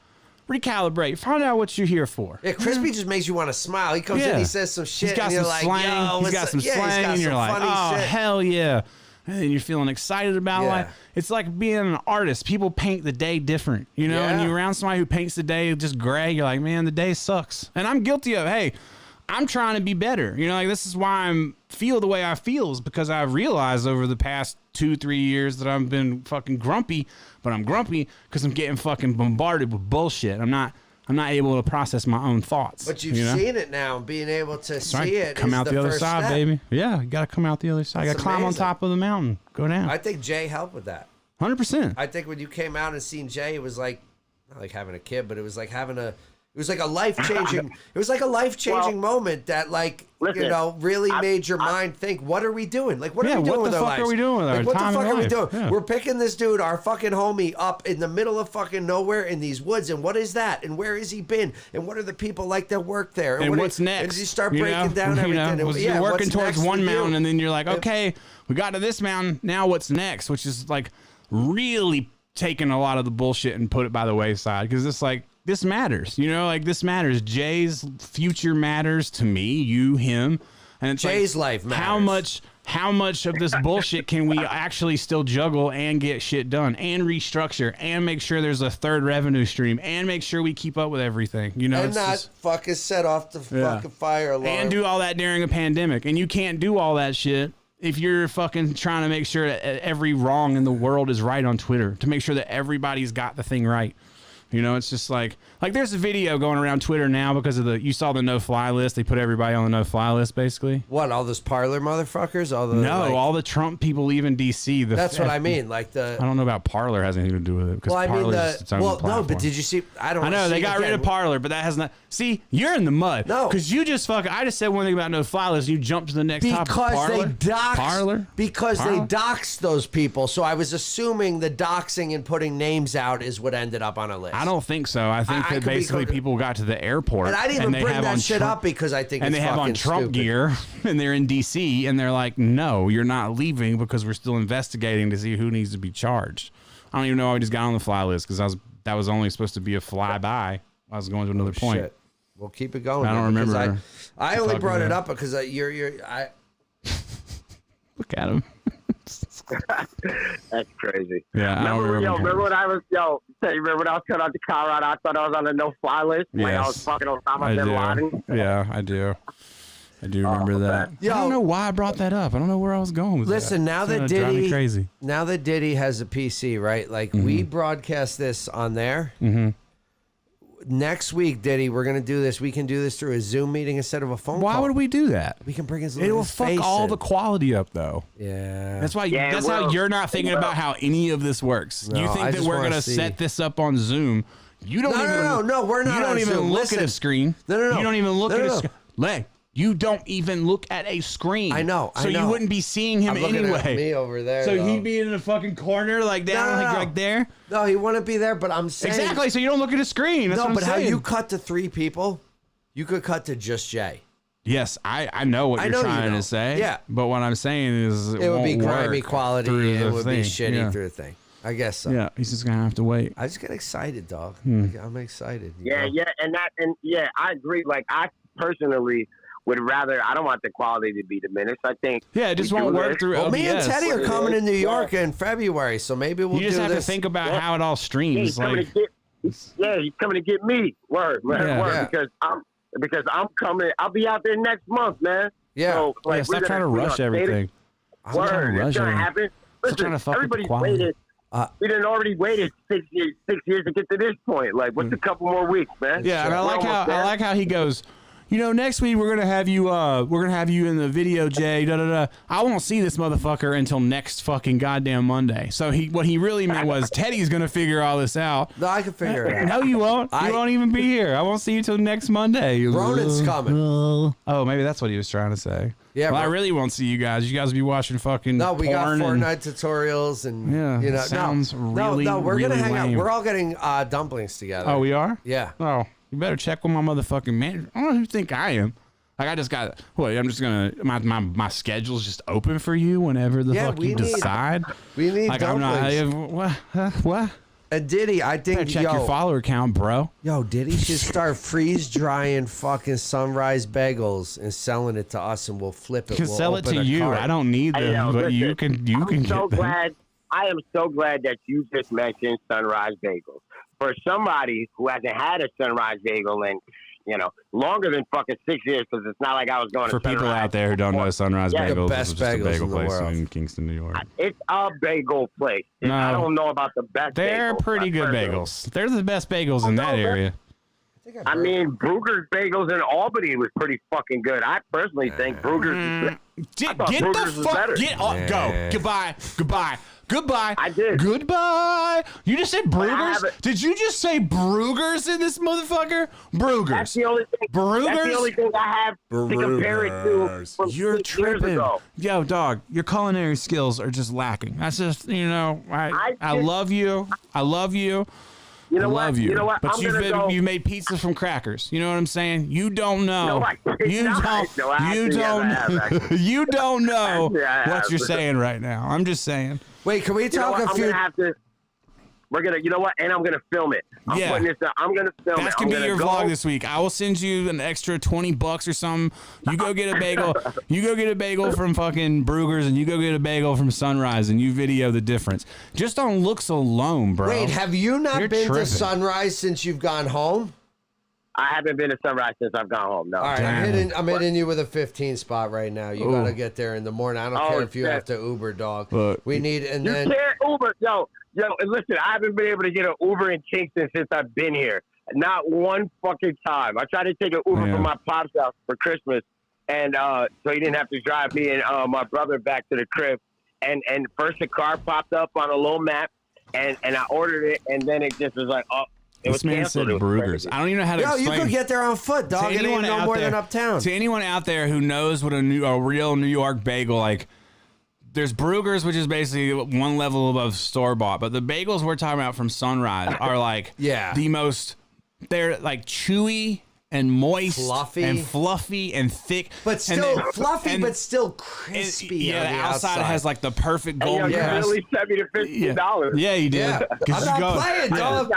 C: Recalibrate. Find out what you're here for.
B: Yeah, Crispy just makes you want to smile. He comes in,
C: Yeah.
B: he says some shit,
C: He's got
B: and
C: some
B: you're like,
C: slang.
B: "Yo,
C: he's
B: what's
C: got
B: up?"
C: some
B: yeah,
C: slang,
B: he's got
C: and you're
B: some
C: like,
B: funny
C: oh
B: shit.
C: hell yeah, and then you're feeling excited about
B: Yeah.
C: life. It's like being an artist. People paint the day different, you know. And
B: Yeah.
C: you're around somebody who paints the day just gray. You're like, man, the day sucks. And I'm guilty of. Hey, I'm trying to be better. You know, like this is why I'm feel the way I feel is because I've realized over the past two three years that I've been fucking grumpy, but I'm grumpy because I'm getting fucking bombarded with bullshit. I'm not. I'm not able to process my own thoughts.
B: But you've
C: you know?
B: seen it now, and being able to see
C: Right.
B: it
C: come
B: is
C: out
B: the,
C: the, other
B: first
C: side,
B: step.
C: baby. Yeah, you gotta come out the other side. You
B: It's
C: gotta climb on
B: amazing.
C: top of the mountain. Go
B: I
C: down.
B: think Jay helped with that.
C: Hundred percent.
B: I think when you came out and seen Jay, it was like not like having a kid, but it was like having a it was like a life changing it was like a life changing moment that like you
D: listen,
B: know really made your mind think, what are we doing? Like what
C: Yeah,
B: are we
C: what
B: doing with
C: the
B: our
C: fuck are
B: lives?
C: we doing with
B: like,
C: our
B: what
C: time
B: the
C: and
B: fuck are we
C: life?
B: doing?
C: Yeah.
B: We're picking this dude, our fucking homie, up in the middle of fucking nowhere in these woods, and what is that? And where has he been? And what are the people like that work there?
C: And
B: what
C: what's
B: is,
C: next?
B: And you start
C: You
B: breaking
C: know? [laughs]
B: down
C: You
B: everything.
C: know,
B: and,
C: was-
B: yeah,
C: you're working
B: what's
C: towards
B: next
C: one
B: to
C: mountain,
B: you?
C: and then you're like, okay, we got to this mountain. Now what's next? Which is like really taking a lot of the bullshit and put it by the wayside because it's like this matters. You know, like this matters. Jay's future matters to me, you, him, and it's like,
B: Jay's life
C: How
B: matters.
C: much? How much of this bullshit can we actually still juggle and get shit done and restructure and make sure there's a third revenue stream and make sure we keep up with everything? You know,
B: and
C: it's
B: not
C: just-
B: fucking set off the fucking fire alarm.
C: and do all that during a pandemic. And you can't do all that shit if you're fucking trying to make e-, sure that every wrong in the world is right on Twitter to make sure that everybody's got the thing right. You know, it's just like like there's a video going around Twitter now because of the you saw the no fly list. They put everybody on the no fly list basically.
B: What all those parlor motherfuckers? All the
C: No,
B: like-
C: all the Trump people leave in D.C. The
B: that's what I mean. Like the
C: I don't know about Parler has anything to do with it because
B: well, I
C: Parler
B: mean
C: is
B: the
C: its own
B: well, no,
C: platform.
B: but did you see? I don't.
C: I know
B: see
C: they
B: it
C: got rid
B: again.
C: of Parler, but that has not. See, you're in the mud.
B: No.
C: because you just fuck. I just said one thing about no fly list. You jumped to the next topic.
B: because
C: Parler?
B: they dox
C: Parler.
B: because they
C: Parler?
B: doxed those people. So I was assuming the doxing and putting names out is what ended up on a list.
C: I don't think so. I think
B: I- I
C: that
B: could be
C: basically
B: cor-
C: people got to the airport
B: and I didn't even
C: they
B: bring
C: have
B: that
C: on
B: shit
C: Trump-
B: up because I think
C: and
B: it's
C: they have on
B: fucking
C: Trump
B: stupid.
C: gear, [laughs] and they're in D.C. and they're like, "No, you're not leaving because we're still investigating to see who needs to be charged." I don't even know. why we just got on the fly list because I was that was only supposed to be a flyby. I was going to another point.
B: Oh, Shit. We'll keep it going.
C: I don't
B: then, because
C: remember
B: I, I only
C: talking
B: brought it
C: about.
B: up because I, you're you're I.
C: Look at him.
D: That's crazy.
C: Yeah, I don't
D: Remember, when-
C: remember.
D: yo,
C: him.
D: remember when I was yo? Say, remember when I was coming out to Colorado? I thought I was on a no-fly list. Like I was
C: Yes.
D: fucking
C: I
D: Osama bin Laden.
C: do. Yeah, I do. I do remember that.
B: Oh, Yo.
C: I don't know why I brought that up. I don't know where I was going with
B: Listen,
C: that.
B: now
C: It's
B: that
C: gonna drive me
B: Diddy-
C: crazy.
B: Now that Diddy has a PC, right? Like we
C: Mm-hmm.
B: broadcast this on there. Next week, Diddy, we're gonna do this. We can do this through a Zoom meeting instead of a phone
C: Why
B: call.
C: would we do that?
B: We can bring his.
C: It will
B: his
C: fuck
B: face
C: all
B: in.
C: the quality up, though.
B: Yeah.
C: That's why.
D: Yeah, it
C: that's how
D: will.
C: you're not thinking
D: It will.
C: about how any of this works. you
B: No,
C: think
B: I
C: that
B: just
C: we're
B: wanna
C: gonna
B: see.
C: set this up on Zoom? You don't.
B: No, no,
C: even,
B: no, no, we're not
C: You don't
B: on
C: even
B: Zoom.
C: look at
B: Listen.
C: a screen.
B: No, no, no.
C: You don't even look
B: No,
C: at
B: no,
C: a
B: no.
C: screen. Lay. You don't even look at a screen.
B: I know, I
C: So
B: know.
C: you wouldn't be seeing [laughs] him
B: I'm looking
C: anyway.
B: at me over there,
C: So
B: though.
C: he'd be in a fucking corner like that,
B: No, no,
C: like,
B: no.
C: like there.
B: no, he wouldn't be there. But I'm saying
C: Exactly. So you don't look at a screen. That's
B: No,
C: what I'm
B: but how
C: saying.
B: you cut to three people, you could cut to just Jay.
C: Yes, I, I know what
B: I
C: you're
B: know you
C: trying
B: know.
C: to say.
B: Yeah.
C: But what I'm saying is, it,
B: It would be
C: won't
B: grimy
C: work
B: quality.
C: through
B: It
C: the
B: would
C: thing.
B: be shitty
C: yeah.
B: through the thing. I guess so.
C: Yeah, Hmm. he's just gonna have to wait.
B: I just get excited, dog. I'm excited. you
D: Yeah,
B: know?
D: yeah, and that, and yeah, I agree. Like I personally would rather. I don't want the quality to be diminished. I think.
C: Yeah, it just
D: we do
C: won't work
D: this.
C: through.
B: Well, me and
C: OBS.
B: Teddy are coming to New York in February, so maybe we'll
C: You just
B: do
C: have
B: this.
C: to think about how it all
D: Yeah,
C: streams.
D: he's coming
C: Like,
D: to get. Yeah, he's coming to get me. Word, word,
C: Yeah.
D: word.
B: Yeah.
D: Because I'm because I'm coming. I'll be out there next month, man.
B: Yeah.
D: So, like,
C: yeah,
D: we're
C: stop
D: gonna-
C: trying to
D: we're
C: rush
D: gonna stay
C: everything. Stop
D: there.
C: trying to
D: Word,
C: rush
D: it's gonna
C: everything.
D: happen.
C: Stop trying
D: Listen,
C: to fuck with the
D: everybody's
C: quality.
D: waited.
B: Uh,
D: we done already waited six years, six years to get to this point. Like, what's a couple more weeks, man?
C: Hmm. Yeah, and I
D: We're
C: like
D: almost
C: how I
D: there.
C: like how he goes. You know, next week we're gonna have you. Uh, we're gonna have you in the video, Jay. Da da da. I won't see this motherfucker until next fucking goddamn Monday. So he, what he really meant
D: [laughs]
C: was Teddy's gonna figure all this out.
B: no, I can figure it out.
C: [laughs] No, you won't.
B: I-
C: you won't even be here. I won't see you till next Monday.
B: Ronan's
C: coming. Oh, maybe that's what he was trying to say.
B: Yeah,
C: Well, I
B: Ron-
C: really won't see you guys. You guys will be watching fucking.
B: No, we got
C: porn and-
B: Fortnite tutorials and
C: Yeah,
B: you know.
C: sounds
B: no,
C: really,
B: no, no, we're
C: really
B: gonna hang
C: lame.
B: out. We're all getting uh, dumplings together.
C: Oh, we are.
B: yeah.
C: Oh, you better check with my motherfucking manager. I don't know who you think I am. Like I just got. Wait, I'm just gonna my my my schedule's just open for you whenever the
B: Yeah,
C: fuck
B: we
C: you
B: need-
C: decide.
B: we need
C: like I'm not. I,
B: dumplings.
C: what? Huh? What?
B: And Diddy, I
C: Better
B: think
C: check
B: yo,
C: your follower count, bro.
B: yo, Diddy should start freeze drying fucking sunrise bagels and selling it to us, and we'll flip it.
C: Can
B: We'll
C: sell it
B: open
C: to
B: a
C: you.
B: cart.
C: I don't need
D: Hey,
C: them,
D: yo,
C: but you
D: listen,
C: can. You
D: I'm
C: can
D: so
C: get them.
D: glad. I am so glad that you just mentioned Sunrise Bagels. For somebody who hasn't had a Sunrise Bagel in, you know, longer than fucking six years, because it's not like I was going
C: For
D: to
C: people
D: Sunrise.
C: out there who don't know, Sunrise
D: Yeah.
B: The
C: Bagels
B: best
C: is just a
B: bagels
C: bagel
B: in the
C: place
B: world.
C: in Kingston, New York.
D: It's a bagel place. And
C: No.
D: I don't know about the best.
C: They're
D: bagels,
C: pretty
D: I've
C: good
D: heard of them.
C: bagels. They're the best bagels in
D: Oh,
C: that
D: no, they're-
C: area.
B: think I've
D: I
B: heard-
D: mean, Bruger's Bagels in Albany was pretty fucking good. I personally think Bruger's.
C: Mm-hmm. Get,
D: thought
C: get
D: Brugger's
C: the
D: was
C: fuck.
D: better.
C: Get off. Go.
B: Yeah.
C: Goodbye. Goodbye. Goodbye.
D: I did.
C: Goodbye. You just said
D: I
C: Brugger's?
D: haven't-
C: Did you just say Brugger's in this motherfucker?
D: That's
C: Brugger's.
D: the only thing. That's
C: Brugger's?
D: the only thing I have to compare it to.
G: Brugger's.
D: From
C: You're
D: six Years
C: tripping.
D: ago.
C: Yo, dog, your culinary skills are just lacking. That's just, you know, I,
D: I
C: I
D: just-
C: love you. I love you.
D: You know
C: I
D: what?
C: love you.
D: You know what?
C: But
D: I'm
C: you've,
D: gonna
C: been,
D: go.
C: you've made pizza from crackers. You know what I'm saying? You don't know.
D: No, I did
C: you
D: not.
C: don't.
D: No, I
C: you
D: actually
C: don't. [laughs]
D: have, actually.
C: you don't know
D: Actually, [laughs] I
C: what
D: have.
C: you're saying right now. I'm just saying.
B: wait, can we
D: You know
B: talk
D: what?
B: a
D: I'm
B: few?
D: gonna have to. We're gonna. You know what? And I'm gonna film it. I'm
C: Yeah.
D: putting this. Up. I'm gonna film it.
C: That can
D: I'm
C: be
D: gonna
C: your
D: go.
C: vlog this week. I will send you an extra twenty bucks or something. You go get a
D: [laughs]
C: bagel. you go get a bagel from fucking Brugger's, and you go get a bagel from Sunrise, and you video the difference. Just on looks alone, bro.
B: Wait, have you not
C: You're
B: been
C: tripping.
B: to Sunrise since you've gone home?
D: I haven't been to Sunrise since I've gone home. No.
B: All right, I'm
C: Damn.
B: hitting, I'm hitting you with a 15 spot right now. You got to get there in the morning. I don't
D: Oh,
B: care if you
D: shit.
B: have to Uber, dog.
C: Look,
B: we need, and
D: You
B: then
D: can't Uber, yo. yo, and listen, I haven't been able to get an Uber in Kingston since I've been here. Not one fucking time. I tried to take an Uber
F: Yeah.
D: from my pop's house for Christmas, and uh, so he didn't have to drive me and uh, my brother back to the crib. And and first the car popped up on a little map, and and I ordered it, and then it just was like, oh, it was
C: This man
D: canceled.
C: said
D: It was
C: Brugger's.
D: crazy.
C: I don't even know how to
B: Yo, you
C: explain.
B: could get there on foot,
C: to
B: dog. It ain't
C: anyone
B: no
C: out
B: more
C: there-
B: than uptown.
C: To anyone out there who knows what a new, a real New York bagel like, there's Brugger's, which is basically one level above store bought, but the bagels we're talking about from
B: [coughs]
C: Sunrise are like
B: Yeah.
C: the most. They're like chewy and moist,
B: Fluffy.
C: and fluffy and thick,
B: but
C: and
B: still
C: they-
B: fluffy,
C: and-
B: but still
C: and-
B: crispy.
C: yeah,
B: on
C: the
B: the
C: outside, has like the perfect
D: Yo,
C: golden
D: you
B: Yeah.
C: crust.
D: really sent me to fifteen dollars.
C: yeah, you did.
B: Yeah.
C: 'Cause
B: I'm
C: you
B: not
C: go-
B: playing, dog.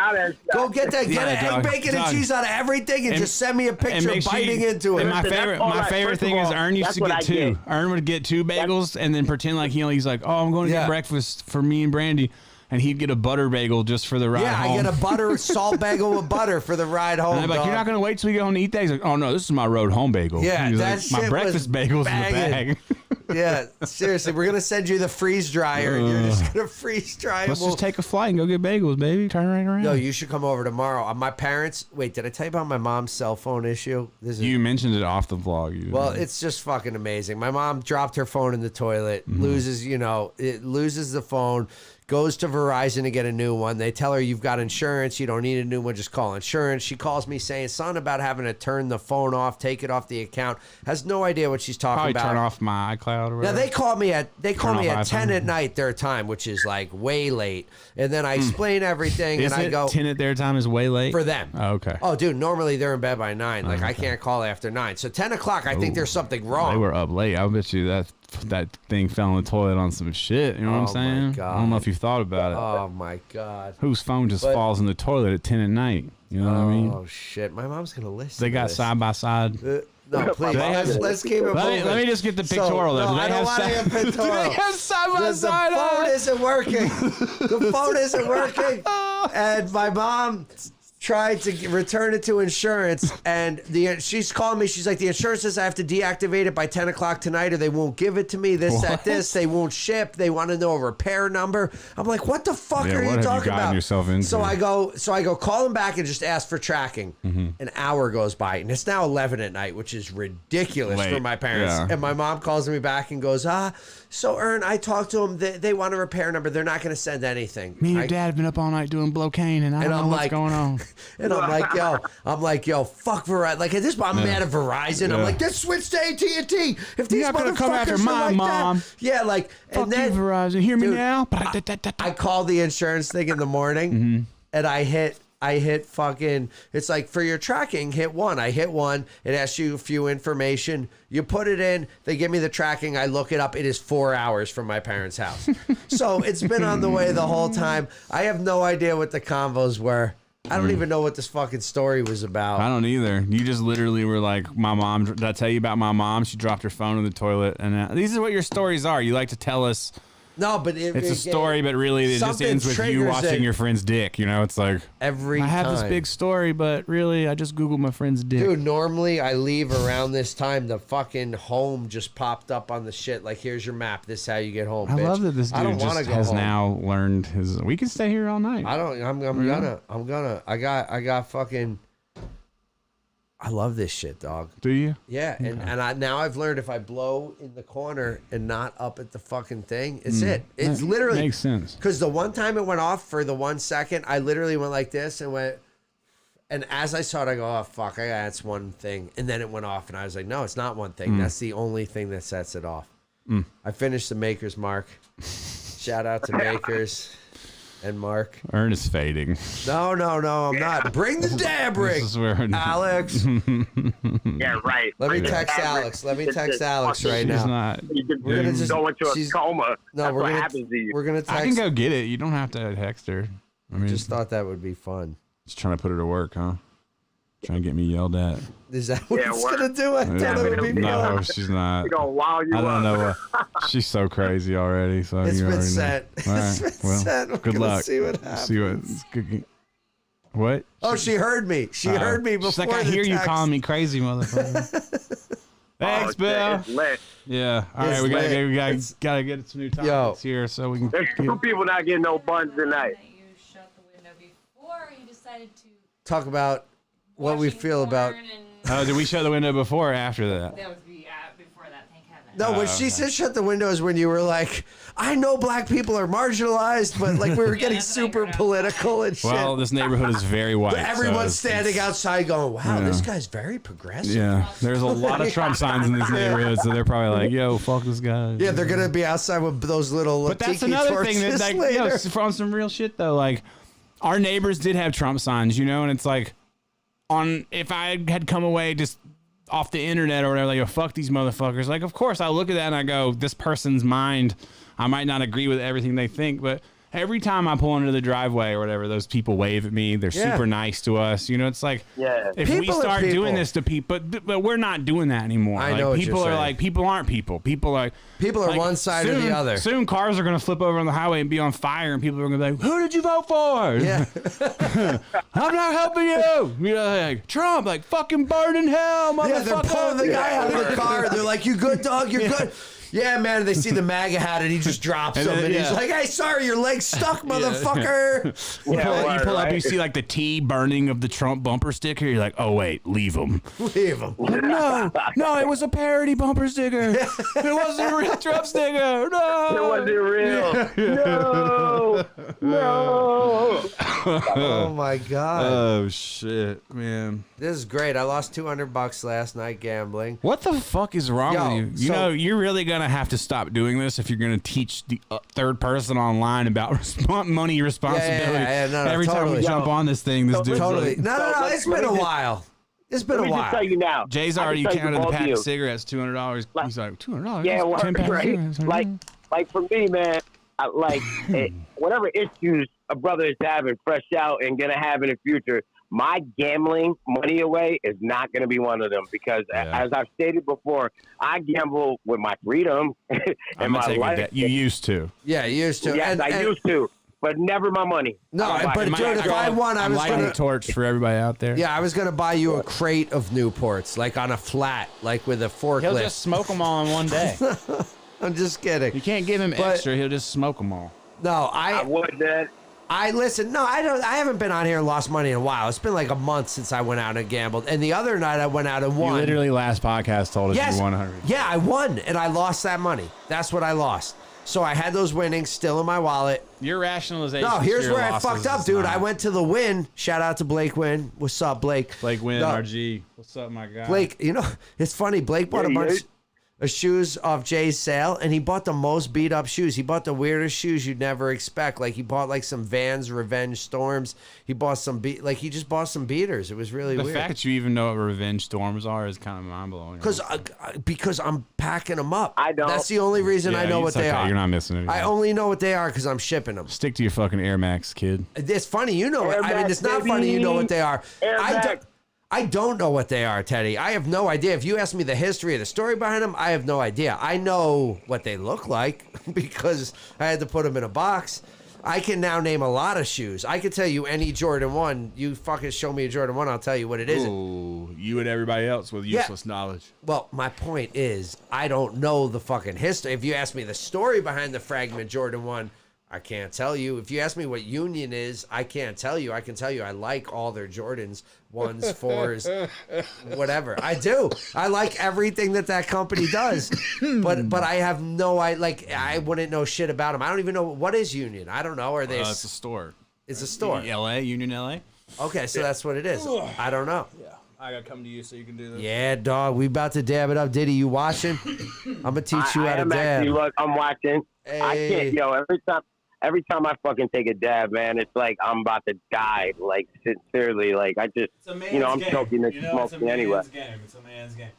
B: Go get that. Get
C: Yeah,
B: an egg,
C: dog.
B: bacon, and
C: Dog.
B: cheese out of everything, and,
C: And-
B: just send me a picture
C: make sure
B: biting
C: you-
B: into it.
C: And my
D: Listen,
C: favorite,
D: that's all
C: my
D: right.
C: favorite
D: First of
C: thing is
D: all,
C: Ern used
D: that's
C: to
D: what
C: get
D: I
C: two.
D: get.
C: Ern would get two bagels and then pretend like he only, he's like, oh, I'm going to
B: Yeah.
C: get breakfast for me and Brandy, and he'd get a butter bagel just for the ride
B: yeah, I
C: home.
B: get a
C: [laughs]
B: butter salt bagel with butter for the ride home.
C: and I'm like,
B: dog.
C: you're not going to wait till we get home to eat that. He's like, oh no, this is my road home bagel.
B: Yeah,
C: He's
B: that
C: like, my
B: shit was
C: breakfast bagel's
B: [laughs]
C: in
B: banging.
C: the bag. [laughs]
B: Yeah, seriously, we're gonna send you the freeze dryer. and You're just
C: [laughs]
B: gonna freeze dry.
C: Let's
B: it. We'll-
C: just take a flight and go get bagels, baby. Turn right around.
B: No, you should come over tomorrow. Uh, My parents. Wait, did I tell you about my mom's cell phone issue? This is
C: you mentioned it off the vlog. You
B: well, it's just fucking amazing. My mom dropped her phone in the toilet,
C: Mm-hmm.
B: loses, you know, it loses the phone, goes to Verizon to get a new one. They tell her you've got insurance, you don't need a new one, just call insurance. She calls me saying something about having to turn the phone off, take it off the account. Has no idea what she's talking
C: probably
B: about.
C: turn off my iCloud or
B: Now
C: whatever.
B: they called me at they called
C: Turn
B: me
C: off
B: at
C: iPhone.
B: ten at night their time, which is like way late. And then I explain everything,
C: Hmm. is
B: and I
C: it
B: go
C: ten at their time is way late
B: for them.
C: Oh, okay.
B: Oh, dude, normally they're in bed by nine. Like I can't call after nine. So ten o'clock, I think there's something wrong.
C: They were up late. I bet you that that thing fell in the toilet on some shit. You know what I'm
B: Oh, my
C: saying? I
B: God.
C: don't know if you thought about it.
B: oh my god.
C: Whose phone just
B: but-
C: falls in the toilet at ten at night? You know what I mean?
B: Oh shit, my mom's gonna listen.
C: They
B: to
C: got
B: this.
C: side by side.
B: Uh, no, please.
C: They have-
B: let's, let's keep it
C: Let me-
B: moving.
C: let me just get the
B: So,
C: pictorial, though.
B: no,
C: Do they
B: I don't
C: have
B: want to
C: side- [laughs]
B: get pictorial.
C: [laughs] side
B: the, the phone isn't working. the phone isn't working. And my mom tried to g- return it to insurance, and the she's calling me. She's like, the insurance says I have to deactivate it by ten o'clock tonight, or they won't give it to me. This, that, this. They won't ship. They want to know a repair number. I'm like, what the fuck
C: Yeah,
B: are
C: what
B: you
C: have you
B: talking
C: gotten
B: about?
C: yourself into?
B: So I go, so I go, call them back and just ask for tracking.
C: Mm-hmm.
B: An hour goes by, and it's now eleven at night, which is ridiculous for
C: Late,
B: my parents.
C: yeah.
B: And my mom calls me back and goes, ah, so Ern, I talked to them. They, they want a repair number. They're not going to send anything.
C: Me and
B: I-
C: your dad have been up all night doing blow cane, and I
B: And
C: don't
B: I'm
C: know what's
B: like-
C: going on.
B: [laughs] And I'm like, yo, I'm like, yo, fuck Verizon. Like at this point, I'm mad at Verizon. I'm
C: Yeah.
B: like, this switch to AT and T. If these
C: not gonna
B: motherfuckers
C: come after
B: are
C: my
B: like
C: mom.
B: that, yeah, like,
C: Fuck
B: and then
C: you, Verizon. Hear me
B: Dude,
C: now?
B: I call the insurance thing in the morning
C: Mm-hmm.
B: and I hit I hit fucking it's like for your tracking, hit one. I hit one, it asks you a few information. You put it in, they give me the tracking, I look it up, it is four hours from my
C: [laughs]
B: parents' house. so it's been on the way the whole time. I have no idea what the convos were. I
C: Mm.
B: don't even know what this fucking story was
C: I
B: about.
C: don't either. You just literally were like, "My mom." Did I tell you about my mom? She dropped her phone in the toilet, and uh, these are what your stories are. You like to tell us
B: No, but it,
C: It's a
B: it-
C: story, but really it just
B: something
C: ends with you
B: triggers
C: watching
B: it.
C: your friend's dick. You know, it's like
B: every
C: I have this
B: time.
C: big story, but really I just googled my friend's dick.
B: Dude, normally I leave around this time. The fucking home just popped up on the shit. Like, here's your map. This is how you get home.
C: I
B: bitch.
C: love that this dude
B: I don't wanna
C: just
B: go
C: has
B: home.
C: now learned his. We can stay here all night.
B: I don't. I'm. I'm gonna. I'm gonna. I got. I got fucking. I love this shit, dog.
C: Do you?
B: Yeah, and and I now I've learned if I blow in the corner and not up at the fucking thing, it's it.
C: Mm.
B: It's
C: That
B: literally
C: makes sense.
B: Because the one time it went off for the one second, I literally went like this and went. And as I saw it, I go, oh, fuck, I, that's one thing. And then it went off, and I was like, no, it's not one thing.
C: Mm.
B: That's the only thing that sets it off. I finished the Makers Mark. Shout out to Makers and Mark.
C: Ern is fading. [laughs]
B: No, no, no, I'm not. Bring the dab rig,
C: This is where [laughs]
B: Alex.
D: Yeah, right.
B: Let me
D: Like,
B: text
D: average-
B: Alex. Let me
D: it's
B: text
D: just
B: Alex
D: fucking-
B: right
C: he's
B: now.
C: not.
D: You just,
B: We're gonna
D: you
B: just-
D: go into a
B: she's-
D: coma.
B: No,
D: That's
B: we're
D: what
B: gonna
D: happens to you.
B: we're gonna text.
C: I can go get it. You don't have to text her. I mean,
B: Just thought that would be fun.
C: just trying to put her to work, huh? Trying to get me yelled at.
B: Is that what
D: Yeah,
B: it's
D: we're-
B: gonna do? I
C: Yeah.
B: thought it would be
C: no,
B: fun.
C: she's not.
D: We're gonna wow you
C: I
D: up.
C: don't know. uh, what- She's so crazy already. So
B: It's
C: you
B: been
C: already know.
B: set.
C: All right.
B: It's been
C: well,
B: set. We're
C: good
B: gonna
C: luck.
B: see what happens.
C: See what? What?
B: Oh, she heard me. She
C: Uh-oh.
B: heard me before.
C: Uh, She's like, I
B: the
C: hear you
B: text. [laughs]
C: calling me crazy, motherfucker. Thanks,
D: oh, shit,
C: Bill.
D: It's lit.
C: Yeah. All right,
B: It's
C: we gotta
B: lit.
C: get, we gotta,
B: It's-
C: gotta get some new topics here so [laughs] we can.
D: There's two people not getting no buns tonight.
G: That you shut the window before you decided to.
B: Talk about what we
G: washing
B: feel about.
G: corn and-
C: Oh, did we shut the window before or after that?
G: That was the, uh, before that, thank heaven.
B: No, when she said shut the windows, when you were like, I know black people are marginalized, but like we were getting
G: that's what I
B: super
G: heard.
B: political and shit.
C: Well, this neighborhood is very white. so
B: Everyone's
C: it's-
B: standing outside going, wow,
C: Yeah.
B: this guy's very progressive.
C: Yeah, there's a lot of Trump signs
B: [laughs]
C: in this neighborhood, so they're probably like, "Yo, fuck this guy."
B: Yeah, they're gonna be outside with those little.
C: But that's another thing that,
B: [laughs]
C: like, you know, s- from some real shit though, like our neighbors did have Trump signs, you know, and it's like, on if I had come away just off the internet or whatever, like, oh, fuck these motherfuckers. Like, of course, I look at that and I go, this person's mind. I might not agree with everything they think, but every time I pull into the driveway or whatever, those people wave at me. They're
B: Yeah.
C: super nice to us. You know, it's like,
D: Yeah.
C: if we
B: People are
C: start doing
B: people.
C: this to people, but, but we're not doing that anymore.
B: I
C: like,
B: know what you're
C: people are
B: saying.
C: like, people aren't people. People are
B: People are
C: like,
B: one side or
C: soon-
B: the other.
C: Soon cars are going to flip over on the highway and be on fire, and people are going to be like, "Who did you vote for?" [laughs]
B: Yeah,
C: I'm not helping you. You know, like Trump, like fucking burn in hell, motherfucker.
B: yeah, they're pulling the guy
C: [laughs]
B: out of the car. They're like, "You good, dog? You're good." Yeah, man. They see the MAGA hat and he just drops
C: And
B: him,
C: then-
B: and he's
C: yeah.
B: like, "Hey, sorry, your leg's stuck,
C: [laughs]
B: motherfucker."
C: You
D: Yeah,
C: pull, you
D: word,
C: pull up,
D: right?
C: you see like the T burning of the Trump bumper sticker. You're like, oh wait, leave him.
B: Leave him.
C: no, no, it was a parody bumper sticker. It wasn't a real Trump sticker. No,
D: It wasn't real.
C: [laughs]
D: No, no.
B: [laughs] Oh my god,
C: Oh shit, man.
B: this is great. I lost two hundred bucks last night gambling.
C: What the fuck is wrong
B: Yo,
C: with you? You
B: so-
C: know, you're really gonna have to stop doing this if you're gonna teach the uh, third person online about [laughs] respon money responsibility.
B: yeah, no, no,
C: Every time
B: totally.
C: we jump on this thing, this
D: So
C: dude's
B: Totally.
C: totally.
B: No, no, no. It's been a while. It's been a
D: Let me just
B: while.
D: tell you now.
C: Jay's
D: I can
C: already
D: tell you
C: counted the
D: both of
C: pack
D: you.
C: of cigarettes, two hundred dollars.
D: Like-
C: He's like, two hundred dollars.
D: Yeah, well, right? Like, like for me, man, I, like it, whatever issues a brother is having, fresh out and gonna have in the future, my gambling money away is not gonna be one of them because, a-
C: Yeah.
D: as I've stated before, I gamble with my freedom [laughs] and
C: I'm not
D: my
C: taking
D: life.
C: that. You used to.
B: Yeah, you used to.
D: Yes,
B: and,
D: I
B: and-
D: used to, but never my money.
B: No,
D: I don't
B: but
D: buy it.
B: dude, if I won, I
C: am
B: was
C: lighting
B: gonna-
C: a torch for everybody out there.
B: Yeah, I was gonna buy you a crate of Newports, like on a flat, like with a
F: He'll
B: forklift.
F: just smoke them all in
B: [laughs]
F: one day.
B: I'm just
C: You
B: kidding.
C: can't give him
B: But-
C: extra. He'll just smoke them all.
B: No,
D: I
B: I,
D: would that.
B: I listen. No, I don't. I haven't been on here and lost money in a while. It's been like a month since I went out and gambled. And the other night I went out and
C: You
B: won.
C: literally last podcast told us
B: yes,
C: you won 100.
B: yeah, I won, and I lost that money. That's what I lost. So I had those winnings still in my wallet.
F: Your rationalization.
B: No,
F: for
B: here's
F: your
B: where I
F: losses
B: fucked up,
C: is
B: dude.
C: not-
B: I went to the win. Shout out to Blake Win. What's up, Blake?
C: Blake Wynn,
B: No,
C: RG. What's up, my guy?
B: Blake, you know, [laughs] it's funny. Blake bought a
D: Yeah,
B: bunch
D: yeah.
B: of shoes off Jay's sale, and he bought the most beat up shoes. He bought the weirdest shoes you'd never expect. Like he bought like some Vans Revenge Storms. He bought some beat, like he just bought some beaters. It was really
C: The
B: weird.
C: fact that you even know what revenge storms are is kind of mind blowing.
B: because I, I- uh, because I'm packing them up.
D: I don't-
B: That's the only reason I know what they are.
C: You're not missing anything.
B: I only know what they are because I'm shipping them.
C: Stick to your fucking Air Max, kid.
B: It's funny, you know. it. I mean,
D: Airbags,
B: it's not funny, you know what they are.
D: baby.
B: I don't,
D: Airbags.
B: I don't know what they are, Teddy. I have no idea. If you ask me the history of the story behind them, I have no idea. I know what they look like [laughs] because I had to put them in a box. I can now name a lot of shoes. I could tell you any Jordan one. You fucking show me a Jordan one, I'll tell you what it is.
C: Ooh, you and everybody else with
B: useless
C: knowledge.
B: Well, my point is, I don't know the fucking history. If you ask me the story behind the fragment Jordan one, I can't tell you. If you ask me what Union is, I can't tell you. I can tell you I like all their Jordans,
C: [laughs]
B: ones, fours, whatever. I do. I like everything that that company does.
C: [clears throat]
B: But but I have no I like I wouldn't know shit about them. I don't even know what is Union. I don't know. Are they?
C: Uh,
B: a
C: it's a
B: s-
C: store.
B: it's a store.
C: LA, Union LA.
B: Okay, so that's what it is. I don't know.
C: Yeah. I gotta come to you so you can do this.
B: Yeah, dog. We about to dab it up. Diddy, you
D: [coughs]
B: watching? I'm gonna
D: I,
B: teach you
D: I
B: how to
D: am
B: dab.
D: actually look. I'm watching. I
B: Hey.
D: can't. Yo, every time, every time I fucking take a dab, man, it's like I'm about to die. Like sincerely, like I just, you know, I'm choking this smoking anyway.
C: game. It's a man's game.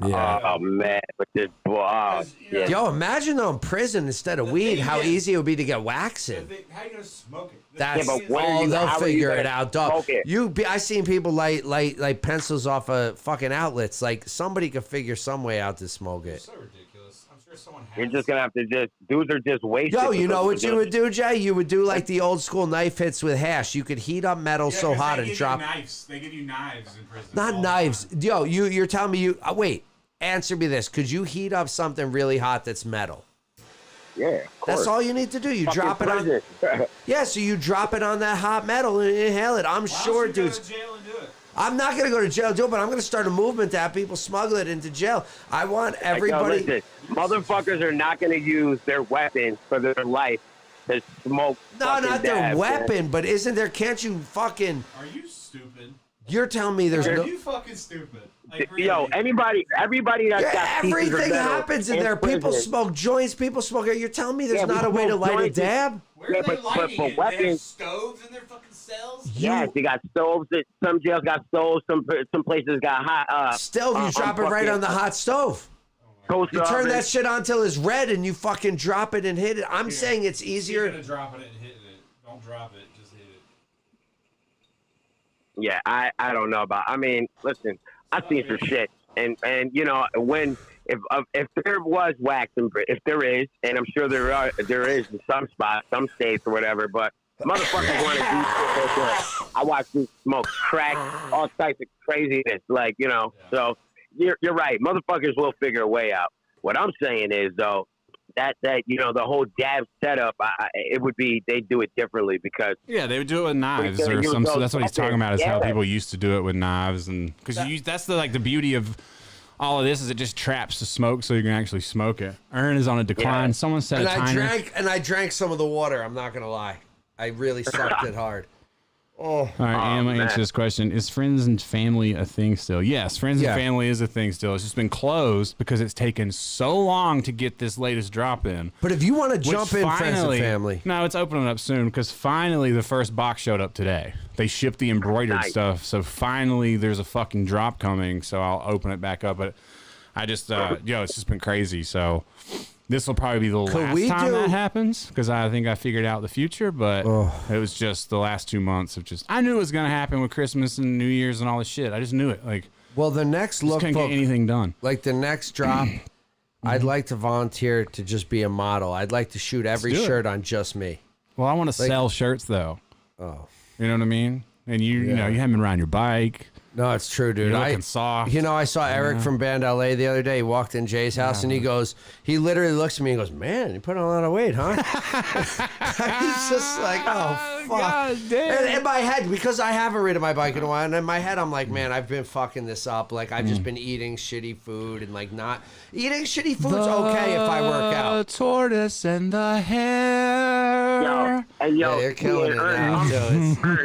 D: Oh man, but this boy, oh,
C: you know-
D: shit.
B: Yo, imagine though in prison instead of weed,
C: thing
B: how
C: is-
B: easy it would be to get wax in.
C: How you gonna smoke it?
B: That's
D: Yeah, but what are
B: all
D: you-
B: they'll
D: how are you
B: figure
D: gonna
B: it out, dog.
D: smoke it?
B: You, be, I seen people light, light, light pencils off of fucking outlets. Like somebody could figure some way out to smoke it.
C: so ridiculous. I'm sure someone has.
D: you're just gonna have to just. Dudes are just wasting.
B: Yo, you know
D: [laughs]
B: what you would do, Jay? You would do like the old school knife hits with hash. You could heat up metal so hot and drop
C: knives. They give you knives in prison.
D: Oh.
B: Not knives. Yo, you you're telling me you uh, wait. answer me this: Could you heat up something really hot that's metal?
D: Yeah, of course.
B: That's all you need to do. You
D: Fucking
B: drop it on.
D: prison. [laughs]
B: Yeah, so you drop it on that hot metal and inhale it. I'm sure, dudes. I'm not gonna go to jail, do it, but I'm gonna start a movement to have people smuggle it into jail. I want
D: Like, yo,
B: everybody.
D: listen, motherfuckers are not going to use their weapons for their life to smoke.
B: no,
D: fucking
B: not their
D: dabs, man.
B: weapon, but isn't there? Can't you fucking?
H: Are you stupid?
B: You're telling me there's
H: Are
B: no.
H: you fucking stupid? Like,
D: Yo,
H: really?
D: anybody, everybody that
B: Yeah,
D: got pieces of
B: everything
D: metal
B: happens in there. People
D: prison.
B: smoke joints. People smoke. You're telling me there's
D: Yeah, we
B: not a way to
D: smoke
B: light a
D: joints.
B: dab?
H: Where
D: Yeah,
H: are they
D: but- but-
H: lighting
D: but
H: it? They have
D: weapons-
H: stoves in their fucking cells?
D: Yes, they got stoves. that- Some jails got stoves. Some some places got hot. Uh,
B: Stove, you
D: uh,
B: drop it
D: um,
B: right
D: fucking
B: on the hot stove.
D: toaster
B: You turn that
D: ovens.
B: shit on till it's red, and you fucking drop it and hit it. I'm saying it's
H: You're
B: easier.
H: gonna drop it and hitting it. Don't drop it, just hit it.
D: yeah, I I don't know about. I mean, listen, I've seen some shit, and and you know when if uh, if there was wax and if there is, and I'm sure there are there is in some spots, some states or whatever, but. Motherfuckers want to do shit. that's like- I watch dudes smoke crack, all types of craziness. Like you know, so you're you're right. Motherfuckers will figure a way out. What I'm saying is though, that that you know the whole dab setup, I, I- it would be they do it differently because
C: Yeah, they would do it with knives or
D: gotta use
C: some.
D: those
C: So that's what he's talking about is how
D: weapons, yeah.
C: people used to do it with knives and because you that's the like the beauty of all of this is it just traps the smoke so you can actually smoke it. Urn is on a decline.
D: Yeah.
C: Someone set
B: And
C: a
B: I
C: timer.
B: drank and I drank some of the water. I'm not gonna lie. I
D: [laughs]
B: really sucked it hard.
C: all right,
D: Oh,
C: Emma,
D: man.
C: answer this question: Is friends and family a thing still? Yes, friends
B: Yeah.
C: and family is a thing still. It's just been closed because it's taken so long to get this latest drop in.
B: But if you want to
C: Which
B: jump in, friends and family,
C: No, it's opening up soon because finally the first box showed up today. They shipped the embroidered
D: Nice.
C: stuff, so finally there's a fucking drop coming. So I'll open it back up. But I just, uh, yo, it's just been crazy. So this will probably be the last
B: we
C: time
B: do-
C: that happens because I think I figured out the future. But it was just the last two months of just I knew it was gonna happen with Christmas and New Year's and all this shit. I just knew it. Like
B: well, the next
C: just couldn't get Mm-hmm.
B: lookbook
C: anything done.
B: like the next drop
C: [clears throat]
B: i'd like to volunteer to just be a model i'd like to shoot every
C: do it.
B: shirt on just me
C: Well, I want to sell shirts though. Oh, you know what I mean. And you, you know, you haven't been riding your bike.
B: no it's true dude
C: You're
B: i
C: looking soft.
B: you know i saw eric from band la the other day he walked in jay's house and he goes he literally looks at me and goes man you put on a lot of
C: [laughs]
B: weight huh [laughs] he's just like oh fuck
C: damn.
B: And in my head, because I haven't ridden my bike in a while, and in my head, I'm like, man, I've been fucking this up. Like, I've
C: Mm.
B: just been eating shitty food and, like, not eating shitty food's okay if I work out.
C: The tortoise and the hare.
D: Yo, and yo,
B: Yeah, you're killing
D: Ian,
B: it
D: Ern,
B: now,
D: I'm,
B: too. [laughs] It's-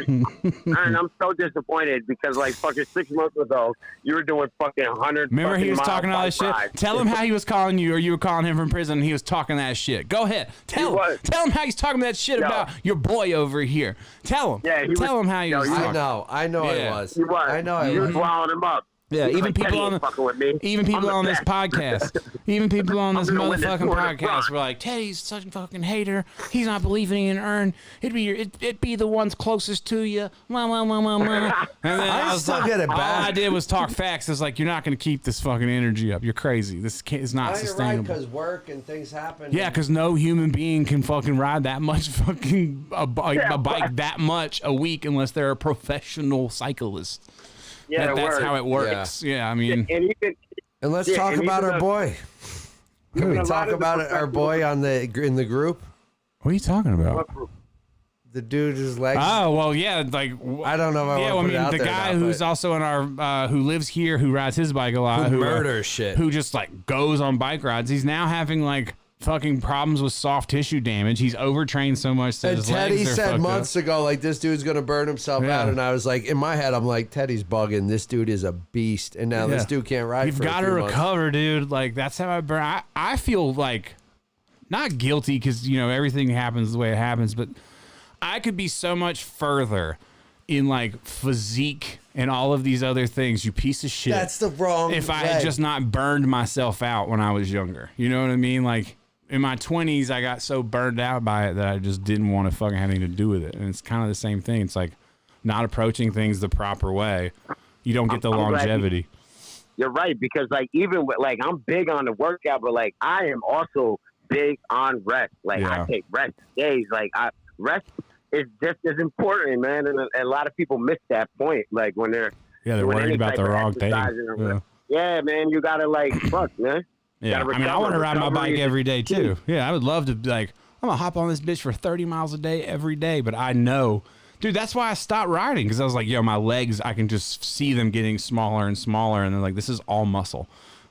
D: Ern, Ern, I'm so disappointed because like fucking six months ago, you were doing fucking hundred.
C: Remember he was talking all that shit. Tell him how he was calling you, or you were calling him from prison, and he was talking that shit. Go ahead,
D: He
C: tell him.
D: was.
C: Tell him how he's talking that shit
D: Yo.
C: about your boy over here. Tell him.
D: Yeah, he
C: tell
D: was-
C: him how he
D: yo,
C: was.
D: he was-
B: I
C: talking.
B: know, I know
C: Yeah.
B: I was.
D: He was.
B: I know I
D: You
B: was.
D: was wowing him up.
C: Yeah,
D: He's
C: even
D: like,
C: people
D: "Teddy
C: on
D: ain't
C: the
D: fucking with me.
C: even
D: I'm
C: people
D: the
C: on this
D: best." [laughs]
C: podcast, even people on this
D: I'm gonna win this
C: motherfucking
D: tournament.
C: podcast were like, Teddy's such a fucking hater. He's not believing in Earn. It'd be your, it, it'd be the ones closest to you. Wah, wah, wah,
D: [laughs]
C: wah, wah. And then I, was
B: still
C: like,
B: get it
C: all
B: back.
C: I did was talk facts. It's like you're not gonna keep this fucking energy up. You're crazy. This can't, is not
B: Oh, you're right,
C: sustainable.
B: because work and things happen.
C: yeah, because no human being can fucking ride that much [laughs] fucking a bike, a bike that much a week unless they're a professional cyclist.
D: Yeah,
C: That-
D: it
C: that's
D: worked.
C: how it works. Yeah, I mean,
D: And even
B: and let's
D: yeah,
B: talk
D: and
B: about
D: even
B: our
D: though-
B: boy. Can we
D: a lot
B: talk
D: of the
B: about our boy on the in the group?
C: what are you talking about?
B: The dude whose legs.
C: Oh well, yeah, like w-
B: I don't know if I
C: yeah,
B: wanna
C: well, I
B: put it
C: mean,
B: out
C: the
B: there or
C: guy
B: not,
C: who's
B: but-
C: also in our uh, who lives here, who rides his bike a lot,
B: Who
C: uh,
B: murders shit.
C: who just like goes on bike rides. He's now having like fucking problems with soft tissue damage. He's overtrained so much that
B: And
C: his
B: Teddy
C: legs are
B: said
C: fucked
B: months
C: up.
B: ago, like this dude's gonna burn himself
C: Yeah.
B: out, and I was like, in my head, I'm like, Teddy's bugging. This dude is a beast, and now this
C: Yeah.
B: dude can't ride.
C: You've
B: for a
C: got to
B: few months.
C: recover, dude. Like that's how I burn. I, I feel like not guilty because you know everything happens the way it happens, but I could be so much further in like physique and all of these other things. You piece of shit.
B: That's the
D: Oh,
B: wrong.
C: if I had
B: way.
C: just not burned myself out when I was younger. You know what I mean? Like in my 20s, I got so burned out by it that I just didn't want to fucking have anything to do with it. And it's kind of the same thing. It's like not approaching things the proper way. You don't get the
D: I'm glad you-
C: longevity.
D: you're right because like even with like I'm big on the workout, but like I am also big on rest. Like
C: Yeah.
D: I take rest days. Like I rest is just as important, man. And a, a lot of people miss that point. Like when they're
C: Yeah, they're
D: when
C: worried
D: any
C: about
D: type
C: the
D: of
C: wrong thing.
D: exercise and-
C: Yeah.
D: Yeah. yeah, man, you gotta like fuck, man.
C: Yeah,
D: Gotta
C: I mean, I
D: recover.
C: want to ride my
D: Recovery
C: bike
D: is
C: every day too. Yeah, I would love to. Like, I'm gonna hop on this bitch for 30 miles a day every day. But I know, dude, that's why I stopped riding because I was like, yo, my legs, I can just see them getting smaller and smaller, and then like, this is all muscle.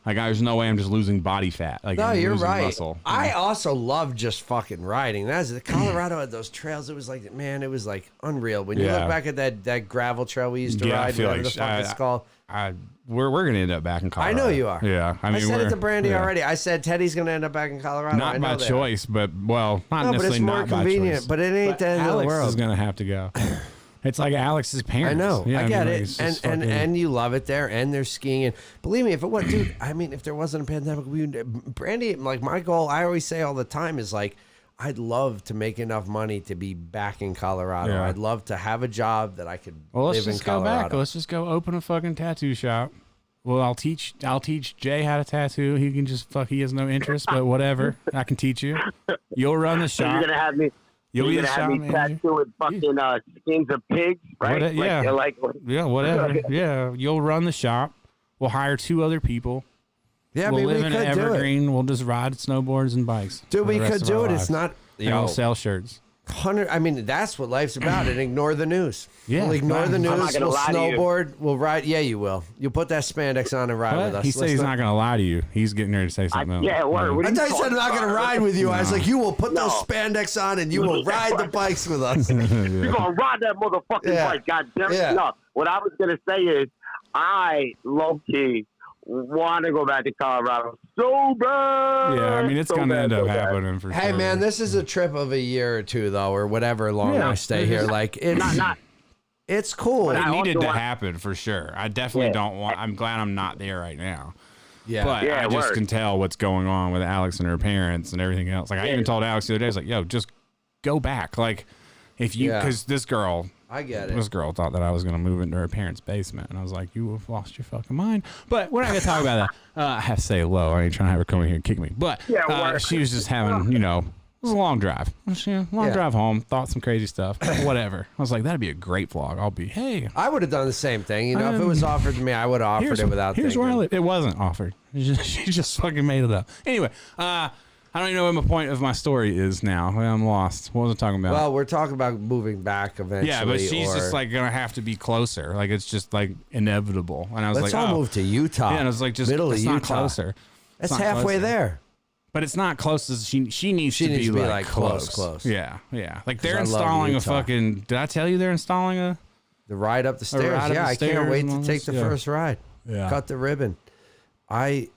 C: Like, there's no way I'm just losing body fat. Like,
B: No,
C: I'm
B: you're
C: losing
B: right.
C: Muscle.
B: I also love just fucking riding. That's the Colorado had those trails. It was like, man, it was like unreal. When you
C: Yeah.
B: look back at that that gravel trail we used to
C: Yeah, I
B: ride,
C: feel like
B: whatever the
C: sh-
B: fuck
C: I-
B: it's called.
C: I we're we're gonna end up back in
B: I
C: Colorado.
B: know you are.
C: Yeah, I mean,
B: said
C: we're-
B: it to Brandy
C: yeah.
B: already. I said Teddy's going to end up back in Colorado. I
C: Not
B: know
C: by
B: that.
C: choice, but well, not
B: No, but
C: necessarily
B: it's more
C: not by
B: convenient.
C: choice.
B: But it ain't the end of the
C: Alex
B: world.
C: is gonna have to go. It's like Alex's
B: I
C: parents.
B: know.
C: Yeah,
B: I get
C: mean, like, it's
B: it. And
C: just
B: and,
C: fucking-
B: and you love it there. And they're skiing. And believe me, if it was, dude, I mean, if there wasn't a pandemic, we would, Brandy, like my goal, I always say all the time is like, I'd love to make enough money to be back in Colorado.
C: Yeah.
B: I'd love to have a job that I could
C: Well, let's
B: live in
C: just go
B: Colorado.
C: back. Let's just go open a fucking tattoo shop. Well, I'll teach. I'll teach Jay how to tattoo. He can just fuck. He has no interest, but whatever. I can teach you. You'll run the
D: [laughs] You're
C: shop.
D: gonna have me.
C: You'll
D: you're
C: be the
D: gonna have
C: shop
D: me
C: manager.
D: tattooed with fucking uh, skins of pigs, right?
C: What a- yeah.
D: Like, like
C: Yeah,
D: [laughs]
C: whatever. Yeah, you'll run the shop. We'll hire two other people.
B: yeah, I
C: we'll
B: mean,
C: live
B: we
C: in
B: could do it.
C: Evergreen. We'll just ride snowboards and bikes.
B: Dude,
C: for
B: we
C: the rest
B: could
C: of
B: do
C: our
B: it. It's
C: lives.
B: not.
C: And we'll sell shirts.
B: Hundred. I mean, that's what life's about. And ignore the news.
C: Yeah.
B: we'll ignore the
C: I'm
D: not
B: news.
D: gonna
B: We'll
D: lie to you.
B: snowboard. We'll ride. Yeah, you will. You'll put that spandex on and ride with us.
C: He said
B: Let's
C: he's
B: not-
C: not going to lie to you. He's getting ready to say something. else. [laughs]
D: yeah, word. What
B: I
D: are you
B: thought you said I'm
D: talking
B: not going to
D: about?
B: ride with you. I was like, you will put those
D: No.
B: spandex on and you will ride the bikes with us. yeah,
C: [laughs]
D: You're gonna ride that motherfucking
B: Yeah.
D: bike, goddamn it.
B: Yeah.
D: No, what I was gonna say is, I low key want to go back to Colorado so bad.
C: Yeah, I mean, it's
D: [laughs] So
C: going to
D: bad,
C: end
D: so
C: up
D: bad.
C: happening for sure.
B: [laughs] Hey, man, this is a trip of a year or two, though, or whatever long
C: Yeah. Mm-hmm.
B: I stay here. Like, it's, [laughs]
D: Not, not.
B: it's cool.
D: But
C: it
D: I
C: needed
D: also
C: to
D: want-
C: happen for sure. I definitely
D: Yeah.
C: don't want. I'm glad I'm not there right now.
B: yeah.
C: But
D: Yeah,
C: I just
D: word.
C: can tell what's going on with Alex and her parents and everything else. Like I even told Alex the other day, I was like, "Yo, just go back." Like if you,
B: Yeah.
C: because this girl,
B: I get
C: this
B: it.
C: girl thought that I was gonna move into her parents' basement, and I was like, "You have lost your fucking mind." But we're not gonna talk about
D: [laughs]
C: that. Uh, I have to say it low. I ain't trying to have her come in here and kick me. But
D: Yeah,
C: uh,
D: word.
C: she was just having, you know. It was a long drive. She- Long
B: Yeah.
C: drive home. Thought some crazy stuff. Whatever. I was like, that'd be a great vlog. I'll be, hey,
B: I would have done the same thing. You know, if it was offered to me, I would have offered it without
C: Um, here's where I
B: thinking.
C: live. It wasn't offered. [laughs] She just- she just fucking made it up. Anyway, uh, I don't even know what my point of my story is now. I'm lost. What was I talking about?
B: Well, we're talking about moving back eventually.
C: yeah, but she's
B: or-
C: just like gonna have to be closer. Like it's just like inevitable. And I was
B: let's
C: like,
B: all
C: oh.
B: move to Utah.
C: yeah, and I was like, just
B: middle
C: it's
B: of
C: not
B: Utah.
C: closer. It's
B: That's
C: not
B: halfway
C: closer.
B: there.
C: But it's not close as she she needs
B: She
C: to
B: needs
C: be,
B: to be,
C: like,
B: like,
C: close.
B: close, close.
C: Yeah, yeah. Like they're
B: I love
C: installing a
B: Utah.
C: fucking. Did I tell you they're installing a?
B: The ride up the stairs.
C: ride up
B: yeah,
C: the
B: I
C: stairs
B: can't wait
C: and all
B: to take
C: this,
B: the
C: yeah.
B: first ride.
C: Yeah.
B: Cut the ribbon. I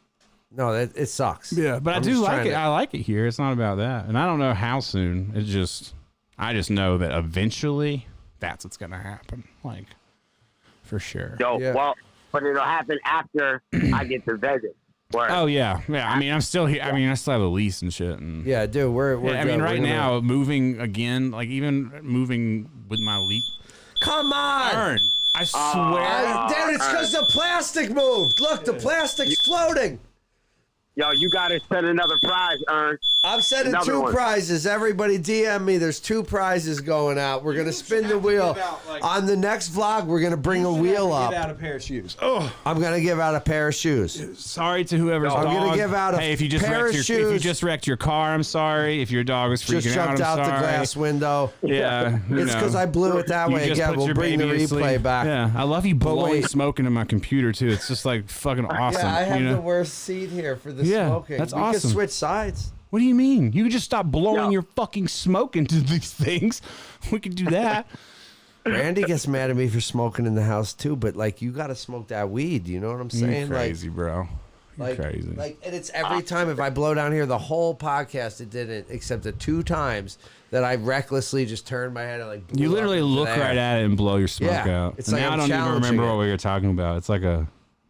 B: no, that it sucks.
C: but i
B: I'm
C: do
B: just
C: like
B: trying
C: it.
B: to-
C: I like it here. It's not about that, and I don't know how soon. It's just, I just know that eventually, that's what's gonna happen. Like, for sure.
D: Yo,
B: Yeah.
D: well, but it'll happen after I get to Vegas. Word.
C: Oh yeah, yeah. I mean, I'm still here. I mean, I still have a lease and shit, and
B: Yeah, dude, we're we're.
C: I mean,
B: good. We're
C: right
B: gonna-
C: now, moving again, like even moving with my lease.
B: Come on.
C: Earn. I swear.
B: Uh, Dude, it's because the plastic moved. Look, the plastic's floating.
D: Yo, you gotta set another prize, Ern.
B: I'm sending
D: Another
B: two
D: one.
B: prizes. Everybody DM me. There's two prizes going out. We're gonna spin
H: have
B: the
H: to
B: wheel.
H: give out, like-
B: On the next vlog, we're gonna bring a wheel
H: Get
B: up.
H: out a pair of shoes.
B: I'm gonna give out a pair of shoes.
C: sorry to whoever's
B: I'm
C: dog.
B: gonna give out a
C: hey, if you just
B: pair
C: wrecked your
B: of
C: if you
B: shoes.
C: just wrecked your car, I'm sorry. If your dog was freaking
B: Just jumped
C: out,
B: out
C: I'm
B: the
C: sorry.
B: glass window.
C: Yeah, you
B: It's
C: know.
B: because I blew it that
C: You
B: way
C: just
B: again.
C: put
B: We'll
C: your
B: bring the
C: baby to
B: replay
C: sleep.
B: back.
C: Yeah, I love you blowing
B: wait.
C: smoke into my computer too. It's just like fucking awesome.
B: [laughs] Yeah, I have
C: you know?
B: the worst seat here for the
C: Yeah,
B: smoking.
C: that's
B: we
C: awesome.
B: could switch sides.
C: what do you mean? You could just stop blowing
D: Yeah.
C: your fucking smoke into these things. [laughs] We could do
B: [laughs]
C: that.
B: Randy gets mad at me for smoking in the house too, but like you gotta smoke that weed. You know what I'm
C: you
B: saying? Like,
C: crazy, bro. You
B: like,
C: crazy.
B: like, and it's every time if I blow down here, the whole podcast it didn't, except the two times that I recklessly just turned my head and like. Blew
C: you
B: up
C: literally
B: into
C: look
B: there.
C: right at it and blow your smoke
B: Yeah,
C: out.
B: it's
C: And
B: like
C: now
B: I'm
C: I don't even
B: challenging
C: remember
B: it.
C: what we were talking about. It's like a,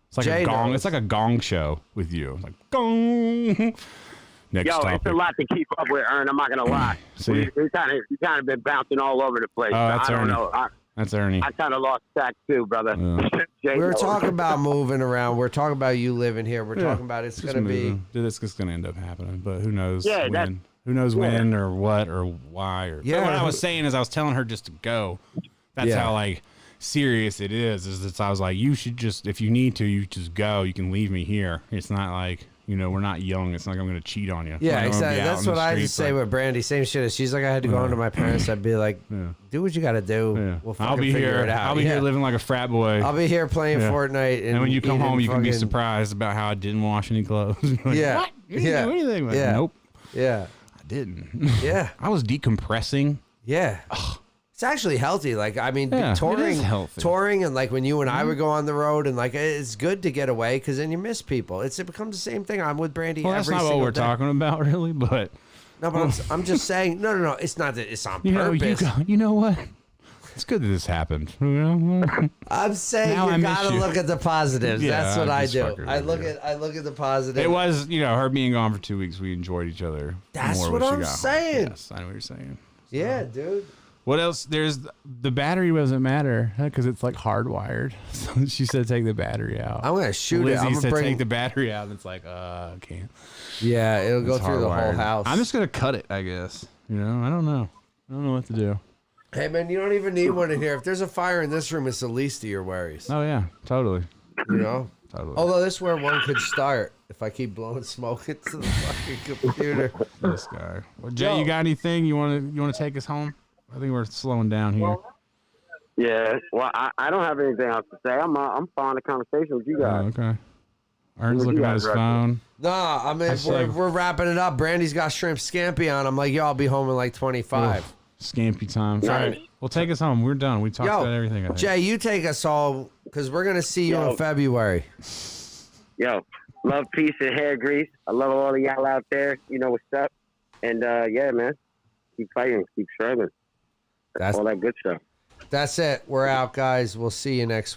C: it's like
B: Jay
C: a gong.
B: knows.
C: It's like a gong show with you. It's like gong. [laughs] Next
D: Yo,
C: topic.
D: it's a lot to keep up with, Ern. I'm not gonna lie.
C: [clears throat] See?
D: we we kind of we kind of been bouncing all over the place.
C: Oh,
D: so
C: that's
D: I don't
C: Ernie.
D: know. I,
C: That's Ernie.
D: I kind of lost track too, brother. [laughs] Jay
B: We were
D: knows.
B: talking about moving around. We're talking about you living here. We're
C: Yeah.
B: talking about it's
C: Just
B: gonna be.
C: moving. Dude, That's just gonna end up happening, but who knows
D: Yeah, that's-
C: when? Who knows when or what or why or?
B: Yeah.
C: But what I was saying is, I was telling her just to go. That's
B: Yeah.
C: how like serious it is. Is that I was like, you should just, if you need to, you just go. You can leave me here. It's not like, you know, we're not young. It's not like I'm going to cheat on you. I'm not
B: Yeah,
C: gonna be
B: exactly.
C: out
B: That's
C: in
B: what
C: the
B: I
C: streets,
B: just say
C: like,
B: with Brandy. Same shit. If she's like, I had to go home to my parents, I'd be like, do what you got to do.
C: yeah.
B: We'll fucking
C: I'll be
B: figure
C: here.
B: it out.
C: I'll be
B: Yeah.
C: here living like a frat boy.
B: I'll be here playing
C: Yeah.
B: Fortnite. And,
C: and when you come
B: eating
C: home, you can be
B: fucking-
C: surprised about how I didn't wash any clothes. [laughs] Like,
B: Yeah.
C: What? You didn't
B: Yeah.
C: do anything. Like,
B: Yeah.
C: Nope.
B: Yeah.
C: I didn't. [laughs]
B: Yeah.
C: I was decompressing.
B: Yeah. It's actually healthy. Like I mean,
C: Yeah, it is
B: touring,
C: healthy. Mm-hmm.
B: touring, and like when you and I would go on the road, and like it's good to get away because then you miss people. It's it becomes the same thing. I'm with Brandy
C: Well, that's
B: every
C: not
B: single
C: what we're
B: day.
C: talking about, really. But [laughs]
B: No, but I'm, s- I'm just saying. No, no, no. It's not that it's on
C: you know, you
B: purpose.
C: go, you know what? It's good that this happened. [laughs] You know?
B: I'm saying
C: Now
B: you
C: I miss
B: gotta
C: you.
B: look at the positives.
C: Yeah,
B: That's what
C: I
B: I,
C: just
B: do.
C: fucking
B: I
C: love
B: look
C: you.
B: at I look at the positive.
C: it was, you know, her being gone for two weeks. We enjoyed each other.
B: That's
C: more
B: what
C: when she
B: I'm
C: got home.
B: saying.
C: Yes, I know what you're saying.
B: yeah, dude.
C: What else? There's the battery doesn't matter because it's like hardwired. [laughs] So she said take the battery out.
B: I'm gonna shoot
C: Lizzie
B: it. I'm gonna
C: said
B: bring.
C: take the battery out, and it's like, uh, I can't.
B: yeah, it'll go
C: It's
B: through the whole
C: hardwired.
B: house.
C: I'm just gonna cut it, I guess. You know, I don't know. I don't know what to do.
B: hey man, you don't even need one in here. If there's a fire in this room, it's the least of your worries.
C: Oh yeah, totally,
B: You know.
C: totally.
B: Although this is where one could start if I keep blowing smoke [laughs] into the fucking computer.
C: this guy. Well, Jay,
B: Yo.
C: you got anything you want to you want to take us home? I think we're slowing down here.
D: Yeah. Well, I, I don't have anything else to say. I'm uh, I'm following the conversation with you
C: Oh,
D: guys.
C: okay. Ern's
D: What do you
C: looking
D: got,
C: at his
D: Roger?
C: phone.
B: Nah, I mean
C: That's
B: we're,
C: like-
B: we're wrapping it up. Brandy's got shrimp scampi on. I'm like, yo, I'll be home in like 25.
C: Ugh, Scampy time. All
D: Right.
C: right. Well, take us home. We're done. We talked
B: Yo,
C: about everything. I think.
B: Jay, you take us all because we're gonna see you
D: Yo.
B: in February.
D: Yo, love, peace, and hair grease. I love all of y'all out there. You know what's up. And uh, yeah, man, keep fighting, keep striving,
B: That's
D: all that good stuff.
B: that's it. We're out, guys. We'll see you next